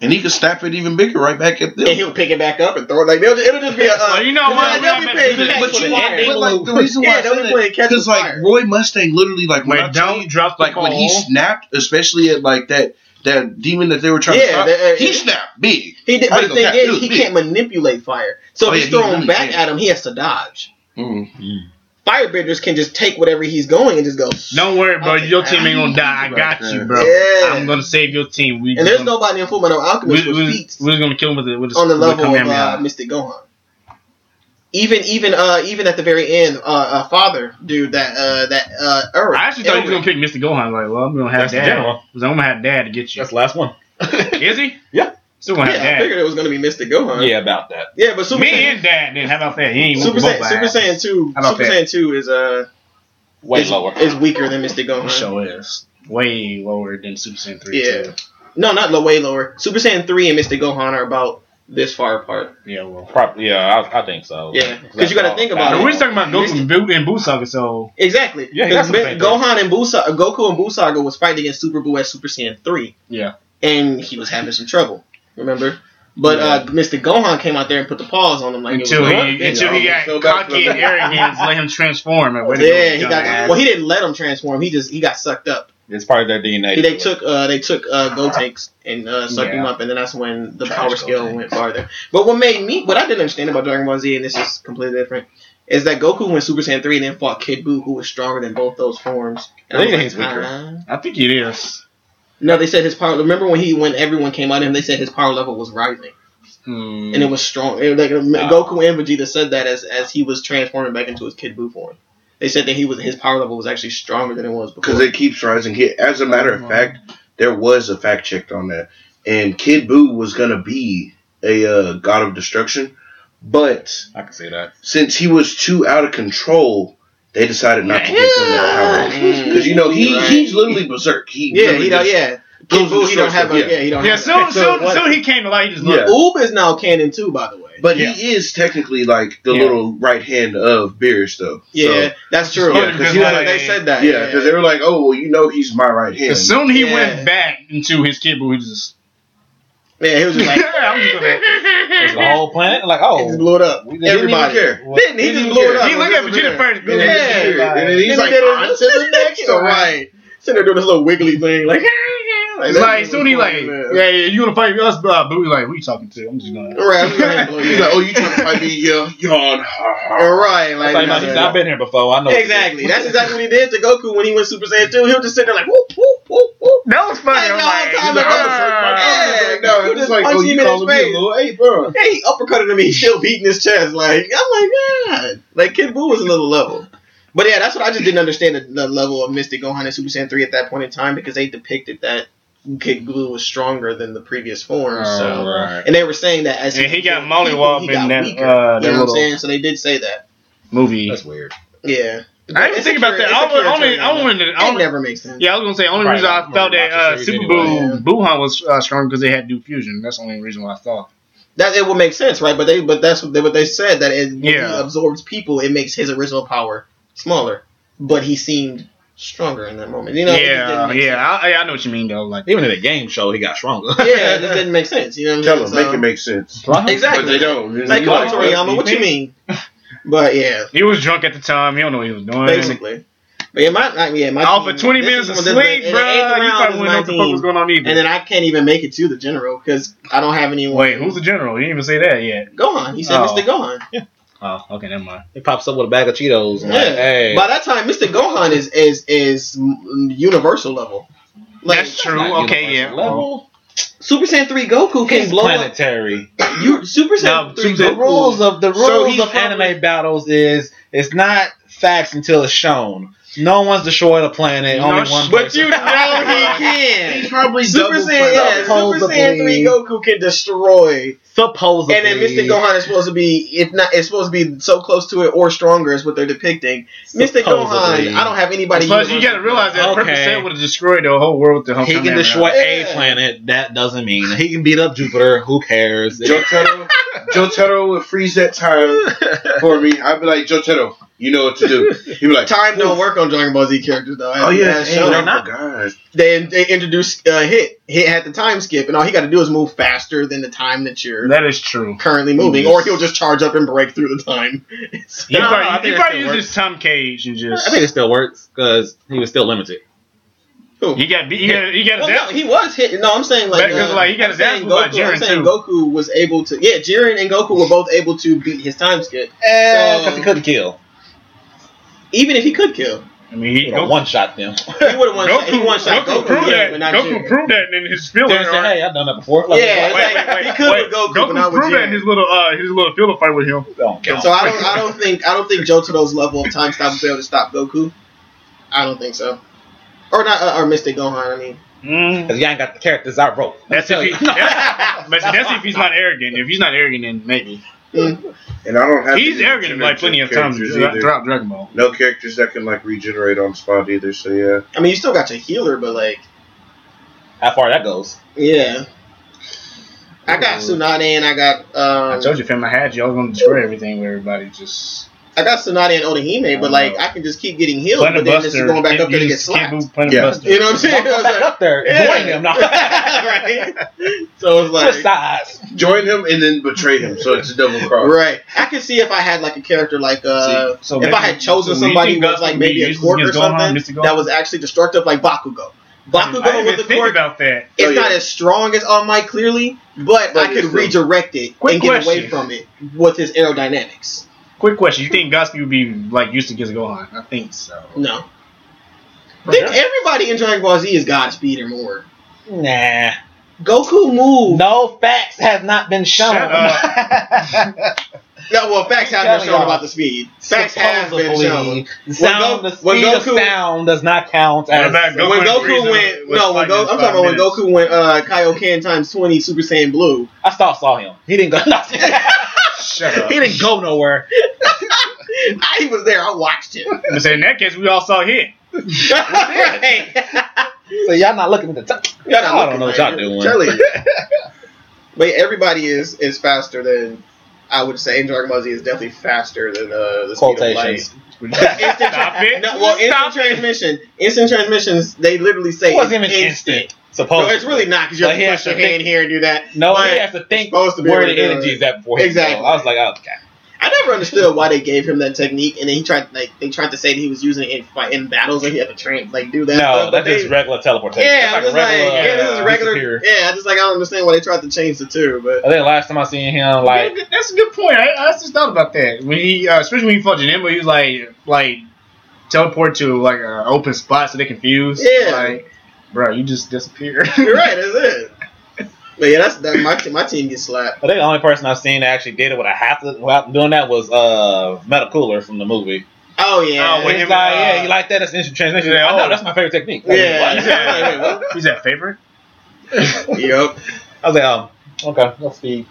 and he could snap it even bigger right back at and them. he'll pick it back up and throw it like they'll, it'll just be a. Uh, Well, you know what? They'll be But- playing but catch But with you it. are, They but will- like the reason why yeah, they'll be I playing catch with because like fire. Roy Mustang literally like when I wait, tell you- don't drop the like when he ball. snapped, especially at like that that demon that they uh, were trying Yeah, to stop, that- he snapped big. He did, How but you the gonna thing catch is, dude, he big? can't manipulate fire. So Oh, if yeah, he's he throwing really back can. at him, he has to dodge. Mm-hmm. Mm. Firebenders can just take whatever he's going and just go. Don't worry, bro. Okay. Your team ain't gonna die. I got you, bro. Yeah. I'm gonna save your team. We And there's gonna, nobody in Full Metal we, Alchemist we, with we feet just gonna kill him with the with the, on the with the level of Kamehameha. uh, Mystic Gohan. Even even uh even at the very end, uh, uh father dude that uh that uh Eric, I actually thought you was gonna pick Mr. Gohan. Like, well, I'm gonna have That's the dad. general. 'Cause I'm gonna have dad to get you. That's the last one. Is he? Yeah. Still gonna have yeah, I dad. figured it was gonna be Mystic Gohan. Yeah, about that. yeah, but Super Me Saiyan, and dad. Then how about that? He ain't Super, whooping both Saiyan, our Super asses. Saiyan two How about Super that? Saiyan two is uh Way is, lower. is weaker than Mystic Gohan. Show is way lower than Super Saiyan three. Yeah. too. No, not lo- way lower. Super Saiyan three and Mystic Gohan are about this far apart. Yeah. Well. Prob- yeah, I, I think so. Yeah, 'cause you gotta That's think all- about Now, it. we're just talking about Goku and Bu- and Busaga, so Exactly. Yeah, Because that's the same thing. Gohan and Busa- uh, Goku and Busaga was fighting against Super Buu at Super Saiyan three. Yeah. and he was having some trouble. Remember. But uh, Mr. Gohan came out there and put the paws on him like it was until nothing. he until he got So bad for cocky and him. arrogant, let him transform. And way to go, yeah, he got. dumbass. Well, he didn't let him transform. He just he got sucked up. It's part of their DNA. He, they took uh they took uh Gotenks and uh, sucked him Yeah. up, and then that's when the Trash power scale Gotenks. went farther. But what made me what I didn't understand about Dragon Ball Z, and this is completely different, is that Goku went Super Saiyan three and then fought Kid Buu, who was stronger than both those forms. And I think was he's weaker. "Huh?" I think it is. No, they said his power. Remember when he when everyone came out of him, they said his power level was rising. Hmm. and Mm. it was strong. It, like Goku and Vegeta said that as as he was transforming back into his Kid Buu form. They said that he was his power level was actually stronger than it was before. because it keeps rising. Here, as a matter of fact, there was a fact check on that, and Kid Buu was gonna be a uh, god of destruction, but I can see that. since he was too out of control, they decided not to give him that power. Because you know he Right. he's literally berserk. He yeah, literally he don't. just Yeah, Kid goes Buu, he don't berserk. have a. Yeah, he don't. Yeah, have soon, that. soon, what- soon he came to light. He just looked. Yeah. Oob is now canon too, by the way. But Yeah. he is technically like the Yeah. little right hand of Beerus, though. Yeah, that's true. Yeah, 'cause because he like- they said So, that. yeah, because they were like, "Oh, well, you know, he's my right hand." As soon he Yeah. went back into his kid, but he just. yeah, he was just like, I'm just gonna- It's the whole planet. Like, he just oh, blew it up. we didn't even Everybody care. Didn't he We just didn't blew it care. up? He looked at Vegeta first. Yeah, Yeah. And then he's Then like, he did it "On to the next All one." right, sitting there doing this little wiggly thing, like, It's that like was soon he like, funny, man. yeah, yeah, you gonna fight us, blah, but we like, we talking to? I'm just gonna. All right, I'm gonna blow He's you like, up. "Oh, you trying to fight me? Yeah, All yawn." right, I like, thought you might- nah, he said, nah. I've been here before. I know. what to do." Exactly. That's exactly what he did to Goku when he went Super Saiyan 2. He was just sitting there like, whoop, whoop, whoop, whoop. That was funny. Hey, I'm y'all time like, he's ago. like, "Ah." Yeah, no, you just "Oh, punched him in his face. hey, bro. Hey, he uppercutted him. He's still beating his chest. Like, I'm like, God. Like, Kid Buu was another level. But yeah, that's what I just didn't understand the, the level of Mystic Gohan and Super Saiyan 3 at that point in time because they depicted that Kid Blue was stronger than the previous forms. so Alright. and they were saying that as Oh, And he got became people, mollywopped he got in that, weaker. uh, you that know what I'm little saying? So they did say that. movie. That's weird. Yeah. I didn't even think about that. I only, only, I only, I It only, never makes sense. yeah, I was gonna say only Right, reason I I'm thought gonna that watch uh, the series Super anyway. Boo Buhan was uh, strong because they had Duke Fusion. That's the only reason why I thought. That it would make sense, right? But they but that's what they, what they said that it, when Yeah. he absorbs people, it makes his original power smaller. But he seemed stronger in that moment. You know, it just yeah, didn't make yeah, I, I- I know what you mean though. Like, Even in a game show, he got stronger. sense. yeah, it just didn't make sense. You know what I Tell mean? them, make it make sense. Exactly. But they don't. Like, come on, Toriyama, what you mean? But yeah, he was drunk at the time. He don't know what he was doing. basically. But yeah, my, like, yeah, my Off team- of twenty this minutes of is- sleep, this- bro. in You the eighth round probably is wouldn't know my what the fuck was team. going on either. And then I can't even make it to the general because I don't have anyone. Wait, who's the general? You didn't even say that yet. Gohan? He said Oh. Mr. Gohan. Oh, okay, never mind. He pops up with a bag of Cheetos. and like, Yeah. hey. By that time, Mr. Gohan is is is mm, universal level. Like That's true. Not Okay, yeah. universal Level. Super Saiyan three Goku can He's blow up. planetary. You Super Saiyan Now, three the Goku. rules of the So rules he's of anime probably- battles is it's not facts until it's shown. No one's destroyed a planet. No only sh- one. but person. you know he can. probably Super Saiyan, yeah, Super Saiyan three Supposedly. Goku can destroy, supposedly. and then Mr. Gohan is supposed to be if not, it's supposed to be so close to it or stronger is what they're depicting. Mr. Supposedly. Gohan, I don't have anybody. Plus, you universal. gotta realize that Purple Okay. Saiyan would have destroyed the whole world with the He Homecoming can Hammer. destroy Yeah. a planet. That doesn't mean he can beat up Jupiter. Who cares? Jotaro, Jotaro would freeze that time for me. I'd be like, Jotaro, you know what to do. He'd be like, Time don't work on Dragon Ball Z characters though. oh yeah, That's shown. hey, I not. forgot. they they introduced uh, hit hit had the time skip, and all he got to do is move faster than the time that you're That is true. currently moving, or he'll just charge up and break through the time. He No, no, I probably, think he it probably still used his Tom Cage and just. I think it still works because he was still limited. he got beat. He got, he got Well, his no, he was hit. No, I'm saying like, uh, But 'cause, like, he got I'm his ass saying beat by Goku, I'm Jiren, saying too. Goku was able to. Yeah, Jiren and Goku were both able to beat his time skip, Because he couldn't kill. even if he could kill. I mean, he He Goku, one shot them. He would have one. shot- Goku, He one shot Goku Goku, proved yeah, but that. not Goku Jiren. proved that in his They filler. said, arc. hey, I've done that before. Yeah, why- like, he could with Goku, but not with proved that Jiren. in his little uh his little field fight with him. don't count. So I don't. I don't think. I don't think Jotaro's level of time stop will be able to stop Goku. I don't think so. Or not. Uh, or Mystic Gohan. I mean. Mm. Because y'all ain't got the characters I wrote. That's Tell if he, you. that's, but that's if he's not arrogant. If he's not arrogant, then maybe And I don't have. he's any arrogant like plenty of times characters either. throughout Dragon Ball. No characters that can like regenerate on spot either. So yeah, I mean, you still got your healer, but like, How far that goes. yeah. I got Tsunade and I got I um, told you, fam, I had you. I was gonna destroy everything with everybody. Just I got Tsunade and Onihime, but like, I can just keep getting healed, but Planet then this is Uh, Buster. going back up there to You get just can't slapped. move Planet Yeah. Buster. You know what I'm saying? Don't go back up there. Yeah. Join him. No. right. So it's Switch like, sides. join him and then betray him. So it's a double cross. right. I could see if I had like a character like uh, So if I had chosen somebody who was like maybe a court quirk or something that was actually destructive, like Bakugo. Bakugo with a think quirk about that. It's Oh, not yeah. as strong as All Might, clearly, but, But I could it's- redirect it Quick and get away question. from it with his aerodynamics. Quick question: You think Gospy would be like used to Gohan? I think so. No. Think everybody in Dragon Ball Z is Godspeed or more. Nah. Goku moved. No, No facts have not been shown. Shut well, facts have been Telling shown y'all. about the speed. Facts have been shown. Supposedly, Sound, When Go- the when speed of Goku- sound does not count What as. about Goku when went Goku freezing went, with no, when Go, lightning I'm in talking about when five minutes. Goku went uh, Kaioken times 20 Super Saiyan Blue. I saw saw him. He didn't go. Shut up. he didn't go nowhere. I was there. I watched it. But say, in that case, we all saw hit. right. So y'all not looking at the top. Y'all not I looking don't know what right. y'all doing. Telling you. but yeah, everybody is is faster than I would say. And Dragon Ball Z is definitely faster than uh, the speed of light. Quotations. Instant Stop tra- it. no, well, Stop instant transmission. Instant transmissions. They literally say It wasn't even it's instant. No, Supposed. it's really not because you have But he to has push your to think- hand here and do that. No, But he has to think supposed to be where able the to do energy it. is at before he Exactly. go. I was like, oh, okay. I never understood why they gave him that technique, and then he tried like they tried to say that he was using it in fight in battles, and he had to train like do that. No, stuff, but that's just they- regular teleportation. Yeah, I'm that's just like, yeah, this is uh, regular. disappear. Yeah, I just like I don't understand why they tried to change the two, but I think last time I seen him, like Yeah, that's a good point. I, I just thought about that when he, uh, especially when he fought Janemba, he was like, like teleport to like an open spot so they confused. Yeah. like, bro, you just disappeared. you're right, that's it. But yeah, that's that, my te- my team gets slapped. I think the only person I've seen that actually did it without, have to, without doing that was uh Metal Cooler from the movie. Oh yeah. Oh, when yeah. he's like, yeah, you like that? That's instant translation. Yeah, I know oh. that's my favorite technique. Like, what? yeah. Like, He's that favorite? what? yep. I was like, um, okay, that's speed.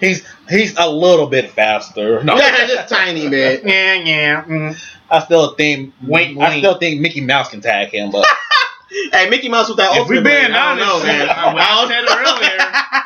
he's he's a little bit faster. No, Just tiny bit. Yeah, yeah. mhm. mm. I still think Wink, I wink. still think Mickey Mouse can tag him, but Hey, Mickey Mouse with that If we ultimate. being ring, I don't honest, know, man. uh, when I said it earlier,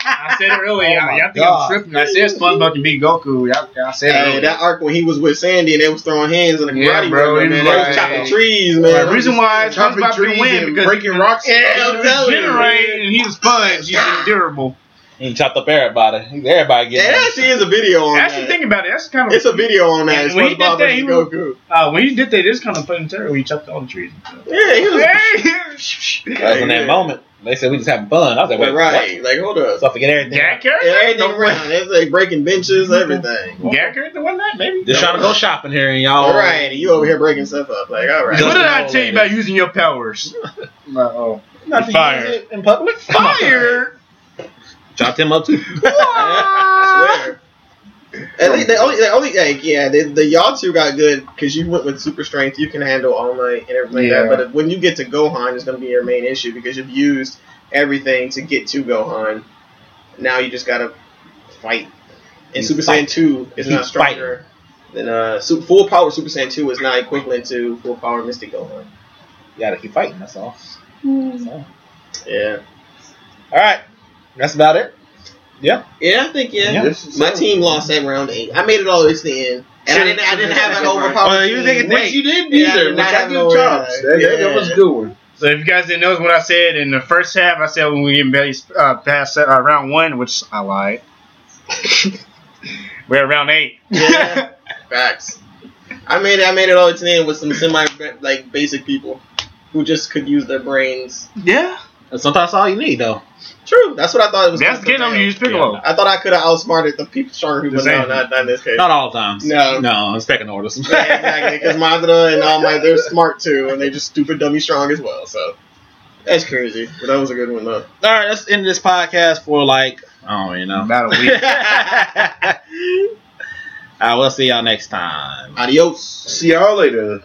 I said it earlier. Oh my y'all, y'all think God. I'm tripping. I said SpongeBob can beat Goku. Y'all, y'all said it Hey, earlier. that arc when he was with Sandy and they was throwing hands in the karate Yeah, bro, room, he man. was they was like- chopping trees, man. the reason why Chopping SpongeBob trees can win and because breaking rocks. Yeah, I'm telling you. regenerate and he's sponge. He's endurable. he chopped up everybody. Everybody Yeah, getting there actually is a video on Actually, that. think about it. That's kind of It's a video on that. Yeah, It's when he did SpongeBob that, versus he was- Goku. uh, when he did that. It's kind of fun and terrible. He chopped all the trees. Yeah, he was That was in that Yeah. moment. They said we just having fun. I was like, wait, right. Like, hold up. what? So I forget everything. Gak Yeah, character? everything around. It's like breaking benches, everything. Gak character one night maybe. Just trying to go shopping here, and Oh. y'all. All right, and you over here breaking stuff up. Like, all right. What Just did I know tell you that. about using your powers? oh. Not to use Fire. it in public. Fire! Chopped him up too. I swear. At least they only, they only, like, yeah, they, the y'all two got good because you went with super strength. You can handle all night and everything like Yeah. that. But when you get to Gohan, it's going to be your main issue because you've used everything to get to Gohan. Now you just got to fight. And You Super fight. Saiyan 2 is You not stronger than uh, Su- full power Super Saiyan 2 is not equivalent to full power Mystic Gohan. You gotta keep fighting. That's all. That's all. Yeah. All right, that's about it. Yeah, I think, yeah. Yeah. This is- My team lost at round 8. I made it all the way to the end. And I didn't, I didn't have an overpowered Oh, you team. think it- Which you didn't Yeah, either. I did Which not I have no do chops. way. That, that- that Yeah. was a good one. So if you guys didn't notice what I said in the first half, I said when we get barely uh, past uh, round one, which I lied. We're at round eight. Yeah. Facts. I made it. I made it all the way to the end with some semi like basic people who just could use their brains. Yeah. Sometimes that's all you need, though. True. That's what I thought it was. That's gonna good. I'm come gonna down. use Piccolo. I thought I could have outsmarted the people stronger people, Just but no, saying. not, not in this case. Not all times. No. no, it's pecking orders. Yeah, exactly, because Madara and All Might, they're smart too, and they're just stupid, dummy strong as well. So that's crazy. But that was a good one though. all right, let's end this podcast for like I don't even know. About a week. I will see y'all next time. Adios. See y'all later.